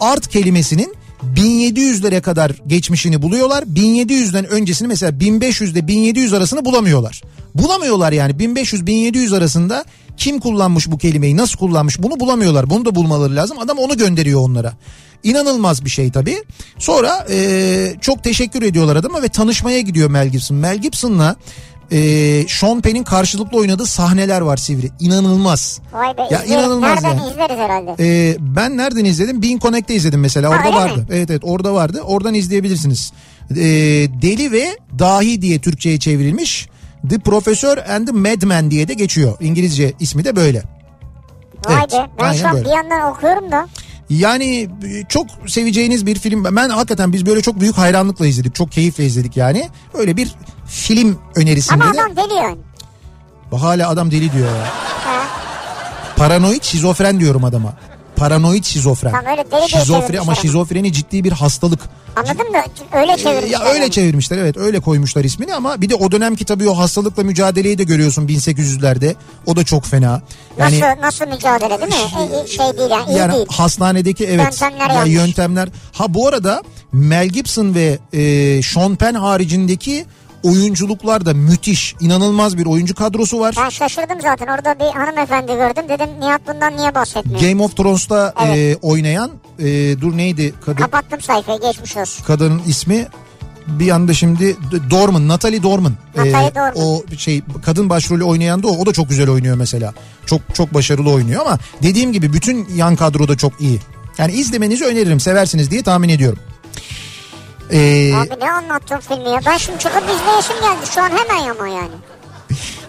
art kelimesinin 1700'lere kadar geçmişini buluyorlar. 1700'den öncesini mesela 1500 ile 1700 arasını bulamıyorlar. Bulamıyorlar yani 1500-1700 arasında kim kullanmış bu kelimeyi nasıl kullanmış bunu bulamıyorlar. Bunu da bulmaları lazım adam onu gönderiyor onlara. İnanılmaz bir şey tabii. Sonra eee, çok teşekkür ediyorlar adama ve tanışmaya gidiyor Mel Gibson. Mel Gibson'la eee Sean Penn'in karşılıklı oynadığı sahneler var Sivri. İnanılmaz. Vay be Ya izleriz. inanılmaz Nereden yani. izleriz herhalde. Ee, ben nereden izledim? Bean Connect'te izledim mesela. Orada öyle vardı. mi? Evet evet orada vardı. Oradan izleyebilirsiniz. Ee, Deli ve Dahi diye Türkçe'ye çevrilmiş. The Professor and the Madman diye de geçiyor. İngilizce ismi de böyle. Vay evet, be. Ben şu aynen an böyle. bir yandan okuyorum da. Yani e, çok seveceğiniz bir film. Ben hakikaten biz böyle çok büyük hayranlıkla izledik. Çok keyifle izledik yani. Öyle bir film önerisinde Ama de. adam deli yani. Hala adam deli diyor ya. Ha. Paranoid şizofren diyorum adama. Paranoid şizofren. Tam öyle deli diye Şizofre çevirmişler ama ama. şizofreni ciddi bir hastalık. Anladım da öyle çevirmişler. Ya öyle yani. çevirmişler evet öyle koymuşlar ismini ama bir de o dönemki tabii o hastalıkla mücadeleyi de görüyorsun 1800'lerde. O da çok fena. Yani nasıl, nasıl mücadele değil mi? E, e, şey değil yani iyi hani- yani değil. hastanedeki evet Yöntemler ya yanlış. yöntemler. Ha bu arada Mel Gibson ve e, Sean Penn haricindeki oyunculuklar da müthiş. inanılmaz bir oyuncu kadrosu var. Ben şaşırdım zaten orada bir hanımefendi gördüm dedim Nihat bundan niye bahsetmiyor? Game of Thrones'ta Evet. e, oynayan e, dur neydi kadın? Kapattım sayfayı geçmiş olsun. kadının ismi bir anda şimdi D- Dorman, Natalie Dorman. Ee, Natalie Dorman. O şey kadın başrolü oynayan da o. O da çok güzel oynuyor mesela. Çok çok başarılı oynuyor ama dediğim gibi bütün yan kadro da çok iyi. Yani izlemenizi öneririm. Seversiniz diye tahmin ediyorum. Ee, Abi ne anlattın filmi ya? Ben şimdi çıkıp izleyesim geldi şu an hemen ama yani.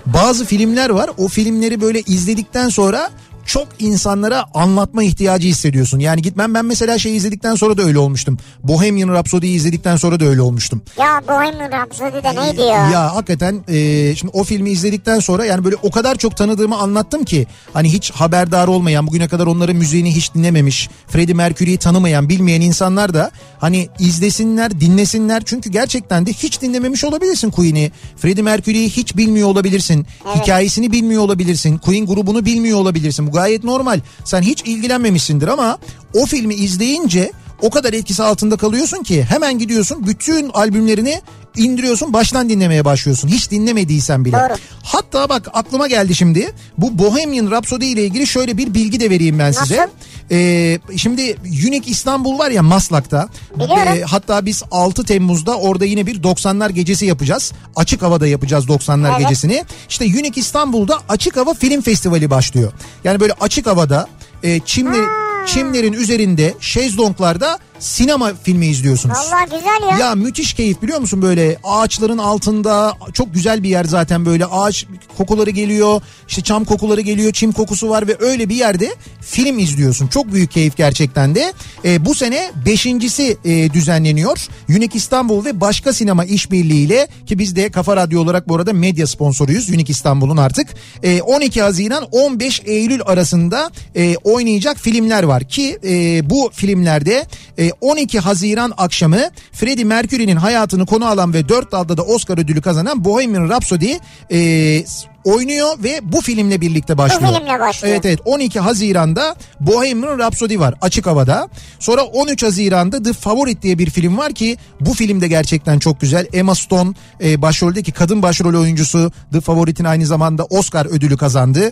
bazı filmler var. O filmleri böyle izledikten sonra çok insanlara anlatma ihtiyacı hissediyorsun. Yani gitmem ben mesela şey izledikten sonra da öyle olmuştum. Bohemian Rhapsody'yi izledikten sonra da öyle olmuştum. Ya Bohemian Rhapsody de neydi ya? Ya hakikaten e, şimdi o filmi izledikten sonra yani böyle o kadar çok tanıdığımı anlattım ki hani hiç haberdar olmayan bugüne kadar onların müziğini hiç dinlememiş Freddie Mercury'yi tanımayan bilmeyen insanlar da hani izlesinler dinlesinler çünkü gerçekten de hiç dinlememiş olabilirsin Queen'i Freddie Mercury'yi hiç bilmiyor olabilirsin hikayesini bilmiyor olabilirsin Queen grubunu bilmiyor olabilirsin bu gayet normal sen hiç ilgilenmemişsindir ama o filmi izleyince o kadar etkisi altında kalıyorsun ki hemen gidiyorsun bütün albümlerini indiriyorsun baştan dinlemeye başlıyorsun hiç dinlemediysen bile. Doğru. Hatta bak aklıma geldi şimdi bu Bohemian Rhapsody ile ilgili şöyle bir bilgi de vereyim ben size. Nasıl? Ee, şimdi Unique İstanbul var ya Maslak'ta. Biliyorum. Ee, hatta biz 6 Temmuz'da orada yine bir 90'lar gecesi yapacağız. Açık havada yapacağız 90'lar Evet. gecesini. İşte Unique İstanbul'da Açık Hava Film Festivali başlıyor. Yani böyle açık havada e, çimleri, çimlerin üzerinde şezlonglarda sinema filmi izliyorsunuz. Vallahi güzel ya. Ya müthiş keyif biliyor musun böyle ağaçların altında çok güzel bir yer zaten böyle ağaç kokuları geliyor işte çam kokuları geliyor çim kokusu var ve öyle bir yerde film izliyorsun çok büyük keyif gerçekten de E, bu sene beşincisi e, düzenleniyor Unique İstanbul ve başka sinema işbirliğiyle ki biz de Kafa Radyo olarak bu arada medya sponsoruyuz Unique İstanbul'un artık E, 12 Haziran 15 Eylül arasında e, oynayacak filmler var ki e, bu filmlerde e, 12 Haziran akşamı Freddie Mercury'nin hayatını konu alan ve 4 dalda da Oscar ödülü kazanan Bohemian Rhapsody e, oynuyor ve bu filmle birlikte başlıyor. filmle başlıyor. Evet evet 12 Haziran'da Bohemian Rhapsody var açık havada. Sonra 13 Haziran'da The Favorite diye bir film var ki bu film de gerçekten çok güzel. Emma Stone e, başroldeki kadın başrol oyuncusu The Favorite'in aynı zamanda Oscar ödülü kazandı.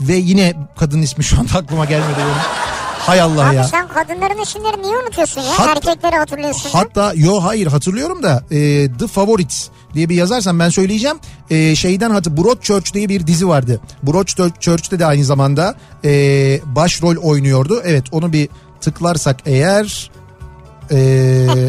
Ve yine kadın ismi şu anda aklıma gelmedi benim. Hay Allah Abi ya. sen kadınların isimleri niye unutuyorsun ya? Hat- Erkekleri hatırlıyorsun. Hatta yo hayır hatırlıyorum da e, The Favorites diye bir yazarsan ben söyleyeceğim. E, şeyden hatı Broadchurch diye bir dizi vardı. Broadchurch'te de aynı zamanda e, başrol oynuyordu. Evet onu bir tıklarsak eğer e,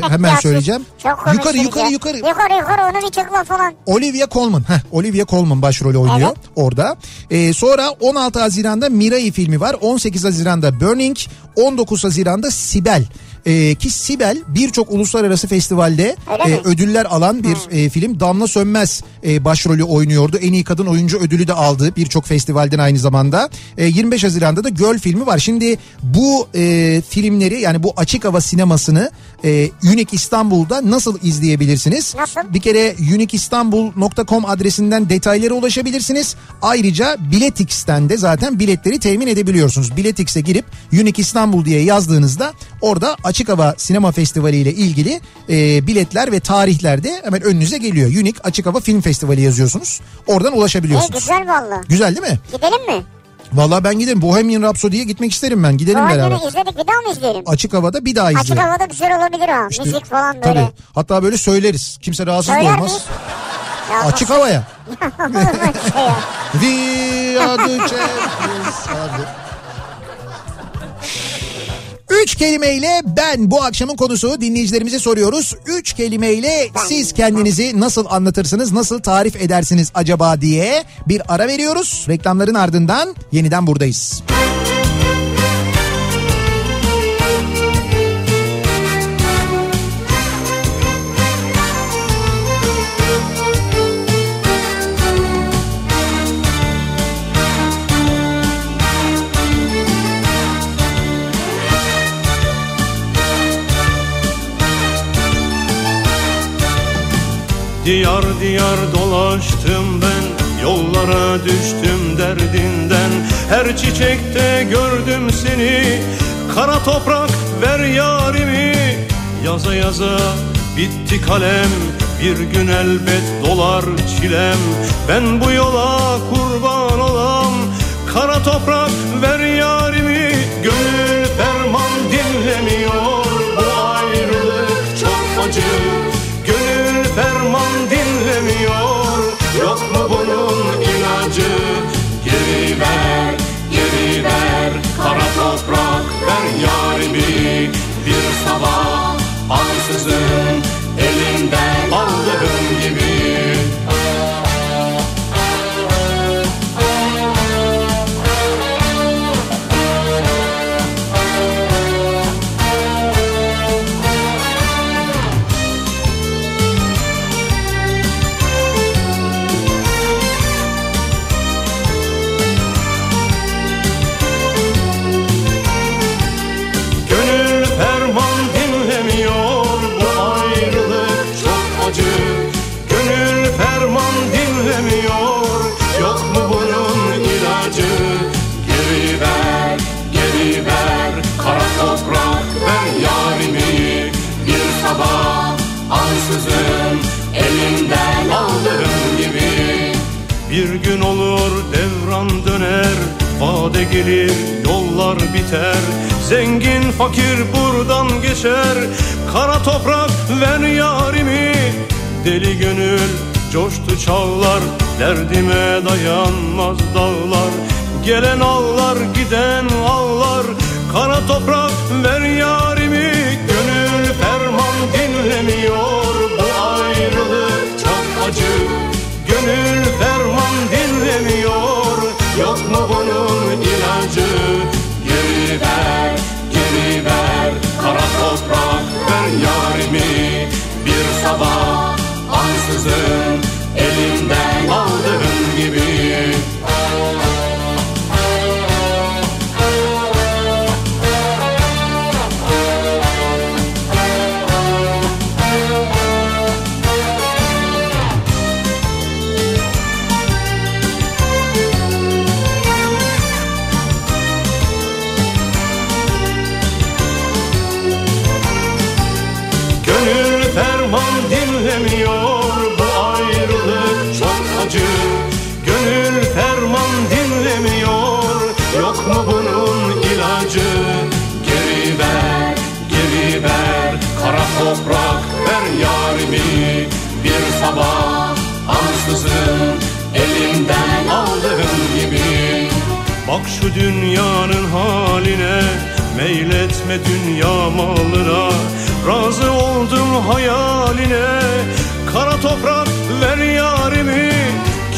hemen (laughs) Ya siz söyleyeceğim. Çok konuştunuz Yukarı ya. yukarı yukarı. Yukarı yukarı onu bir tıkla falan. E, Olivia Colman. Heh, Olivia Colman başrolü oynuyor Evet. orada. Ee, sonra 16 Haziran'da Mirai filmi var. 18 Haziran'da Burning. 19 Haziran'da Sibel. Ee, ki Sibel birçok uluslararası festivalde e, Öyle mi? ödüller alan bir e, film. Damla Sönmez e, başrolü oynuyordu. En iyi kadın oyuncu ödülü de aldı birçok festivalden aynı zamanda. E, 25 Haziran'da da Göl filmi var. Şimdi bu e, filmleri yani bu açık hava sinemasını e, Unique İstanbul'da nasıl izleyebilirsiniz? Nasıl? Bir kere unikistanbul.com adresinden detaylara ulaşabilirsiniz. Ayrıca Biletix'ten de zaten biletleri temin edebiliyorsunuz. Biletix'e girip Unique İstanbul diye yazdığınızda orada Açık Hava Sinema Festivali ile ilgili e, biletler ve tarihler de hemen önünüze geliyor. Unique Açık Hava Film Festivali yazıyorsunuz. Oradan E, ulaşabiliyorsunuz. güzel valla. Güzel değil mi? Gidelim mi? Vallahi ben giderim. Bohemian Rhapsody'ye gitmek isterim ben. Gidelim Doğum beraber. günü izledik bir daha mı izleyelim? Açık havada bir daha Açık izleyelim. havada güzel olabilir ha. Müzik falan böyle. Tabii. Hatta böyle söyleriz. Kimse rahatsız da Söyler olmaz. miyiz? Ya Açık (laughs) havaya. nasıl olur böyle şey ya? We are the champions. Hadi. Üç kelimeyle ben bu akşamın konusu dinleyicilerimize soruyoruz. Üç kelimeyle siz kendinizi nasıl anlatırsınız, nasıl tarif edersiniz acaba diye bir ara veriyoruz. Reklamların ardından yeniden buradayız. Diyar diyar dolaştım ben Yollara düştüm derdinden Her çiçekte gördüm seni Kara toprak ver yarimi Yaza yaza bitti kalem Bir gün elbet dolar çilem Ben bu yola kurban olam Kara toprak ver yarimi Gönül ferman dinlemiyor Bu ayrılık çok acı Gönül ferman dinlemiyor Yok mu bunun ilacı Geri ver, geri ver Kara toprak ver yarimi Bir sabah ansızın Elinden aldığım gibi Gönül ferman dinlemiyor bu ayrılık çok acı Gönül ferman dinlemiyor yok mu bunun ilacı Geri ver geri ver kara toprak ver yarimi Bir sabah ansızın elinden aldığım gibi bir gün olur devran döner Vade gelir yollar biter Zengin fakir buradan geçer Kara toprak ver yarimi Deli gönül coştu çağlar Derdime dayanmaz dağlar Gelen ağlar giden ağlar Kara toprak ver yarimi Gönül ferman dinlemiyor Bu ayrılık çok acı Gönül ferman dinlemiyor Yok mu bunun ilacı Geri ver, geri ver Kara toprak ver yarimi Bir sabah ansızın Elimden aldığın gibi Gönül ferman dinlemiyor bu ayrılık çok acı Gönül ferman dinlemiyor yok mu bunun ilacı sabah Ansızın elimden aldığın gibi Bak şu dünyanın haline Meyletme dünya malına Razı oldum hayaline Kara toprak ver yarimi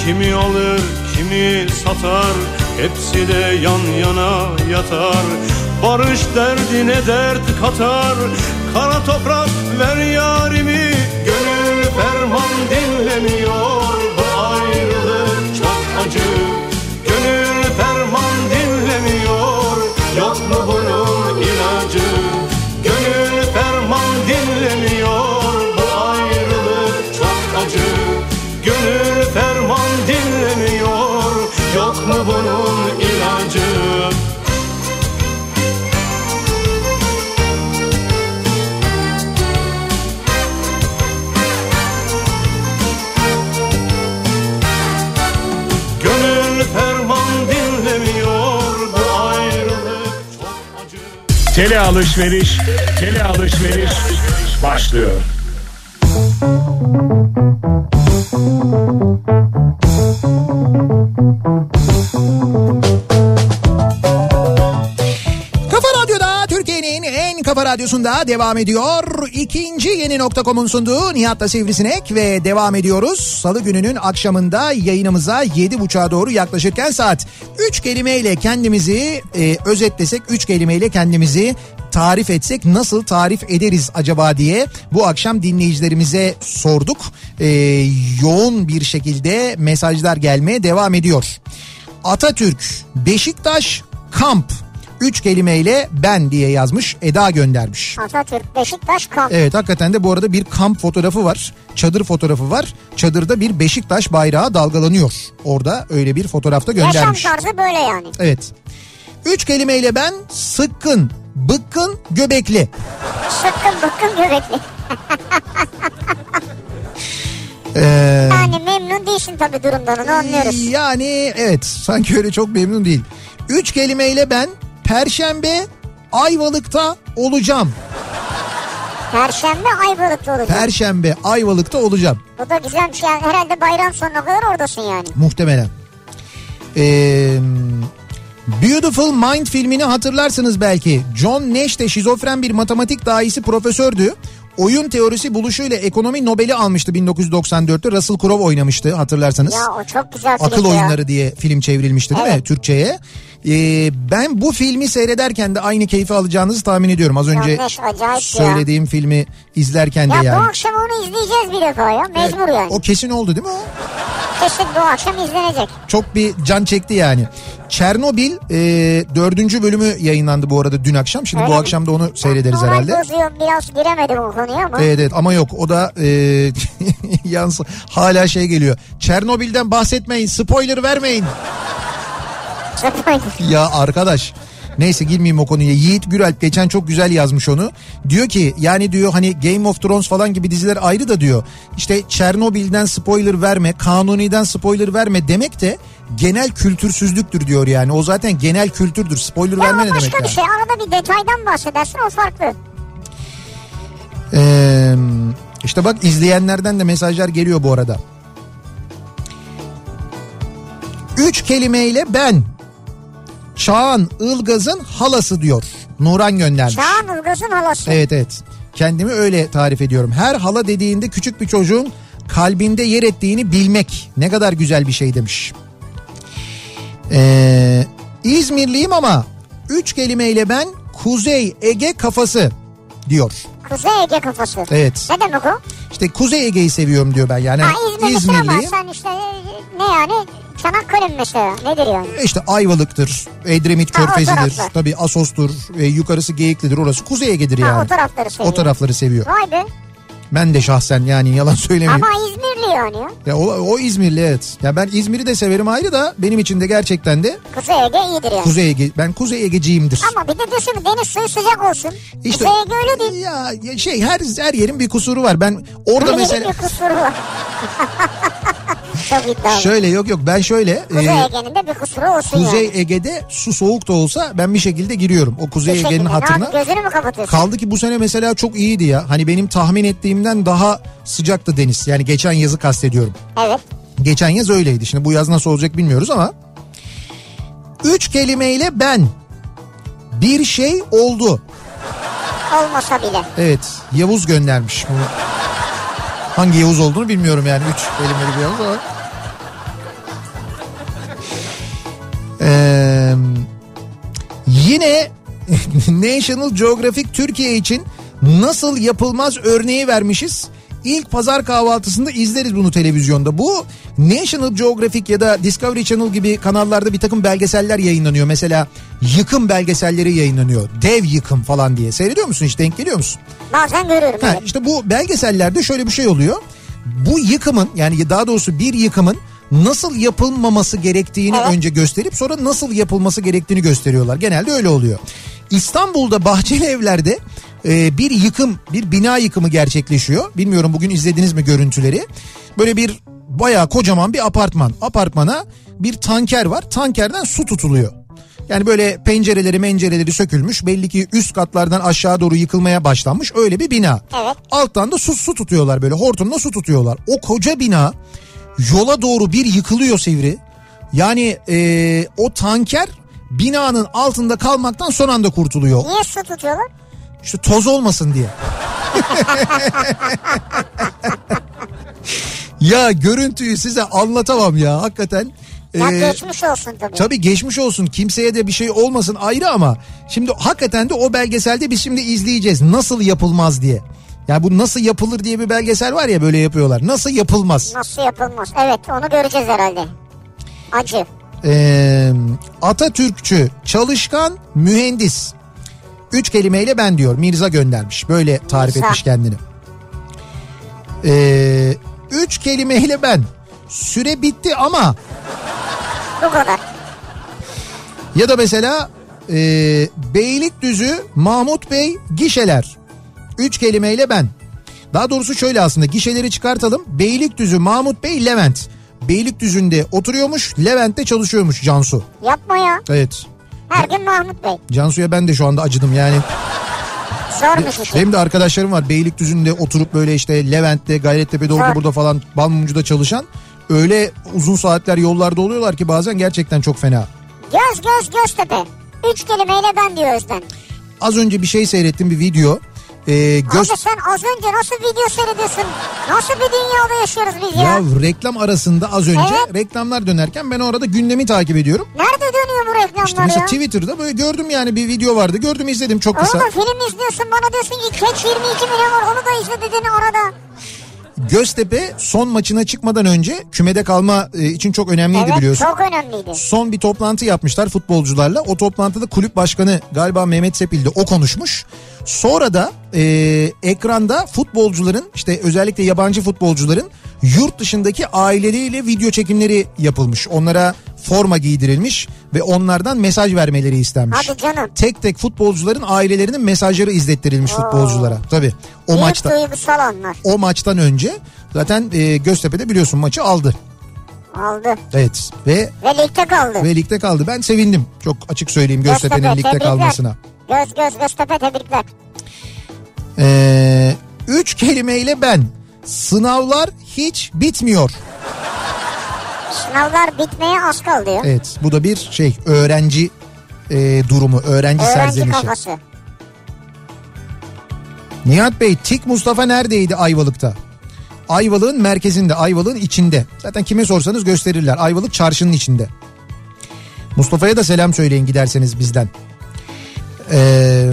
Kimi alır kimi satar Hepsi de yan yana yatar Barış derdine dert katar Kara toprak ver yarimi Gönül ferman dinlemiyor Bu ayrılık çok acı Gönül ferman dinlemiyor Yok mu bunun ilacı Gönül ferman dinlemiyor Bu ayrılık çok acı Gönül ferman dinlemiyor Yok mu bunun ilacı Gönül ferman dinlemiyor Bu ayrılık çok acı Tele alışveriş, tele alışveriş başlıyor. Kafa Radyo'da Türkiye'nin en kafa radyosunda devam ediyor. İkinci yeni nokta.com'un sunduğu Nihat'la Sivrisinek ve devam ediyoruz. Salı gününün akşamında yayınımıza 7.30'a doğru yaklaşırken saat 3 kelimeyle kendimizi e, özetlesek 3 kelimeyle kendimizi tarif etsek nasıl tarif ederiz acaba diye bu akşam dinleyicilerimize sorduk. E, yoğun bir şekilde mesajlar gelmeye devam ediyor. Atatürk, Beşiktaş, kamp. Üç kelimeyle ben diye yazmış Eda göndermiş. Atatürk Beşiktaş kamp. Evet hakikaten de bu arada bir kamp fotoğrafı var. Çadır fotoğrafı var. Çadırda bir Beşiktaş bayrağı dalgalanıyor. Orada öyle bir fotoğrafta Yaşam göndermiş. tarzı böyle yani. Evet. Üç kelimeyle ben sıkkın, bıkkın, göbekli. Sıkkın bıkkın göbekli. Ee, Yani memnun değilsin tabii durumdan onu anlıyoruz. yani evet sanki öyle çok memnun değil. Üç kelimeyle ben perşembe Ayvalık'ta olacağım. Perşembe Ayvalık'ta olacak. Perşembe Ayvalık'ta olacağım. Bu da güzelmiş yani. Herhalde bayram sonuna kadar oradasın yani. Muhtemelen. Ee, Beautiful Mind filmini hatırlarsınız belki. John Nash de şizofren bir matematik dahisi profesördü. Oyun teorisi buluşuyla ekonomi Nobel'i almıştı 1994'te. Russell Crowe oynamıştı hatırlarsanız. Ya o çok güzel film Akıl ya. Oyunları diye film çevrilmişti değil mi Evet. Türkçe'ye? Ee, ben bu filmi seyrederken de aynı keyfi alacağınızı tahmin ediyorum. Az önce Nash acayip ya. söylediğim filmi izlerken de Ya bu yani. akşam onu izleyeceğiz bir defa ya. Mecbur yani. O kesin oldu değil mi o? Kesin bu akşam izlenecek. çok bir can çekti yani. Çernobil e, dördüncü bölümü yayınlandı bu arada dün akşam. Şimdi Öyle bu mi? akşam da onu seyrederiz Moral herhalde. bozuyor biraz giremedim o konuya ama. Evet evet ama yok o da e, (laughs) yansı hala şey geliyor. Çernobil'den bahsetmeyin spoiler vermeyin. (laughs) Zaten- Ya arkadaş. Neyse girmeyeyim o konuya. Yiğit Güralp geçen çok güzel yazmış onu. Diyor ki yani diyor hani Game of Thrones falan gibi diziler ayrı da diyor. İşte Çernobil'den spoiler verme, Kanuni'den spoiler verme demek de genel kültürsüzlüktür diyor yani. O zaten genel kültürdür. Spoiler ya o verme ne demek başka bir yani? şey. Arada bir detaydan bahsedersin o farklı. Ee, işte bak izleyenlerden de mesajlar geliyor bu arada. Üç kelimeyle ben. Çağan Ilgaz'ın halası diyor. Nuran göndermiş. Çağan Ilgaz'ın halası. Evet evet. Kendimi öyle tarif ediyorum. Her hala dediğinde küçük bir çocuğun kalbinde yer ettiğini bilmek ne kadar güzel bir şey demiş. Ee, İzmirliyim ama üç kelimeyle ben Kuzey Ege kafası diyor. Kuzey Ege kafası. Evet. Ne demek o? İşte Kuzey Ege'yi seviyorum diyor ben yani. Ha, Hani İzmir'desin ama İzmirliyim. sen işte e, ne yani? Çanakkale mi mesela? Nedir yani? İşte E Ayvalık'tır, Edremit Ha, o Körfezi'dir, taraflar. tabii Asos'tur, e, yukarısı Geyikli'dir, orası Kuzey Ege'dir Ha, yani. o tarafları seviyor. O tarafları seviyor. Vay be. Ben de şahsen yani yalan söylemiyorum. Ama İzmirli yani ya. Ya o, o İzmirli evet. Ya ben İzmir'i de severim ayrı da benim için de gerçekten de Kuzey Ege iyidir yani. Kuzey Ege, ben Kuzey Ege'ciyimdir. Ama bir de diyorsun ki deniz suyu sıcak olsun. Kuzey Ege öyle değil. Ya, ya şey her her yerin bir kusuru var. Ben orada Öyle mesela bir kusuru var. (laughs) Çok iddialı. Şöyle yok yok ben şöyle. Kuzey e, Ege'nin de bir kusuru olsun Kuzey yani. Ege'de su soğuk da olsa ben bir şekilde giriyorum. O Kuzey Bir şekilde Ege'nin ne hatırına. yap- Gözünü mü kapatıyorsun? Kaldı ki bu sene mesela çok iyiydi ya. Hani benim tahmin ettiğimden daha sıcaktı deniz. Yani geçen yazı kastediyorum. evet. Geçen yaz öyleydi. Şimdi bu yaz nasıl olacak bilmiyoruz ama. Üç kelimeyle ben. Bir şey oldu. Olmasa bile. Evet Yavuz göndermiş. bunu. Hangi Yavuz olduğunu bilmiyorum yani. Üç kelimeli bir Yavuz ama. Ee, yine (laughs) National Geographic Türkiye için nasıl yapılmaz örneği vermişiz. İlk pazar kahvaltısında izleriz bunu televizyonda. Bu National Geographic ya da Discovery Channel gibi kanallarda bir takım belgeseller yayınlanıyor. Mesela yıkım belgeselleri yayınlanıyor. Dev yıkım falan diye. Seyrediyor musun hiç denk geliyor musun? Bazen görüyorum. Ha, evet. işte bu belgesellerde şöyle bir şey oluyor. Bu yıkımın yani daha doğrusu bir yıkımın nasıl yapılmaması gerektiğini Evet. önce gösterip sonra nasıl yapılması gerektiğini gösteriyorlar. Genelde öyle oluyor. İstanbul'da bahçeli evlerde e, bir yıkım, bir bina yıkımı gerçekleşiyor. Bilmiyorum bugün izlediniz mi görüntüleri? Böyle bir bayağı kocaman bir apartman. Apartmana bir tanker var. Tankerden su tutuluyor. Yani böyle pencereleri mencereleri sökülmüş. Belli ki üst katlardan aşağı doğru yıkılmaya başlanmış. Öyle bir bina. Evet. Alttan da su, su tutuyorlar böyle hortumla su tutuyorlar. O koca bina yola doğru bir yıkılıyor Sivri. Yani eee, o tanker binanın altında kalmaktan son anda kurtuluyor. Niye su tutuyorlar? İşte toz olmasın diye. (laughs) ya görüntüyü size anlatamam ya hakikaten. E, Ya Eee, geçmiş olsun tabii. Tabii geçmiş olsun kimseye de bir şey olmasın ayrı ama şimdi hakikaten de o belgeselde biz şimdi izleyeceğiz nasıl yapılmaz diye. Ya bu nasıl yapılır diye bir belgesel var ya böyle yapıyorlar. Nasıl yapılmaz? Nasıl yapılmaz? Evet onu göreceğiz herhalde. Acı. Ee, Atatürkçü, çalışkan, mühendis. Üç kelimeyle ben diyor. Mirza göndermiş. Böyle tarif Mirza. etmiş kendini. Ee, üç kelimeyle ben. Süre bitti ama Bu kadar. Ya da mesela e, Beylikdüzü Mahmut Bey gişeler. Üç kelimeyle ben. Daha doğrusu şöyle aslında gişeleri çıkartalım. Beylikdüzü Mahmut Bey Levent. Beylikdüzü'nde oturuyormuş Levent'te çalışıyormuş Cansu. Yapma ya. Evet Her gün Mahmut Bey. Cansu'ya ben de şu anda acıdım yani. Zormuş işi. Benim de arkadaşlarım var Beylikdüzü'nde oturup böyle işte Levent'te Gayrettepe'de orada Var. burada falan Balmumcu'da çalışan. Öyle uzun saatler yollarda oluyorlar ki bazen gerçekten çok fena. Göz göz göz tepe. Üç kelimeyle ben diyor Özden. Az önce bir şey seyrettim bir video. Ee, göz... Abi sen az önce nasıl video seyrediyorsun? Nasıl bir dünyada yaşıyoruz biz ya? Ya reklam arasında az önce Evet. reklamlar dönerken ben orada gündemi takip ediyorum. Nerede dönüyor bu reklamlar İşte mesela ya? Twitter'da böyle gördüm yani bir video vardı. Gördüm izledim çok kısa. Oğlum film izliyorsun bana diyorsun ki Catch 22 milyon var onu da izle dediğini arada. Göztepe son maçına çıkmadan önce kümede kalma e, için çok önemliydi Evet biliyorsun. çok önemliydi. Son bir toplantı yapmışlar futbolcularla. O toplantıda kulüp başkanı galiba Mehmet Sepil'di o konuşmuş. Sonra da e, ekranda futbolcuların işte özellikle yabancı futbolcuların yurt dışındaki aileleriyle video çekimleri yapılmış. Onlara forma giydirilmiş ve onlardan mesaj vermeleri istenmiş. Hadi canım. Tek tek futbolcuların ailelerinin mesajları izlettirilmiş futbolculara. Tabii o Büyük maçta duygusal anlar. o maçtan önce zaten e, Göztepe'de biliyorsun maçı aldı. Aldı. Evet ve Ve ligde kaldı. ve ligde kaldı. Ben sevindim. Çok açık söyleyeyim Göztepe'nin ligde tebrikler. kalmasına. Göz göz Göztepe tebrikler. Ee, üç kelimeyle ben. Sınavlar hiç bitmiyor. Sınavlar bitmeye az kaldı ya. Evet bu da bir şey öğrenci e, durumu, öğrenci, Öğrenci serzenişi. kafası. Nihat Bey Tik Mustafa neredeydi Ayvalık'ta? Ayvalık'ın merkezinde, Ayvalık'ın içinde. Zaten kime sorsanız gösterirler. Ayvalık çarşının içinde. Mustafa'ya da selam söyleyin giderseniz bizden. Ee,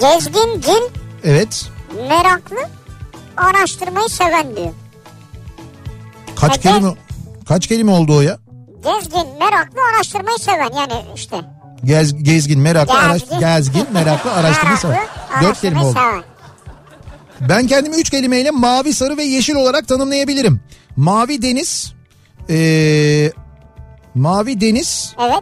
Gezgin cin evet. meraklı araştırmayı seven diyor. Kaç Evet. kelime kaç kelime oldu o ya? Gezgin meraklı araştırmayı seven yani işte. Gez, gezgin, meraklı, Gezgin. araş- gezgin, (laughs) meraklı, araştırma sever. Dört kelime araştırmayı oldu. seven. Ben kendimi üç kelimeyle mavi, sarı ve yeşil olarak tanımlayabilirim. Mavi deniz, ee, mavi deniz, Evet.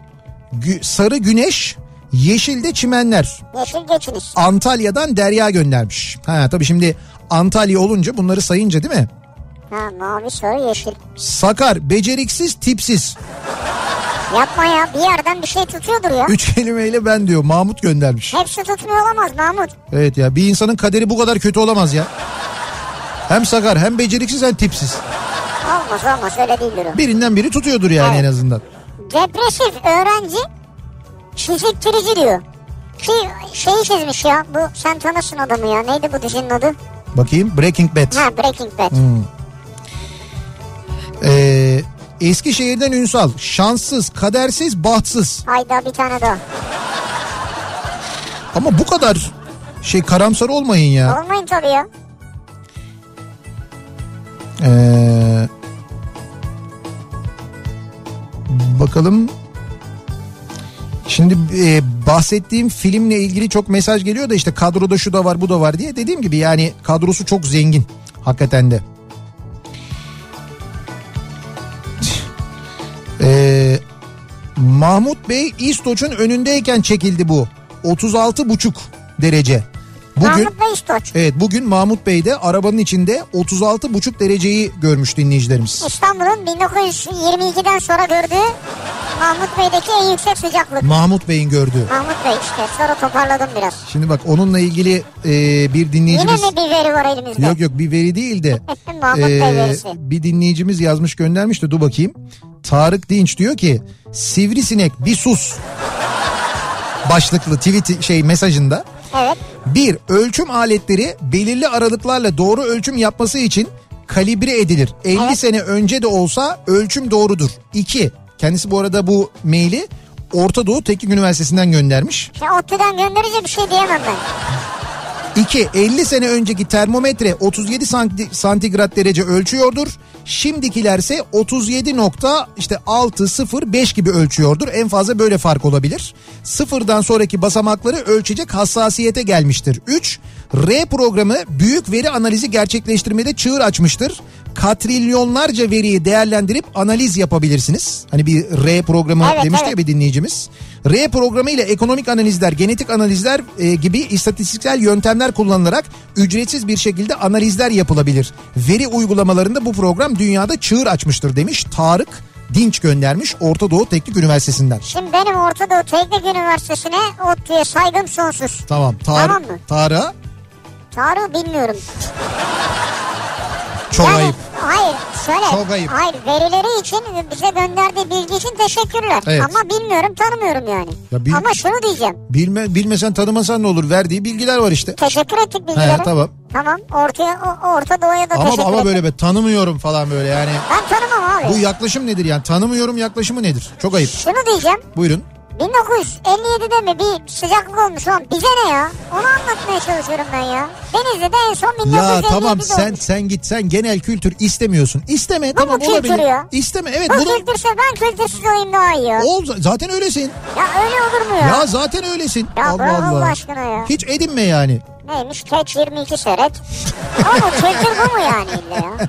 gü- sarı güneş, yeşil de çimenler. Yeşil geçiniş. Antalya'dan Derya göndermiş. Ha tabii şimdi Antalya olunca bunları sayınca değil mi? Ha mavi sarı yeşil. Sakar, beceriksiz, tipsiz. Yapma ya bir yerden bir şey tutuyordur ya. Üç (laughs) kelimeyle ben diyor. Mahmut göndermiş. Hepsi tutmuyor olamaz Mahmut. Evet ya bir insanın kaderi bu kadar kötü olamaz ya. Hem sakar hem beceriksiz hem tipsiz. Olmaz olmaz öyle değildir o. Birinden biri tutuyordur yani en azından. Depresif öğrenci çiziktirici diyor. Ki şeyi çizmiş ya bu sen tanırsın adamı ya neydi bu dizinin adı? Bakayım Breaking Bad. Ha Breaking Bad. Hmm. Ee, Eskişehir'den Ünsal. Şanssız, kadersiz, bahtsız. Hayda bir tane daha. Ama bu kadar şey karamsar olmayın ya. Olmayın tabii ya. Ee, bakalım. Şimdi e, bahsettiğim filmle ilgili çok mesaj geliyor da işte kadroda şu da var bu da var diye. Dediğim gibi yani kadrosu çok zengin hakikaten de. Ee, Mahmut Bey İstoç'un önündeyken çekildi bu. 36,5 derece. Bugün Mahmut Bey İstoç. Evet bugün Mahmut Bey de arabanın içinde 36,5 dereceyi görmüş dinleyicilerimiz. İstanbul'un 1922'den sonra gördüğü Mahmut Bey'deki en yüksek sıcaklık. Mahmut Bey'in gördüğü. Mahmut Bey işte sonra toparladım biraz. Şimdi bak onunla ilgili e, bir Yine dinleyicimiz... mi bir veri var elimizde? Yok yok bir veri değil de (laughs) e, Mahmut Bey verisi. bir dinleyicimiz yazmış göndermiş de dur bakayım. Tarık Dinç diyor ki sivrisinek bir sus başlıklı tweet şey mesajında. Evet. Bir, ölçüm aletleri belirli aralıklarla doğru ölçüm yapması için kalibre edilir. 50 sene önce de olsa ölçüm doğrudur. İki, kendisi bu arada bu maili Orta Doğu Teknik Üniversitesi'nden göndermiş. İşte ODTÜ'den gönderince bir şey diyemem ben. 2. 50 sene önceki termometre 37 santi- santigrat derece ölçüyordur. Şimdikilerse 37 nokta işte 605 gibi ölçüyordur. En fazla böyle fark olabilir. Sıfırdan sonraki basamakları ölçecek hassasiyete gelmiştir. 3. R programı büyük veri analizi gerçekleştirmede çığır açmıştır. Katrilyonlarca veriyi değerlendirip analiz yapabilirsiniz. Hani bir R programı Evet, demişti ya evet. bir dinleyicimiz. R programı ile ekonomik analizler, genetik analizler e, gibi istatistiksel yöntemler kullanılarak ücretsiz bir şekilde analizler yapılabilir. Veri uygulamalarında bu program dünyada çığır açmıştır demiş Tarık Dinç göndermiş Orta Doğu Teknik Üniversitesi'nden. Şimdi benim Orta Doğu Teknik Üniversitesi'ne ODTÜ'ye saygım sonsuz. Tamam. Tar Tamam mı? Tarık'a Tarık bilmiyorum. çok ayıp. Hayır şöyle. Çok ayıp. Hayır verileri için bize gönderdiği bilgi için teşekkürler. Evet. Ama bilmiyorum tanımıyorum yani. Ya bil- Ama şunu diyeceğim. Bilme, bilmesen tanımasan ne olur verdiği bilgiler var işte. Teşekkür ettik bilgilere. tamam. Tamam ortaya, o- Orta Doğu'ya da Ama teşekkür ama ettik. böyle be tanımıyorum falan böyle yani. Ben tanımam abi. Bu yaklaşım nedir yani tanımıyorum yaklaşımı nedir? Çok ayıp. Şunu diyeceğim. Buyurun. 1957'de mi bir sıcaklık olmuş lan bize ne ya? Onu anlatmaya çalışıyorum ben ya. Denizli'de en son 1957'de Ya tamam olmuş. sen sen git sen genel kültür istemiyorsun. İsteme tamam kültür olabilir. ya? İsteme evet Bu bunu kültürse ben kültürsüz olayım daha iyi ya. ol zaten öylesin. Ya öyle olur mu ya? Ya zaten öylesin. Ya bırak Allah aşkına ya. Hiç edinme yani. Neymiş tek 22 seyret. Ama kültür bu mu yani illa ya?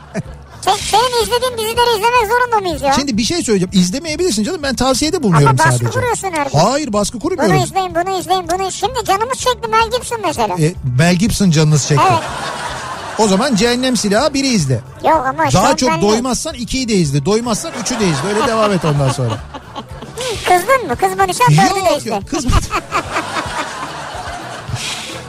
Tek, senin izlediğin dizileri izlemek zorunda mıyız ya? Şimdi bir şey söyleyeceğim. İzlemeyebilirsin canım. Ben tavsiyede bulunuyorum Ama baskı sadece. kuruyorsun her gün. Hayır baskı bunu kurmuyorum. izleyin bunu izleyin bunu Şimdi canımız çekti Mel Gibson mesela. E, Mel Gibson canınız çekti. Evet. O zaman Cehennem Silahı biri izle. Yok ama şu an Daha çok ben de- doymazsan ikiyi de izle. Doymazsan üçü de izle. Öyle devam et ondan sonra. Kızdın mı? Kızmadıysan dördü de Yok işte. yok kızmadım. (laughs)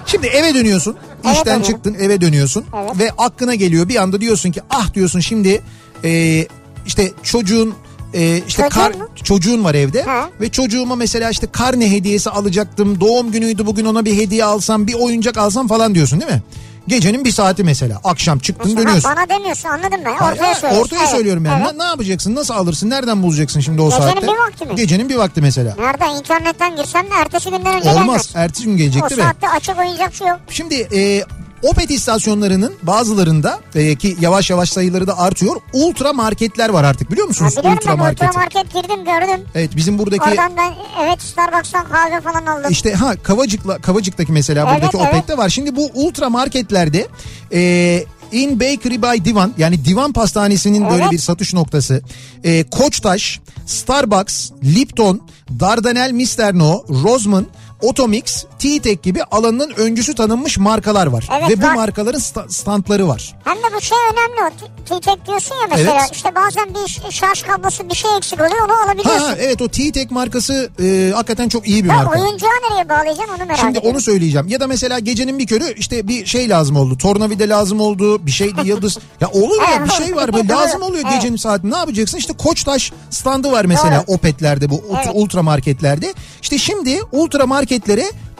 Şimdi eve dönüyorsun. Eve işten dönüyorum. çıktın eve dönüyorsun. Evet. Ve aklına geliyor bir anda diyorsun ki ah diyorsun şimdi e, işte çocuğun e, işte Çocuğun kar, mu? çocuğun var evde Ha. ve çocuğuma mesela işte karne hediyesi alacaktım doğum günüydü bugün ona bir hediye alsam bir oyuncak alsam falan diyorsun değil mi? Gecenin bir saati mesela akşam çıktın Ha, dönüyorsun. bana demiyorsun anladım ben. Hayır, Ortaya hayır, söylüyorsun. ortaya Evet, söylüyorum yani. evet. Ne, ne yapacaksın? Nasıl alırsın? Nereden bulacaksın şimdi o Gecenin saatte? bir vakti mi? Gecenin bir vakti mesela. Nereden internetten girsem de ertesi günden önce Olmaz. gelmez. Ertesi gün O gelecekti ve saatte açık oyuncakçı yok. şimdi e, Opet istasyonlarının bazılarında e, ki yavaş yavaş sayıları da artıyor. Ultra marketler var artık biliyor Ya musunuz? biliyorum ben marketi. ultramarket girdim gördüm. Evet bizim buradaki Oradan ben evet Starbucks'tan kahve falan aldım. işte ha Kavacık'la Kavacık'taki mesela Evet, buradaki evet. Opet'te var. Şimdi bu ultra marketlerde e, In Bakery by Divan yani Divan Pastanesi'nin böyle Evet. bir satış noktası. E, Koçtaş, Starbucks, Lipton, Dardanel Misterno, Rosman, Otomix, T-Tek gibi alanının öncüsü tanınmış markalar var. Evet, Ve bu var. markaların sta- standları var. Hem de bu şey önemli o. T-Tek diyorsun ya mesela Evet. işte bazen bir ş- şarj kablosu bir şey eksik oluyor onu Ha, alabiliyorsun. ha, evet o T-Tek markası e, hakikaten çok iyi bir Ben marka. oyuncağı nereye bağlayacağım onu merak Şimdi ediyorum. onu söyleyeceğim. Ya da mesela gecenin bir körü işte bir şey lazım oldu. Tornavida lazım oldu. Bir şeydi (laughs) yıldız. Ya olur ya bir şey var böyle lazım oluyor Evet. gecenin saati. Ne yapacaksın? İşte Koçtaş standı var mesela Opet'lerde bu ult- Evet. ultra marketlerde. İşte şimdi ultra marketlere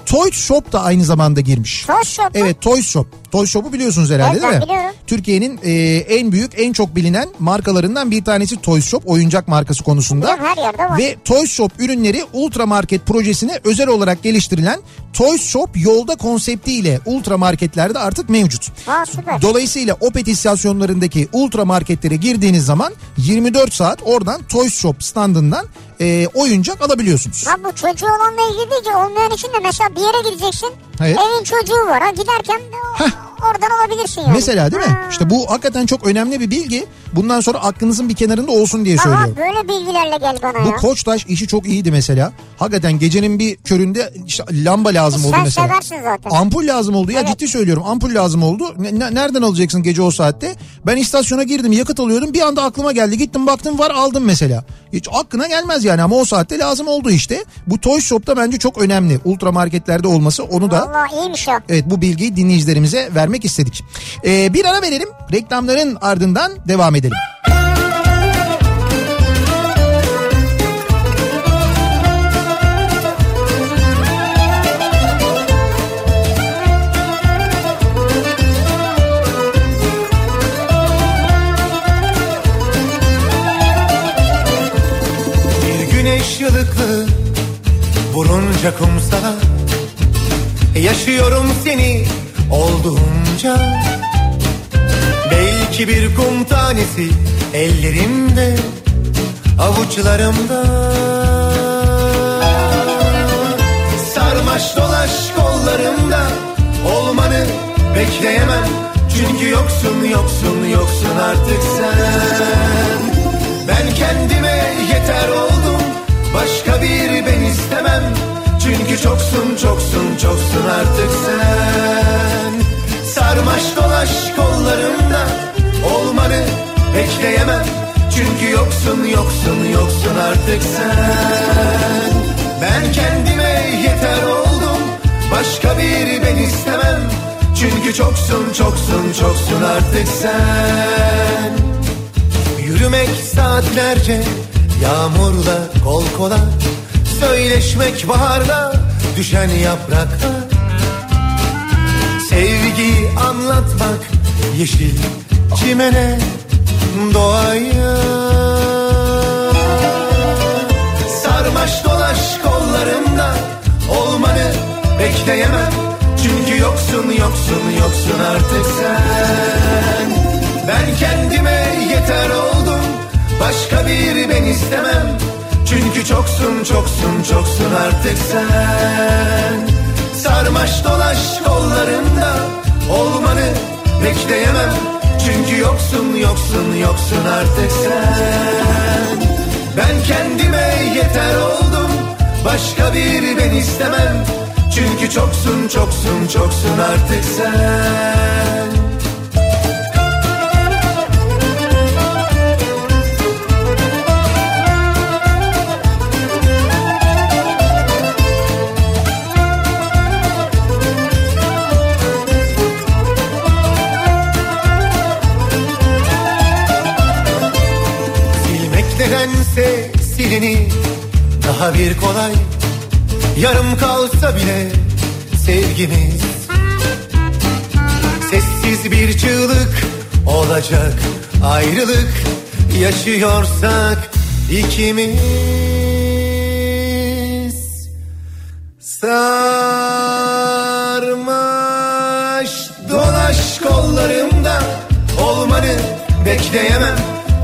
Toy Shop da aynı zamanda girmiş. Toy Shop mu? Evet Toy Shop. Toy Shop'u biliyorsunuz herhalde Evet, ben değil mi? biliyorum. Türkiye'nin e, en büyük, en çok bilinen markalarından bir tanesi Toy Shop oyuncak markası konusunda. Biliyorum, her yerde var. Ve Toy Shop ürünleri Ultra Market projesine özel olarak geliştirilen Toy Shop yolda konseptiyle Ultra Marketlerde artık mevcut. Aa, süper. Dolayısıyla Opet istasyonlarındaki ultra marketlere girdiğiniz zaman 24 saat oradan Toy Shop standından e, oyuncak alabiliyorsunuz. Ha bu çocuğu olanla ilgili değil ki olmayan için de mesela bir yere gideceksin. Evet. Evin çocuğu var. Ha giderken de o- oradan alabilirsin yani. Mesela değil mi? Ha. İşte bu hakikaten çok önemli bir bilgi. Bundan sonra aklınızın bir kenarında olsun diye söylüyorum. Aha böyle bilgilerle gel bana Bu ya. Koçtaş işi çok iyiydi mesela. Hakikaten gecenin bir köründe işte lamba lazım E, Sen oldu mesela. seversin zaten. Ampul lazım oldu ya Evet. ciddi söylüyorum ampul lazım oldu. Ne- ne- nereden alacaksın gece o saatte? Ben istasyona girdim yakıt alıyordum bir anda aklıma geldi gittim baktım var aldım mesela. Hiç aklına gelmez yani ama o saatte lazım oldu işte. Bu Toy Shop'ta bence çok önemli. Ultra marketlerde olması onu da Valla iyiymiş o. Evet bu bilgiyi dinleyicilerimize vermek istedik. Ee, bir ara verelim. Reklamların ardından devam edelim. Bir güneş yalıklı vurunca kumsala Yaşıyorum seni olduğunca Belki bir kum tanesi ellerimde Avuçlarımda Sarmaş dolaş kollarımda Olmanı bekleyemem Çünkü yoksun yoksun yoksun artık sen ben kendime yeter oldum Başka bir ben istemem Çünkü çoksun çoksun çoksun artık sen Sarmaş dolaş kollarımda Olmanı bekleyemem Çünkü yoksun yoksun yoksun artık sen Ben kendime yeter oldum Başka bir ben istemem Çünkü çoksun çoksun çoksun artık sen Yürümek saatlerce yağmurda kol kola Söyleşmek baharda düşen yaprakta Sevgiyi anlatmak yeşil çimene doğaya Sarmaş dolaş kollarımda olmanı bekleyemem Çünkü yoksun yoksun yoksun artık sen Ben kendime yeter oldum başka bir ben istemem Çünkü çoksun çoksun çoksun artık sen Sarmaş dolaş kollarımda olmanı bekleyemem Çünkü yoksun yoksun yoksun artık sen Ben kendime yeter oldum başka bir ben istemem Çünkü çoksun çoksun çoksun artık sen Silmek nedense silini daha bir kolay Yarım kalsa bile sevgimiz Sessiz bir çığlık olacak ayrılık Yaşıyorsak ikimiz Sarmaş dolaş kollarımda olmanı bekleyemem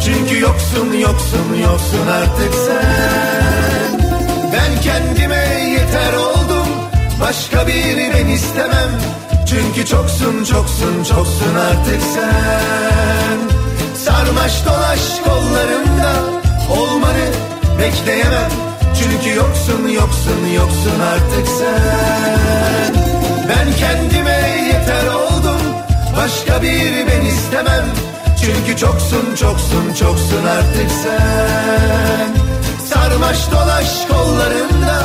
Çünkü yoksun yoksun yoksun artık sen Ben kendime yeter oldum başka bir ben istemem Çünkü çoksun çoksun çoksun artık sen Sarmaş dolaş kollarımda olmanı bekleyemem Çünkü yoksun yoksun yoksun artık sen Ben kendime yeter oldum Başka bir ben istemem Çünkü çoksun çoksun çoksun artık sen Sarmaş dolaş kollarında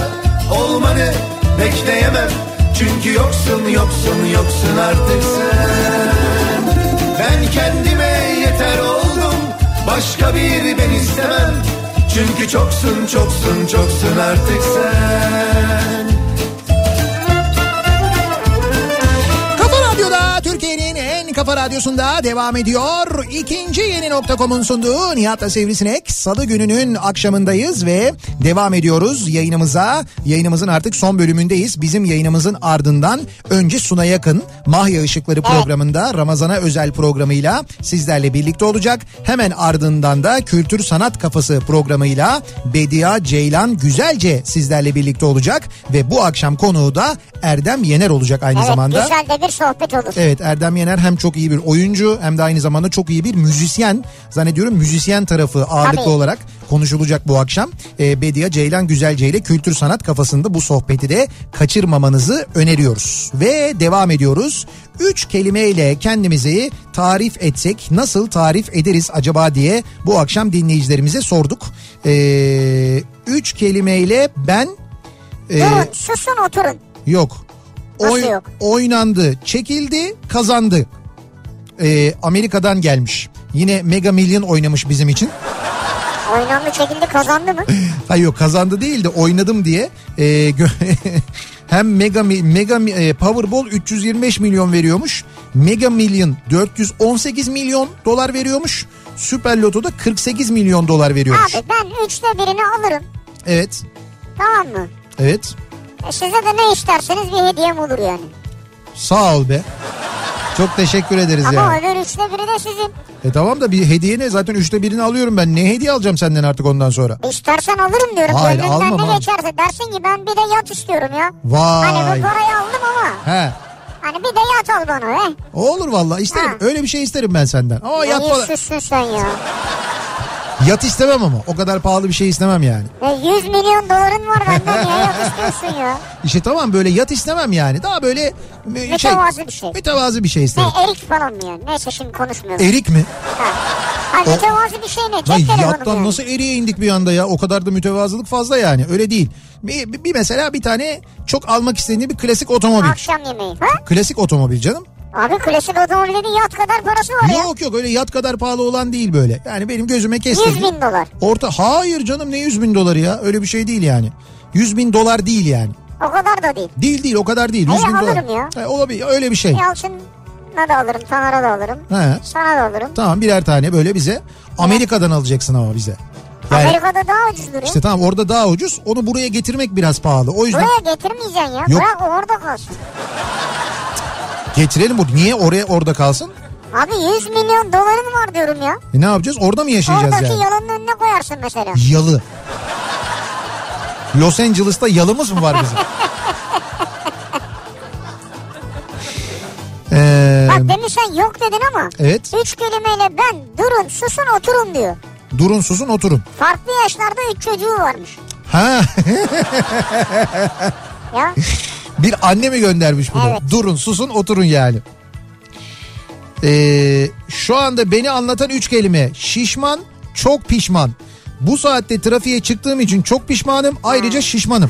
Olmanı bekleyemem Çünkü yoksun yoksun yoksun artık sen ben kendime yeter oldum Başka bir ben istemem Çünkü çoksun çoksun çoksun artık sen Kafa Radyo'da Türkiye'nin en kafa radyosunda devam ediyor. İkinci yeni nokta.com'un sunduğu Nihat'la Sivrisinek. Salı gününün akşamındayız ve devam ediyoruz yayınımıza. Yayınımızın artık son bölümündeyiz. Bizim yayınımızın ardından önce Suna Yakın Mahya Işıkları programında Ramazan'a özel programıyla sizlerle birlikte olacak. Hemen ardından da Kültür Sanat Kafası programıyla Bedia Ceylan Güzelce sizlerle birlikte olacak. Ve bu akşam konuğu da Erdem Yener olacak aynı Evet zamanda. güzel de bir sohbet olur. Evet Erdem Yener hem çok iyi bir oyuncu hem de aynı zamanda çok iyi bir müzisyen. Zannediyorum müzisyen tarafı ağırlıklı Tabii. olarak konuşulacak bu akşam. Ee, Bedia Ceylan Güzelce ile kültür sanat kafasında bu sohbeti de kaçırmamanızı öneriyoruz. Ve devam ediyoruz. Üç kelimeyle kendimizi tarif etsek nasıl tarif ederiz acaba diye bu akşam dinleyicilerimize sorduk. Ee, üç kelimeyle ben... e, Durun susun oturun. Yok. Nasıl Oy- yok? Oynandı, çekildi, kazandı. Ee, Amerika'dan gelmiş. Yine Mega Million oynamış bizim için. Oynandı çekildi (laughs) kazandı mı? Hayır yok kazandı değil de oynadım diye. Ee, gö- (laughs) hem Mega Mi- Mega Mi- e, Powerball 325 milyon veriyormuş. Mega Million 418 milyon dolar veriyormuş. Süper Loto'da 48 milyon dolar veriyormuş. Abi ben üçte birini alırım. Evet. Tamam mı? Evet. E, Size de ne isterseniz bir hediyem olur yani. Sağ ol be. Çok teşekkür ederiz Ama yani. öbür üçte biri de sizin. E tamam da bir hediye ne? Zaten üçte birini alıyorum ben. Ne hediye alacağım senden artık ondan sonra? İstersen alırım diyorum. Hayır, Gönlünden almam ne abi. geçerse dersin ki ben bir de yat istiyorum ya. Vay. Hani bu parayı aldım ama. He. Hani bir de yat al bana he. Olur vallahi isterim. Ha. Öyle bir şey isterim ben senden. Ama Ne yat falan. yüzsüzsün sen ya. Yat istemem ama. O kadar pahalı bir şey istemem yani. Ne 100 milyon dolarım var benden niye yat istiyorsun ya. İşte tamam böyle yat istemem yani. Daha böyle e, şey. Mütevazı bir şey. Mütevazı bir şey Ne isterim. erik falan mı ya? Neyse şimdi konuşmuyorum. Erik mi? Ha. Hani O- mütevazı bir şey ne? E- Cep Lan telefonu yattan yani. nasıl eriye indik bir anda ya? O kadar da mütevazılık fazla yani. Öyle değil. Bir, bir mesela bir tane çok almak istediğin bir klasik otomobil. Akşam yemeği. Ha? Klasik otomobil canım. Abi klasik otomobilin yat kadar parası var ya. Yok yok öyle yat kadar pahalı olan değil böyle. Yani benim gözüme 100 kestirdi. bin dolar. Orta hayır canım ne 100 bin doları ya öyle bir şey değil yani. 100 bin dolar değil yani. O kadar da değil. Değil değil o kadar değil. 100 Hayır, bin dolar. alırım ya. He, olabilir öyle bir şey. Yalçın'a da alırım, Taner'a da alırım. He. Sana da alırım. Tamam birer tane böyle bize Amerika'dan alacaksın ama bize. Yani Amerika'da daha ucuz duruyor. işte tamam orada daha ucuz onu buraya getirmek biraz pahalı. O yüzden Buraya getirmeyeceksin ya. Yok. Bırak orada kalsın. getirelim bu. Niye oraya orada kalsın? Abi 100 milyon doların var diyorum ya. E, ne yapacağız orada mı yaşayacağız Oradaki yani? yalanın önüne koyarsın mesela. Yalı. Los Angeles'ta yalımız mı var (laughs) bizim? Ee, Bak demin sen yok dedin ama. Evet. Üç kelimeyle ben durun susun oturun diyor. durun susun oturun. Farklı yaşlarda üç çocuğu varmış. Ha (laughs) Ya bir anne mi göndermiş bunu? Evet. Durun susun oturun yani. Ee, şu anda beni anlatan üç kelime. Şişman, çok pişman. Bu saatte trafiğe çıktığım için çok pişmanım. Hmm. Ayrıca şişmanım.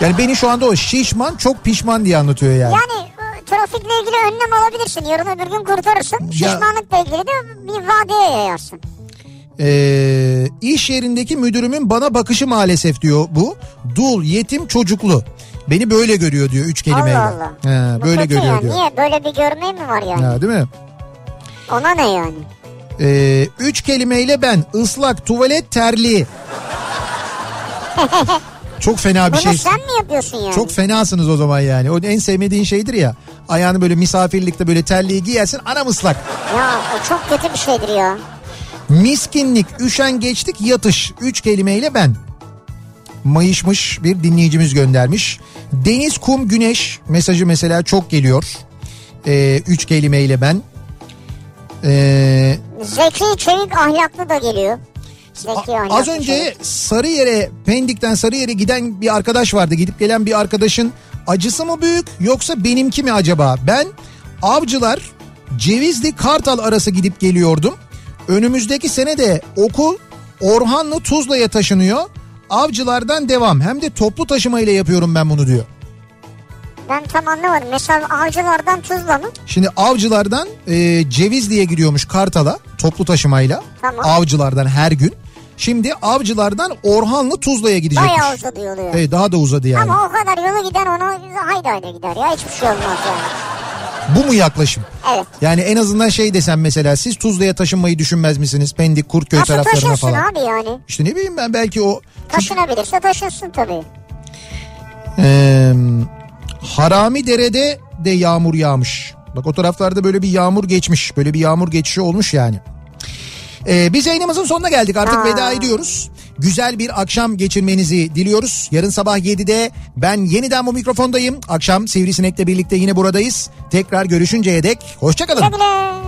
Yani beni şu anda o şişman çok pişman diye anlatıyor yani. yani e, trafikle ilgili önlem alabilirsin. Yarın öbür gün kurtarırsın. Şişmanlıkla ilgili de bir vadeye yayarsın. Ee, iş yerindeki müdürümün bana bakışı maalesef diyor bu. Dul, yetim, çocuklu. Beni böyle görüyor diyor üç kelimeyle. Allah Allah. He, Bu böyle kötü görüyor ya. diyor. Niye böyle bir görmeyi mi var yani? Ha, değil mi? Ona ne yani? Ee, üç kelimeyle ben ıslak tuvalet terliği. Çok fena bir Bunu şey. sen mi yapıyorsun yani? Çok fenasınız o zaman yani. O en sevmediğin şeydir ya. Ayağını böyle misafirlikte böyle terliği giyersin anam ıslak. Ya o çok kötü bir şeydir ya. Miskinlik, üşengeçlik, yatış. Üç kelimeyle ben. Mayışmış bir dinleyicimiz göndermiş. Deniz, kum, güneş mesajı mesela çok geliyor. Ee, üç kelimeyle ben. Ee, Zeki, çevik, ahlaklı da geliyor. Zeki A- oynuyor. Az önce Sarıyer'e Pendik'ten Sarıyer'e giden bir arkadaş vardı. Gidip gelen bir arkadaşın acısı mı büyük yoksa benimki mi acaba? Ben Avcılar Cevizli Kartal arası gidip geliyordum. Önümüzdeki sene de okul Orhanlı Tuzla'ya taşınıyor. Avcılardan devam. Hem de toplu taşıma ile yapıyorum ben bunu diyor. Ben tam anlamadım. Mesela avcılardan tuzla mı? Şimdi avcılardan e, Cevizli'ye gidiyormuş Kartal'a toplu taşımayla. Tamam. Avcılardan her gün. Şimdi avcılardan Orhanlı Tuzla'ya gidecekmiş. Bayağı uzadı yolu ya. Evet, Ee, daha da uzadı yani. Ama o kadar yolu giden onu haydi haydi gider ya. Hiçbir şey olmaz yani. Bu mu yaklaşım? Evet. Yani en azından şey desem mesela siz Tuzla'ya taşınmayı düşünmez misiniz? Pendik, Kurtköy Nasıl taraflarına taşınsın falan. abi yani? İşte ne bileyim ben belki o Taşınabilirse taşınsın tabii. Ee, Harami Dere'de de yağmur yağmış. Bak o taraflarda böyle bir yağmur geçmiş. Böyle bir yağmur geçişi olmuş yani. Ee, biz yayınımızın sonuna geldik artık Aa. veda ediyoruz. Güzel bir akşam geçirmenizi diliyoruz. Yarın sabah 7'de ben yeniden bu mikrofondayım. Akşam Sivrisinek'le birlikte yine buradayız. Tekrar görüşünceye dek hoşçakalın. Güle güle.